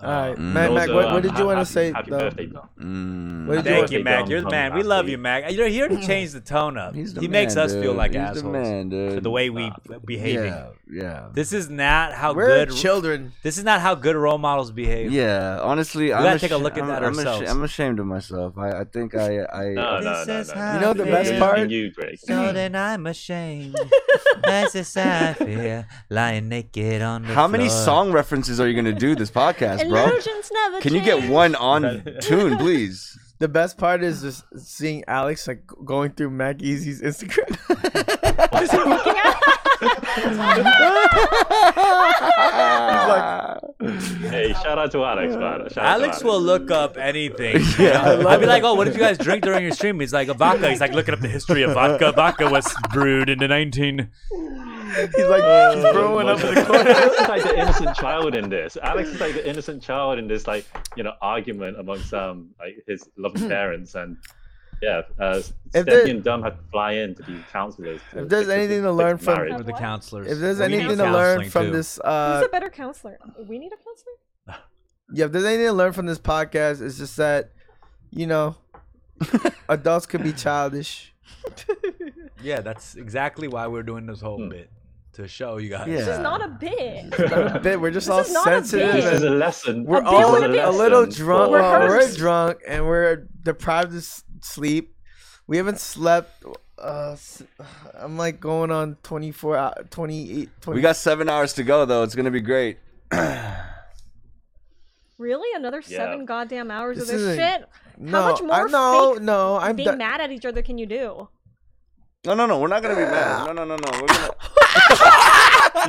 D: All right,
M: Mm.
L: Um,
D: Mac, Mac,
L: also,
D: what, what
L: um,
D: did you want to
L: happy-
D: say?
L: Happy
D: though?
L: birthday, Bill.
A: What did you Thank you, Mac. You're the man. We love you, Mac. You know, he already changed the tone up.
M: He's the
A: he makes
M: man,
A: us feel
M: dude.
A: like
M: He's the
A: assholes
M: man, dude.
A: for the way we behaving.
M: Yeah, yeah.
A: This is not how
D: We're
A: good
D: children.
A: This is not how good role models behave.
M: Yeah, honestly,
A: we
M: I'm
A: gotta
M: asha-
A: take a look at
M: I'm,
A: that
M: I'm asha-
A: ourselves.
M: I'm ashamed of myself. I, I think I, I.
L: No, no, no, no.
M: You know the best
L: You're
M: part.
L: being You, Drake.
A: then I'm ashamed. As is I feel, lying naked on the
M: How many
A: floor.
M: song references are you gonna do this podcast, bro?
B: Illusions never
M: Can you get
B: change.
M: one on tune, please?
D: The best part is just seeing Alex like g- going through Mac Easy's Instagram.
L: Hey, shout out to Alex, man. Shout out to
A: Alex will look up anything.
L: Yeah. I
A: I'd
L: love
A: be like,
L: it.
A: oh, what did you guys drink during your stream? He's like, vodka. He's like, looking up the history of vodka. Vodka was brewed in the 19.
D: He's like, he's growing up in the corner.
L: Alex is like the innocent child in this. Alex is like the innocent child in this, like you know, argument amongst um like his loving parents and yeah, uh,
D: Hmm. If
L: Steffi
D: there-
L: and Dom had to fly in to be counselors. to
D: If there's
L: fix his-
D: anything to
L: fix
D: learn
L: his
D: from,
L: marriage.
A: With the counselors.
D: if there's
A: We need
D: anything to learn
A: counseling,
D: from
A: too.
D: this,
B: Who's
D: uh,
B: a better counselor? We need a counselor.
D: yeah, if there's anything to learn from this podcast, it's just that, you know, adults could be childish.
A: Yeah, that's exactly why we're doing this
L: Hmm.
A: whole bit to show you guys.
D: This is
B: It's not a bit.
D: a bit. We're just
B: This
D: all
B: is not a bit.
D: sensitive.
B: This is
L: a
D: and
L: lesson.
D: We're
L: A bit
D: all
L: would be
D: a
L: a
D: little
L: lesson
D: drunk.
L: for-
D: Well, we're
L: Rehearsed.
D: drunk and we're deprived of s- sleep. We haven't slept. Uh, s- I'm like going on 24, hou- 28, 20.
M: We got seven hours to go, though. It's gonna be great.
B: Really? Another
M: Yeah.
B: seven goddamn hours
M: This
B: of this
M: isn't-
B: shit?
M: No,
B: How much more
M: I- no,
B: fake
D: no, I'm
B: being
D: done-
B: mad at each other can you do?
M: No, no, no. We're not gonna be mad. No, no, no, no. We're gonna.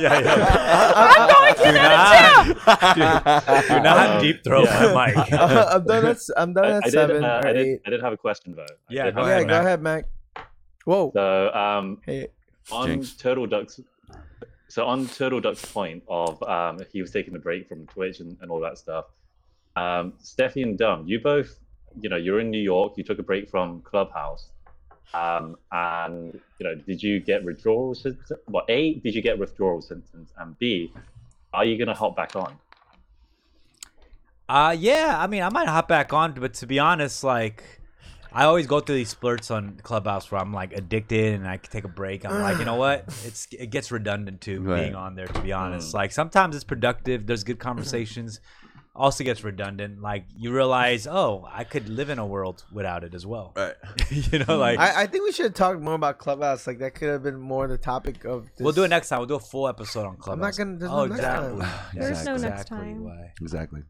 A: yeah,
M: yeah.
A: I'm going
M: that
A: too. Do not
D: Uh,
A: deep throat my mic.
D: I'm done at, s- I'm done
L: I-
D: at
L: I did,
D: seven
L: uh,
D: or
L: I did,
D: eight.
L: I did have a question though. I
A: Yeah,
L: did
A: go
L: have a
D: yeah,
L: question.
D: go ahead, Mac. Whoa.
L: So um,
D: Hey.
L: on
D: Jinx.
L: Turtle Duck's, so on Turtle Duck's point of um, he was taking a break from Twitch and, and all that stuff. Um, Steffi and Dom, you both, you know, you're in New York. You took a break from Clubhouse, um, and you know, did you get withdrawal symptoms? Well, a, did you get withdrawal symptoms? And b, are you gonna hop back on?
A: Uh yeah, I mean I might hop back on, but to be honest, like I always go through these splurts on Clubhouse where I'm like addicted and I can take a break. I'm like, you know what? It's it gets redundant too
M: Right.
A: being on there to be
D: Mm.
A: honest. Like sometimes it's productive, there's
D: Mm-hmm.
A: good conversations. Also gets redundant. Like you realize, oh, I could live in a world without it as well.
M: Right.
A: you know, like
D: I, I think we should have talked more about Clubhouse. Like that could have been more the topic of. This.
A: we'll do it next time. We'll do a full episode on Clubhouse.
D: gonna- there's no
A: Oh,
D: next time.
A: exactly.
D: There's no
A: exactly.
D: next time.
A: why.
M: Exactly.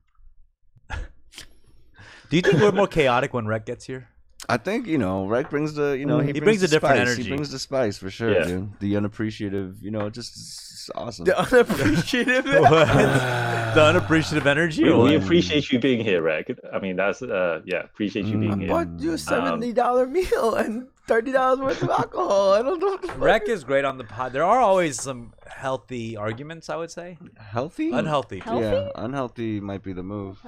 A: Do you think we're more chaotic when Rec gets here?
M: I think you know, Rec brings the you know
A: Mm.
M: he,
A: He brings
M: the
A: a different
M: spice.
A: energy.
M: He brings the spice for sure,
A: Yeah.
M: dude. The unappreciative, you know, just it's awesome.
D: The unappreciative.
A: the unappreciative energy.
L: We,
A: or
L: we
A: what?
L: appreciate you being here, Reg. I mean, that's uh, yeah, appreciate you being here.
D: Bought you a seventy dollar meal and thirty dollars worth of alcohol. I don't know. what the fuck.
A: Rec is great on the pod. There are always some healthy arguments, I would say.
C: Healthy?
A: Unhealthy.
C: Yeah, unhealthy might be the move.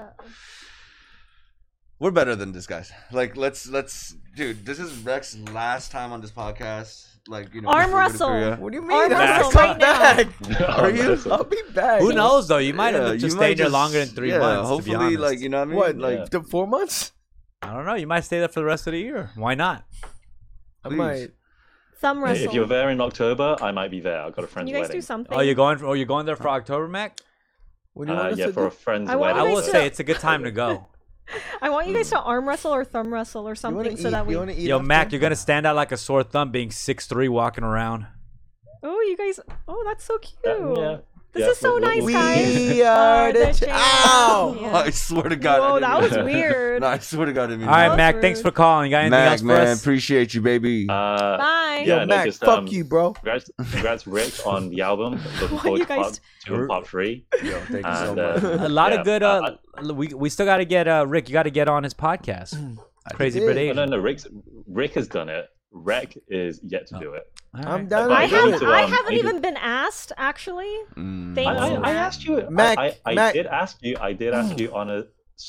C: We're better than this, guys. Like, let's let's, dude. This is Rex's last time on this podcast. Like, you know,
B: Arm
C: before we go to
B: wrestle.
C: Korea.
B: What do you mean? Arm Nah. wrestle right now.
C: Are you?
D: I'll be back.
A: Who knows, though? You might have
C: Yeah,
A: just
C: you
A: stayed
C: might
A: there
C: just-
A: longer than three
C: yeah,
A: months, to be
C: Hopefully,
A: honest.
C: like you know what I mean.
D: What,
C: like
D: like the four months?
A: I don't know. You might stay there for the rest of the year. Why not?
D: I
A: Please.
D: might.
B: Thumb
L: Hey, if
B: wrestle.
L: you're there in October, I might be there. I've got a friend's
B: you guys
L: wedding.
B: do something.
A: Oh, you're going. For, oh, you're going there for October, Mac.
D: What
L: do you Uh, want us yeah, to for do? a friend's
A: I
L: wedding.
A: will
L: Let's
A: say
L: do-
A: it's a good time to go.
B: I want you guys to arm wrestle or thumb wrestle or something so that we.
A: Yo, Mac, you're gonna stand out like a sore thumb, being six three, walking around.
B: Oh, you guys. Oh, that's
L: Uh,
B: so cute. This
A: Yeah,
B: is so
A: we'll-
B: nice,
A: we'll-
B: guys.
D: We are the
B: cha- Ow!
C: Oh, I swear to God.
B: Whoa,
C: I
B: that
C: didn't mean
B: was weird.
C: no, I swear to God, I didn't mean
A: All right,
C: that.
A: Mac. Thanks for calling. You got anything
C: Mac,
A: else for
C: man,
A: us?
C: appreciate you, baby.
L: Uh,
B: Bye.
L: Yeah,
D: Yo,
L: no,
D: Mac,
L: just,
D: fuck
L: um,
D: you, bro.
L: Congrats, congrats, Rick, on the album. Looking
D: Why
L: forward
D: you
L: to
D: guys-
L: part two and part three.
C: thank
A: you so
L: uh,
A: a lot
L: yeah,
A: of good.
L: I-
A: Uh, we we still got to get uh, Rick. You got to get on his podcast. Crazy Brit
L: No,
A: Asian.
L: no, no. Rick's, Rick has done it. Rec is yet
A: Oh.
L: to do it.
A: I'm
D: down
B: I,
L: I need
B: have,
L: to,
B: I
L: um,
B: haven't
L: I
B: even been asked, actually.
C: Mm.
B: Thanks.
L: I, I, I asked you.
D: Mac,
L: I, I, I
D: Mac.
L: did ask you. I did
A: Hmm.
L: ask you on a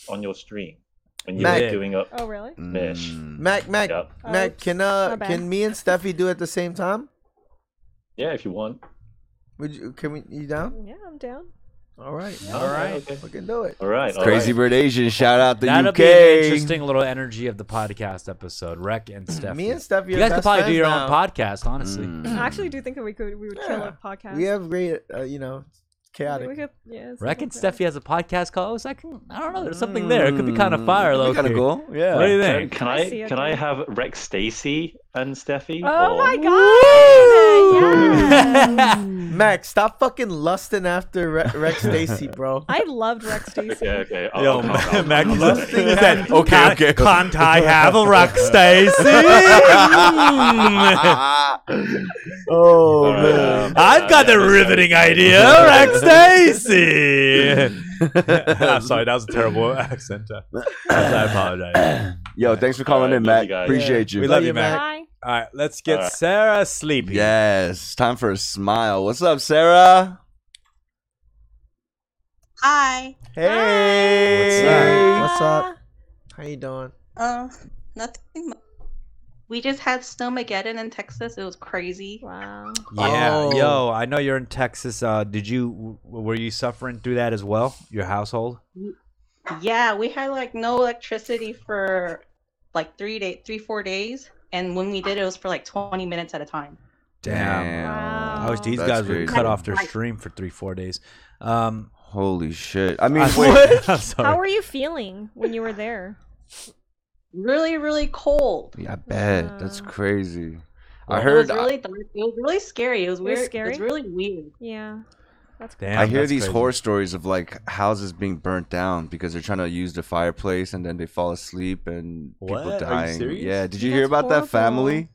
L: on your stream when you
D: Mac. Mm.
L: were doing up.
B: Oh, really?
L: Mish.
D: Mac, Mac,
L: Yep.
D: Mac. Can uh,
B: my bad.
D: can me and Steffi do it at the same time?
L: Yeah, if you want.
D: Would you? Can we? You down?
B: Yeah, I'm down.
D: All right.
L: All right. Okay.
D: We can do it.
L: All right. all
C: Crazy
L: right.
C: Bird Asian, shout out the
A: That'll
C: UK.
A: be an interesting little energy of the podcast episode. Rec and Steffi.
D: Me and Steffi
A: You
D: are
A: guys could
D: best
A: probably do
D: friends
A: your
D: now.
A: own podcast, honestly.
L: Mm.
B: I actually do think that we could we would kill a podcast.
D: We have great, uh, you know, chaotic.
B: We could, yeah, it's
A: Rec and
B: okay.
A: Steffi has a podcast called. Oh, it's like, hmm, I don't know. There's something there. It could be
D: Mm.
A: kind of fire, though.
C: Kind of cool. Yeah.
A: What do you
L: Can-
A: think?
L: Hmm. Can
B: I
L: I
B: see it,
L: can I
B: yeah.
L: have Rex Stacy and Steffi?
B: Oh
L: or-
B: my Oh god! Yeah.
D: Mac, stop fucking lusting after Re- Rex Stacy, bro.
B: I loved Rex Stacy.
L: Okay, okay. I'll-
A: Yo,
L: I'll calm down.
A: Mac, he said,
C: Okay,
A: "Can-
C: okay.
A: Can't I have a rock, Stacy?
D: Oh
L: All right, um,
A: I've
L: uh,
A: got
L: yeah,
A: a
L: okay.
A: riveting idea, Rack Stacy. I'm sorry, that was a terrible accent. uh. I apologize.
C: Yo, thanks for calling
L: Alright,
C: in,
L: love you
C: Mac.
L: guys.
C: Appreciate you.
A: We love you,
D: Mac.
A: Mac.
B: Bye.
A: All right, let's get
L: All right.
A: Sarah sleepy.
C: Yes, time for a smile. What's up, Sarah?
N: Hi.
D: Hey. What's up? How you doing?
N: Uh, nothing. mu- We just had Snowmageddon in Texas. It was crazy.
B: Wow.
A: Yeah,
D: Oh.
A: yo, I know you're in Texas. Uh, did you w- were you suffering through that as well? Your household?
N: Yeah, we had like no electricity for like three day, three four days, and when we did, it was for like twenty minutes at a time.
A: Damn. I wish these
C: That's
A: guys would
C: crazy.
A: cut off their stream for three, four days. Um,
C: Holy shit. I mean,
A: I'm
C: wait.
A: sorry.
B: How were you feeling when you were there?
N: Really, really cold.
C: Yeah, I bet. That's crazy. I
N: It was
A: uh,
C: heard.
N: really dark. It was really scary. It was
B: It was
N: weird. It
B: scary?
N: was really weird.
B: Yeah. That's
A: Damn,
C: I hear
A: that's
C: these
A: crazy.
C: horror stories of like houses being burnt down because they're trying to use the fireplace and then they fall asleep and
A: What? Are
C: people
A: you
C: dying.
A: serious?
C: Yeah, did you
B: That's
C: hear about
B: horrible.
C: that family?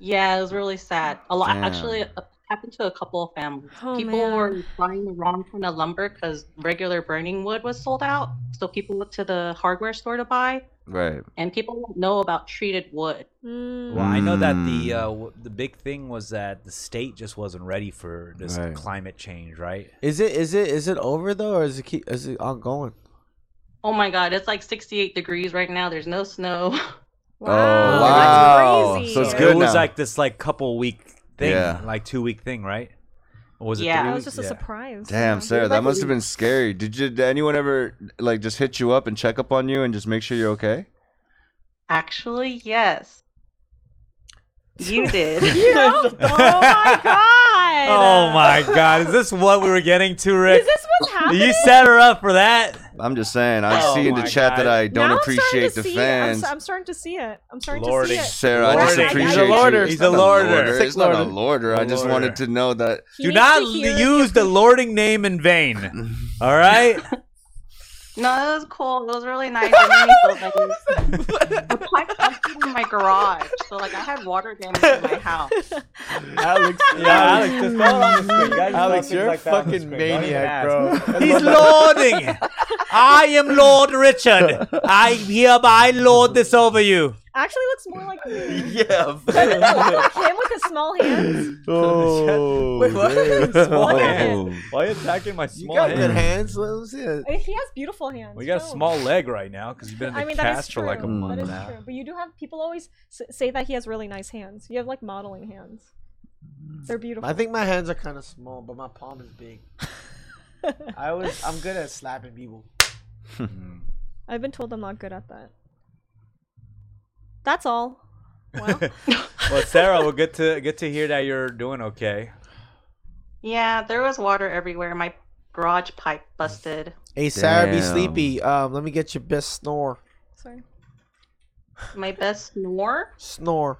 N: Yeah, it was really sad. A lot
C: Damn.
N: actually uh, happened to a couple of families.
B: Oh,
N: people
B: man.
N: were buying the wrong kind of lumber because regular burning wood was sold out, so people went to the hardware store to buy,
C: Right.
N: and people don't know about treated wood.
B: Mm.
A: Well, I know that the
C: Mm.
A: uh, w- the big thing was that the state just wasn't ready for this
C: Right.
A: climate change, right?
D: Is it is it is it over though, or is it keep is it ongoing?
N: Oh my God, it's like 68 degrees right now. There's no snow.
C: Oh,
B: that's
C: wow.
B: crazy.
C: So it's
A: it
C: good
A: was
C: now.
A: like this like couple week thing,
C: Yeah.
A: like two week thing, right? Or was it?
N: Yeah.
A: three
N: That
B: That was
A: weeks?
B: just a
A: Yeah.
B: surprise.
C: Damn,
B: yeah.
C: Sarah, that must have been scary. Did you? Did anyone ever like just hit you up and check up on you and just make sure you're okay?
N: Actually, yes. You did.
B: You know? oh my god.
A: Oh my God! Is this what we were getting to, Rick?
B: Is this what's happening?
A: you set her up for that.
C: I'm just saying. I
A: Oh
C: see in the
A: my
C: chat that
A: God.
C: I don't
B: Now I'm starting
C: appreciate the
B: to see it. I'm,
C: fans.
B: s- I'm starting to see it. I'm starting
A: Lordy.
B: to see it.
C: Sarah, I just
A: Lordy.
C: appreciate
D: He's a lorder.
C: you.
D: He's
C: It's
D: a
C: not
D: lorder. Sick
C: It's not a
D: lorder.
C: lorder. I
A: A
C: just
A: lorder.
C: wanted to know that.
B: He
A: Do
B: needs
A: not
B: to hear that
A: use the lording name in vain. All right.
N: No, it was cool. It was really nice. It made me feel better. The pipe emptied in my garage, so like I had water damage in my house.
D: Alex,
A: Yeah, Alex, just go on the screen. You guys just
D: Alex,
A: things
D: you're a
A: like that on the
D: fucking
A: screen. Don't even
D: maniac,
A: ask.
D: bro.
A: He's lording. I am Lord Richard. I hereby lord this over you.
B: Actually, looks more like me.
C: Yeah.
B: Look like him with the small hands.
A: Oh,
D: Wait, what?
A: damn.
D: Small
A: Why
D: hands.
A: Why are you attacking my small
D: You got
A: hand?
D: good hands. Let me see it.
B: I mean, He has beautiful hands.
A: We got a
B: too.
A: small leg right now because you've been in the
B: I mean, that is
A: cast
B: true.
A: for like a month
B: that is
A: now.
B: true. But you do have people always s- say that he has really nice hands. You have like modeling hands. They're beautiful.
O: Oh. I think my hands are kind of small, but my palm is big. I always, I'm good at slapping people.
B: I've been told I'm not good at that. That's all. Wow.
A: Well, Sarah, we're good to good to hear that you're doing okay.
N: Yeah, there was water everywhere. My garage pipe busted.
O: Hey, Sarah, be
A: Damn.
O: sleepy. Um, let me get your best snore.
B: Sorry.
N: My best snore?
O: Snore.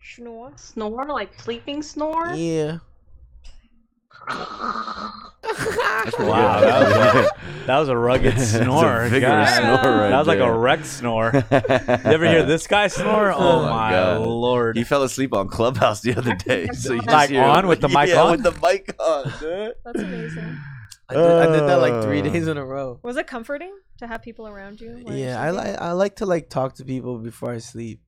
B: Snore?
N: Snore? Like sleeping snore?
O: Yeah.
A: Wow, that was, a, that was a rugged
C: That's a
A: snore.
C: vigorous
A: God.
C: snore right
A: that was like a
C: there.
A: wreck snore. you ever hear this guy snore? Oh, my
C: God.
A: lord!
C: He fell asleep on Clubhouse the other day. So you just
A: Like
C: hear-
A: on with the mic
C: Yeah,
A: on?
C: with the mic on, dude.
B: That's amazing.
O: I did, I did that like three days in a row.
B: Was it comforting to have people around you? while you're
O: Yeah, I
B: sleeping?
O: like I like to like talk to people before I sleep.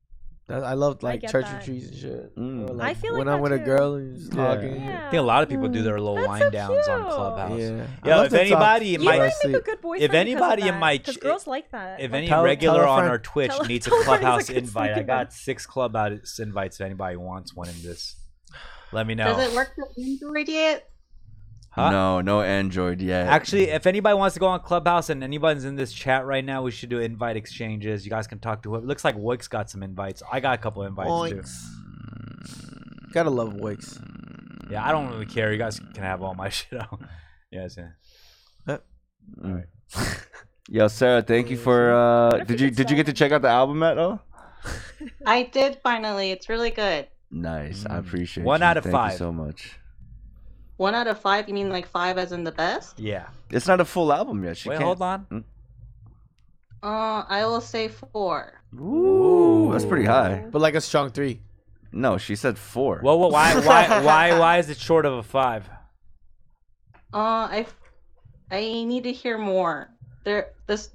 O: That, I love like
B: get
O: church
B: that.
O: retreats and shit.
C: Mm.
O: Or,
B: I feel like
O: when I'm
B: that
O: with a
B: too.
O: girl and just talking.
A: I think a lot of people do their little wind downs on Clubhouse.
O: Yeah. I
A: Yo,
O: love
A: if
O: to talk
A: anybody in
O: You might
A: my
O: make a good
B: boyfriend
A: if
B: because of
A: anybody in
B: that,
A: my
B: 'cause
A: ch-
B: girls like that.
A: if
B: Like-
A: any
B: Tell-
A: regular
B: tell a
A: on
B: friend.
A: our Twitch
B: Tell-
A: needs a
B: tell her he's a
A: Clubhouse
B: good
A: invite, I
B: sleeping
A: got six Clubhouse invites. If anybody wants one in this, let me know.
N: Does it work for Android yet?
A: Huh?
C: No, no Android yet.
A: Actually, if anybody wants to go on Clubhouse and anybody's in this chat right now, we should do invite exchanges. You guys can talk to whoever. Looks like Wix got some invites. I got a couple invites
O: Oinks. Gotta love Wix.
A: too. Yeah, I don't really care. You guys can have all my shit. out. yes, yeah.
C: Mm. Yo, Sarah, thank you for. Uh, did you did you get to check out the album at all?
N: I did finally. It's really good.
C: Nice, I appreciate.
A: Mm. One
C: you.
A: out of
C: Thank
A: five.
C: You so much.
N: One out of five? You mean like five as in the best?
A: Yeah.
C: It's not a full album yet. She
A: Wait,
C: can't- Mm.
A: hold on.
N: Uh, I will say four.
C: Ooh, that's pretty high.
O: But like a strong three.
C: No, she said four.
A: Well, well, why, why, why, why is it short of a five?
N: Uh, I, I need to hear more. There, this,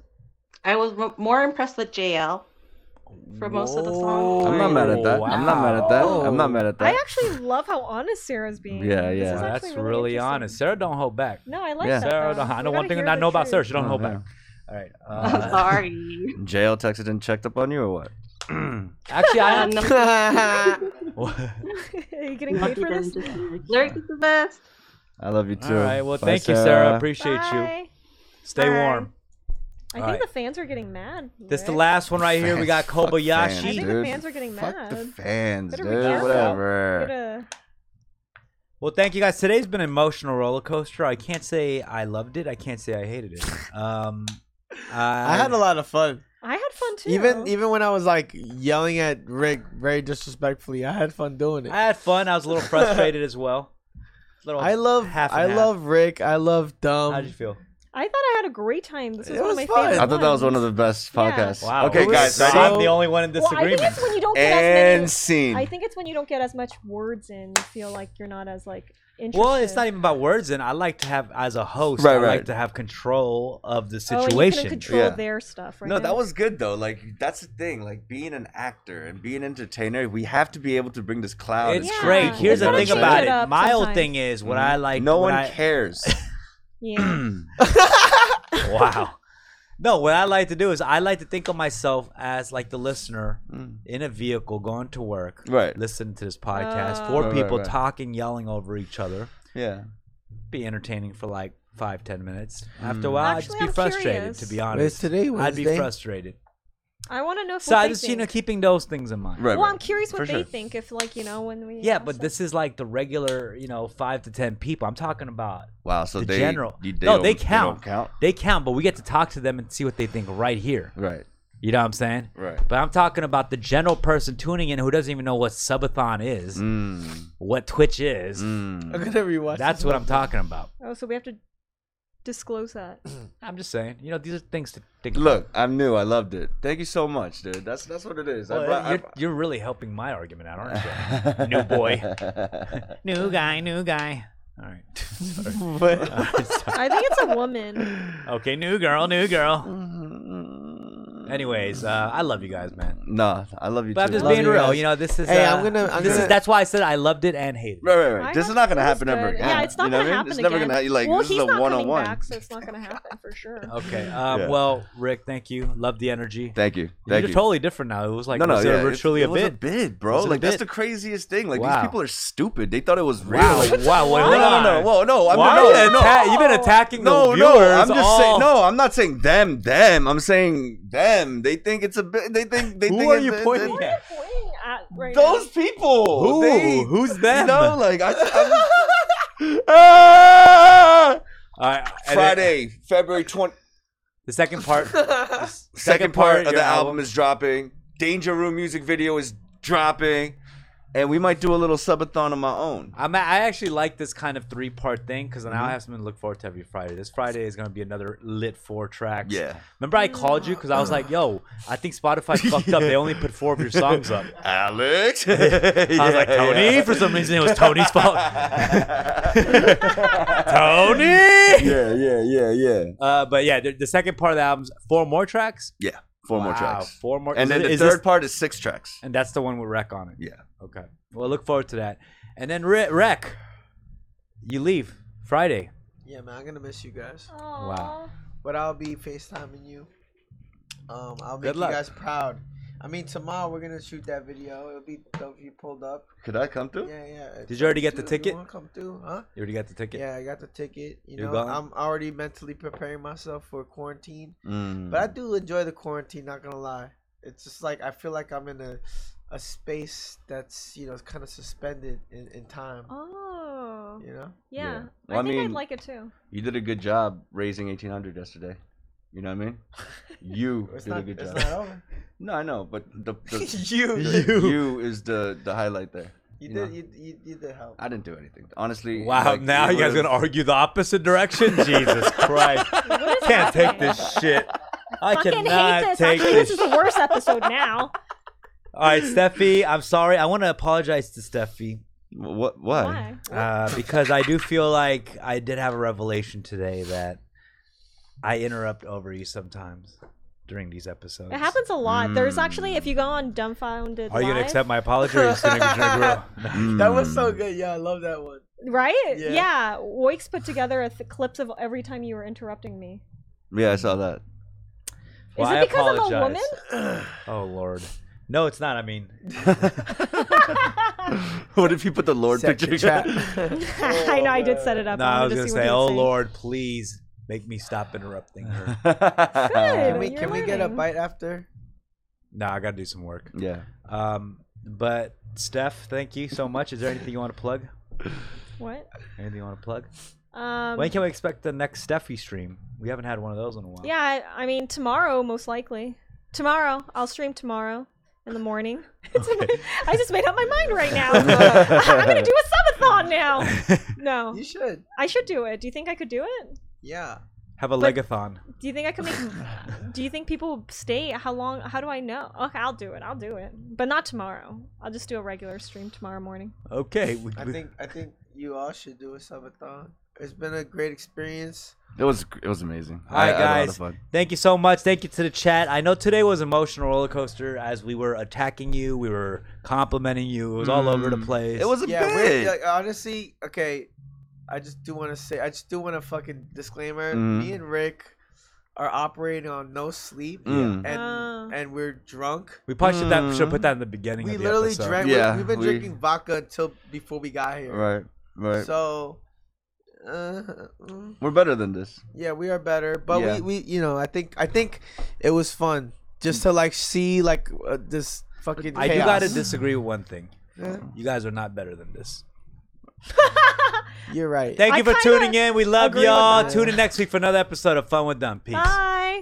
N: I was m- more impressed with JL for most of the songs.
C: I'm not mad at that. I'm not mad at that. I'm not mad at that.
B: I actually love how honest Sarah's being.
C: Yeah,
B: This
C: yeah.
B: is
A: That's
B: actually
A: really, honest. Sarah don't hold back.
B: No, I like
C: Yeah.
B: that.
A: Sarah,
B: though.
A: don't, I
B: We
A: know one
B: gotta
A: thing I
B: hear
A: not
B: the
A: know about
B: truth.
A: Sarah. She don't
C: Oh,
A: hold
C: yeah.
A: back. All right.
N: I'm
A: Uh,
N: sorry.
C: JL texted and checked up on you or what?
A: actually, I.
B: Are you getting paid for this?
N: Lyric is the best.
C: I love you too.
A: All right. Well,
C: Bye,
A: thank you, Sarah. Appreciate you.
B: Bye.
A: Stay
B: Bye.
A: warm.
B: I
A: All
B: think
A: right.
B: the fans are getting mad.
A: This is the
B: Rick.
A: last one right here. We got
C: Fuck
A: Kobayashi.
C: fans,
B: I think the
C: dude.
B: fans are getting
C: Fuck
B: mad.
C: the fans,
B: Better
C: dude.
B: be careful.
C: Whatever.
B: Gotta-
A: Well, thank you guys. Today's been an emotional roller coaster. I can't say I loved it. I can't say I hated it. Um, I,
O: I had a lot of fun.
B: I had fun too.
O: Even even when I was like Mm. yelling at Rick very disrespectfully, I had fun doing it.
A: I had fun. I was a little frustrated as well. A little
O: I love
A: half and
O: I
A: half.
O: love Rick. I love Dumb.
A: How did you feel?
B: I thought I had a great time. This is one of my
C: I
B: favorite.
C: thought that was
B: ones.
C: one of the best podcasts.
A: Wow.
C: Okay,
A: It was
C: guys.
A: so-
C: I-
A: I'm the only one in
B: Well, I
A: disagreement.
B: think it's when you don't get
C: And
B: as
C: scene.
B: many. I think it's when you don't get as much words in. You feel like you're not as like interested.
A: Well, it's not even about words, and I like to have as a host.
C: Right,
A: I
C: right.
A: like to have control of the
B: Oh, and you couldn't
A: situation.
B: control their stuff, right?
C: No, that was good though. Like that's the thing. Like being an actor and being an entertainer, we have to be able to bring this cloud.
A: It's
C: and
A: great.
C: sprinkle
A: Here's
C: you
A: the
C: know
A: thing
C: what I'm
A: about
C: saying? Mm-hmm.
A: it. My old
B: sometimes.
A: thing is what I like.
C: No
A: what
C: one
A: I-
C: cares.
B: Yeah.
A: wow. No, what I like to do is I like to think of myself as like the listener in a vehicle going to work,
C: Mm. Right.
A: Listening to this podcast,
C: Oh.
A: four
C: Right, right,
A: people
C: right.
A: talking, yelling over each other.
C: Yeah.
A: be entertaining for like five, ten minutes.
C: Mm.
A: After a
B: Actually,
A: while, I'd just be
B: I'm
A: frustrated.
B: curious.
A: To be
O: Well,
A: honest,
O: it's today,
A: I'd be
O: Wednesday.
A: frustrated.
B: I want to know if
A: So
B: what
A: I
B: they
A: just you know
B: think.
A: keeping those things in mind.
B: well, I'm curious what they think. If like you know when we
A: Yeah, but this is like the regular, you know, five to ten people. I'm talking about.
C: Wow, so
A: the
C: they-
A: general.
C: you- they
A: no,
C: don't-
A: they
C: they don't
A: count.
C: count?
A: They count, but we get to talk to them and see what they think right here.
C: Right.
A: You know what I'm saying?
C: Right.
A: But I'm talking about the general person tuning in who doesn't even know what subathon is,
C: Mm.
A: what Twitch is.
O: I'm gonna rewatch
A: That's
O: this
A: what I'm
O: one.
A: talking about.
B: Oh, so we have to disclose that.
A: I'm just saying, you know, these are things to think.
C: Look, I'm new. I loved it. Thank you so much, dude. That's that's what it is. I
A: Well,
C: brought- I
A: you're, you're really helping my argument out, aren't you? new boy, new guy, new guy. All right. Sorry. All right, sorry.
B: I think it's a woman.
A: Okay, new girl, new girl. Anyways, uh, I love you guys, man.
C: Nah, I love you
A: But I'm
C: too.
A: just being real. You know, this is.
C: Hey,
A: uh,
C: I'm gonna- I'm
A: this
C: gonna-
A: is that's why I said I loved it and hated. it.
C: Right, right, right. This is not gonna happen ever
B: Good.
C: again.
B: Yeah, it's not
C: you know what
B: gonna
C: I mean?
B: happen
C: It's never
B: again.
C: gonna like
B: well,
C: this
B: he's
C: is a
B: not
C: one on
B: coming
C: one.
B: back, so it's not gonna happen for sure.
A: Okay. Um,
C: Yeah.
A: Well, Rick, thank you. Love the energy.
C: Thank you.
A: You're
C: Thank you.
A: totally different now. It was like
C: no, no,
A: was it
C: yeah,
A: virtually
C: it,
A: a
C: it was
A: bit.
C: a bid, bro.
A: Was it a
C: like that's
A: bit?
C: the craziest thing. Like
A: Wow.
C: these people are stupid. They thought it was real.
A: Wow,
C: Like,
A: wow, wait,
C: no,
A: hold
C: no,
A: on.
C: no, whoa, no. I'm
A: Why
C: no,
A: are you
C: no.
A: atta- you've been attacking the
C: no,
A: viewers
C: No, I'm just
A: all-
C: saying. No, I'm not saying them. Them. I'm saying them. They think it's a bit. They think they
A: Who
C: think
A: are
C: it's-
A: you
C: they-
A: pointing
C: they-
A: at?
B: At right
C: Those people.
A: Who?
C: They,
A: Who's them?
C: You know, like I. I'm,
A: All right, and then-
C: Friday, February 20.
A: The second part.
C: second,
A: second part
C: part
A: of
C: of the
A: your
C: album.
A: album.
C: is dropping. Danger Room music video is dropping. And we might do a little subathon on my own.
A: I'm, I actually like this kind of three part thing because now
C: Mhm.
A: I have something to look forward to every Friday. This Friday is going to be another lit four tracks.
C: Yeah.
A: Remember, I called you because I was like, yo, I think Spotify fucked up. They only put four of your songs up.
C: Alex.
A: I was like, Tony? For some reason, it was Tony's fault. Tony!
C: Yeah, yeah, yeah, yeah.
A: Uh, but yeah, the, the second part of the album's four more tracks.
C: Yeah, four more
A: Wow,
C: tracks.
A: Four more.
C: And
A: is
C: then
A: it-
C: the
A: is
C: third
A: this-
C: part is six tracks.
A: and that's the one with Rec on it.
C: Yeah.
A: Okay. Well, look forward to that. And then Re- Rec, you leave Friday.
D: Yeah, man, I'm gonna miss you guys.
A: Wow.
D: But I'll be FaceTiming you. Um, I'll
C: Good
D: make
C: luck.
D: you guys proud. I mean, tomorrow we're gonna shoot that video. It'll be dope if you pulled up.
C: Could I come through?
D: Yeah, yeah.
A: Did you already get the
D: Dude,
A: ticket?
D: You wanna come through, huh?
A: You already got the ticket.
D: Yeah, I got the ticket. You
A: You're
D: know,
A: going?
D: I'm already mentally preparing myself for quarantine.
C: Mm.
D: But I do enjoy the quarantine. Not gonna lie, it's just like I feel like I'm in a a space that's you know kind of suspended in, in time.
B: Oh.
D: You know?
B: Yeah.
C: Yeah.
B: I,
C: Well, I
B: think I'd
C: mean-
B: like it too.
C: You did a good job raising 1800 yesterday. You know what I mean? You
D: It's
C: did a
D: not-
C: good
D: it's
C: job.
D: not over.
C: No, I know, but the, the
D: You.
C: the-
A: You.
C: you is the the highlight there.
D: You,
C: know?
D: did you, you you did help.
C: I didn't do anything. Honestly.
A: Wow,
C: like,
A: now
C: it
A: you guys
C: would've-
A: gonna argue the opposite direction? Jesus Christ.
B: What is
A: Can't take
B: happening?
A: this shit. I
B: fucking
A: cannot
B: hate this.
A: take
B: Actually,
A: this.
B: this is the worst episode now.
A: All right, Steffi, I'm sorry. I want to apologize to Steffi.
C: What? Why?
A: Uh, because I do feel like I did have a revelation today that I interrupt over you sometimes during these episodes.
B: It happens a lot. There's
C: Mm.
B: actually, if you go on dumbfounded,
A: Are you gonna
B: Live-
A: accept my apology? Or are you just gonna gonna grow?
D: That was so good. Yeah, I love that one.
B: Right?
D: Yeah.
B: Yeah. Woik's put together a th- clips of every time you were interrupting me.
C: Yeah, I saw that.
A: Well,
B: Is it
A: I
B: because I'm a
A: apologize.
B: woman?
A: oh Lord, no, it's not. I mean,
C: What if you put the Lord
A: Set your
C: picture?
A: trap.
B: I know I did set it up.
A: no,
B: I
A: Oh, I
B: wanted
A: was
B: to
A: gonna
B: see what
A: say,
B: he
A: oh
B: would
A: Lord, please make me stop interrupting her.
D: Can we
B: you're
D: can we get a
B: learning.
D: bite after?
A: No, I gotta do some work.
C: Yeah.
A: Um, but Steph, thank you so much. Is there anything you want to plug?
B: What?
A: Anything you want to plug?
B: Um,
A: when can we expect the next Steffi stream? We haven't had one of those in a while.
B: Yeah, I, I mean tomorrow most likely. Tomorrow, I'll stream tomorrow in the morning. It's in my- I just made up my mind right now. I'm gonna do a subathon now. No,
D: you should.
B: I should do it. Do you think I could do it?
D: Yeah.
A: Have a
B: But-
A: legathon.
B: Do you think I could make? do you think people will stay? How long? How do I know? Okay, I'll do it. I'll do it, but not tomorrow. I'll just do a regular stream tomorrow morning.
A: Okay. We,
D: I
A: we-
D: think I think you all should do a subathon. It's been a great experience.
C: It was it was amazing.
A: All right,
C: I- I had a lot of
A: guys.
C: fun.
A: Thank you so much. Thank you to the chat. I know today was emotional roller coaster as we were attacking you, we were complimenting you. It was all over the
C: Mm.
A: place.
D: yeah, we're- Like, honestly, okay. I just do want to say, I just do want to fucking disclaimer.
C: Mhm.
D: Me and Rick are operating on no sleep,
C: Mm.
D: and and we're drunk.
A: We probably should that should put that in the beginning.
D: We
A: of the
D: literally
A: episode.
D: drank.
C: Mm-hmm. Yeah,
D: we, have been
C: we-
D: drinking vodka until before we got here.
C: Right, right.
D: So, uh, mm,
C: We're better than this.
D: yeah, we are better, but
C: Yeah.
D: we, we, you know, I think, I think it was fun just to like see like uh, this fucking.
A: I do
D: chaos.
A: gotta disagree with one thing.
D: Yeah.
A: You guys are not better than this.
D: You're right.
A: Thank
B: I
A: you for
B: kinda
A: tuning in. We love
B: agree with
A: y'all.
B: that.
A: Tune in next week for another episode of Fun with Dumb. Peace.
B: Bye.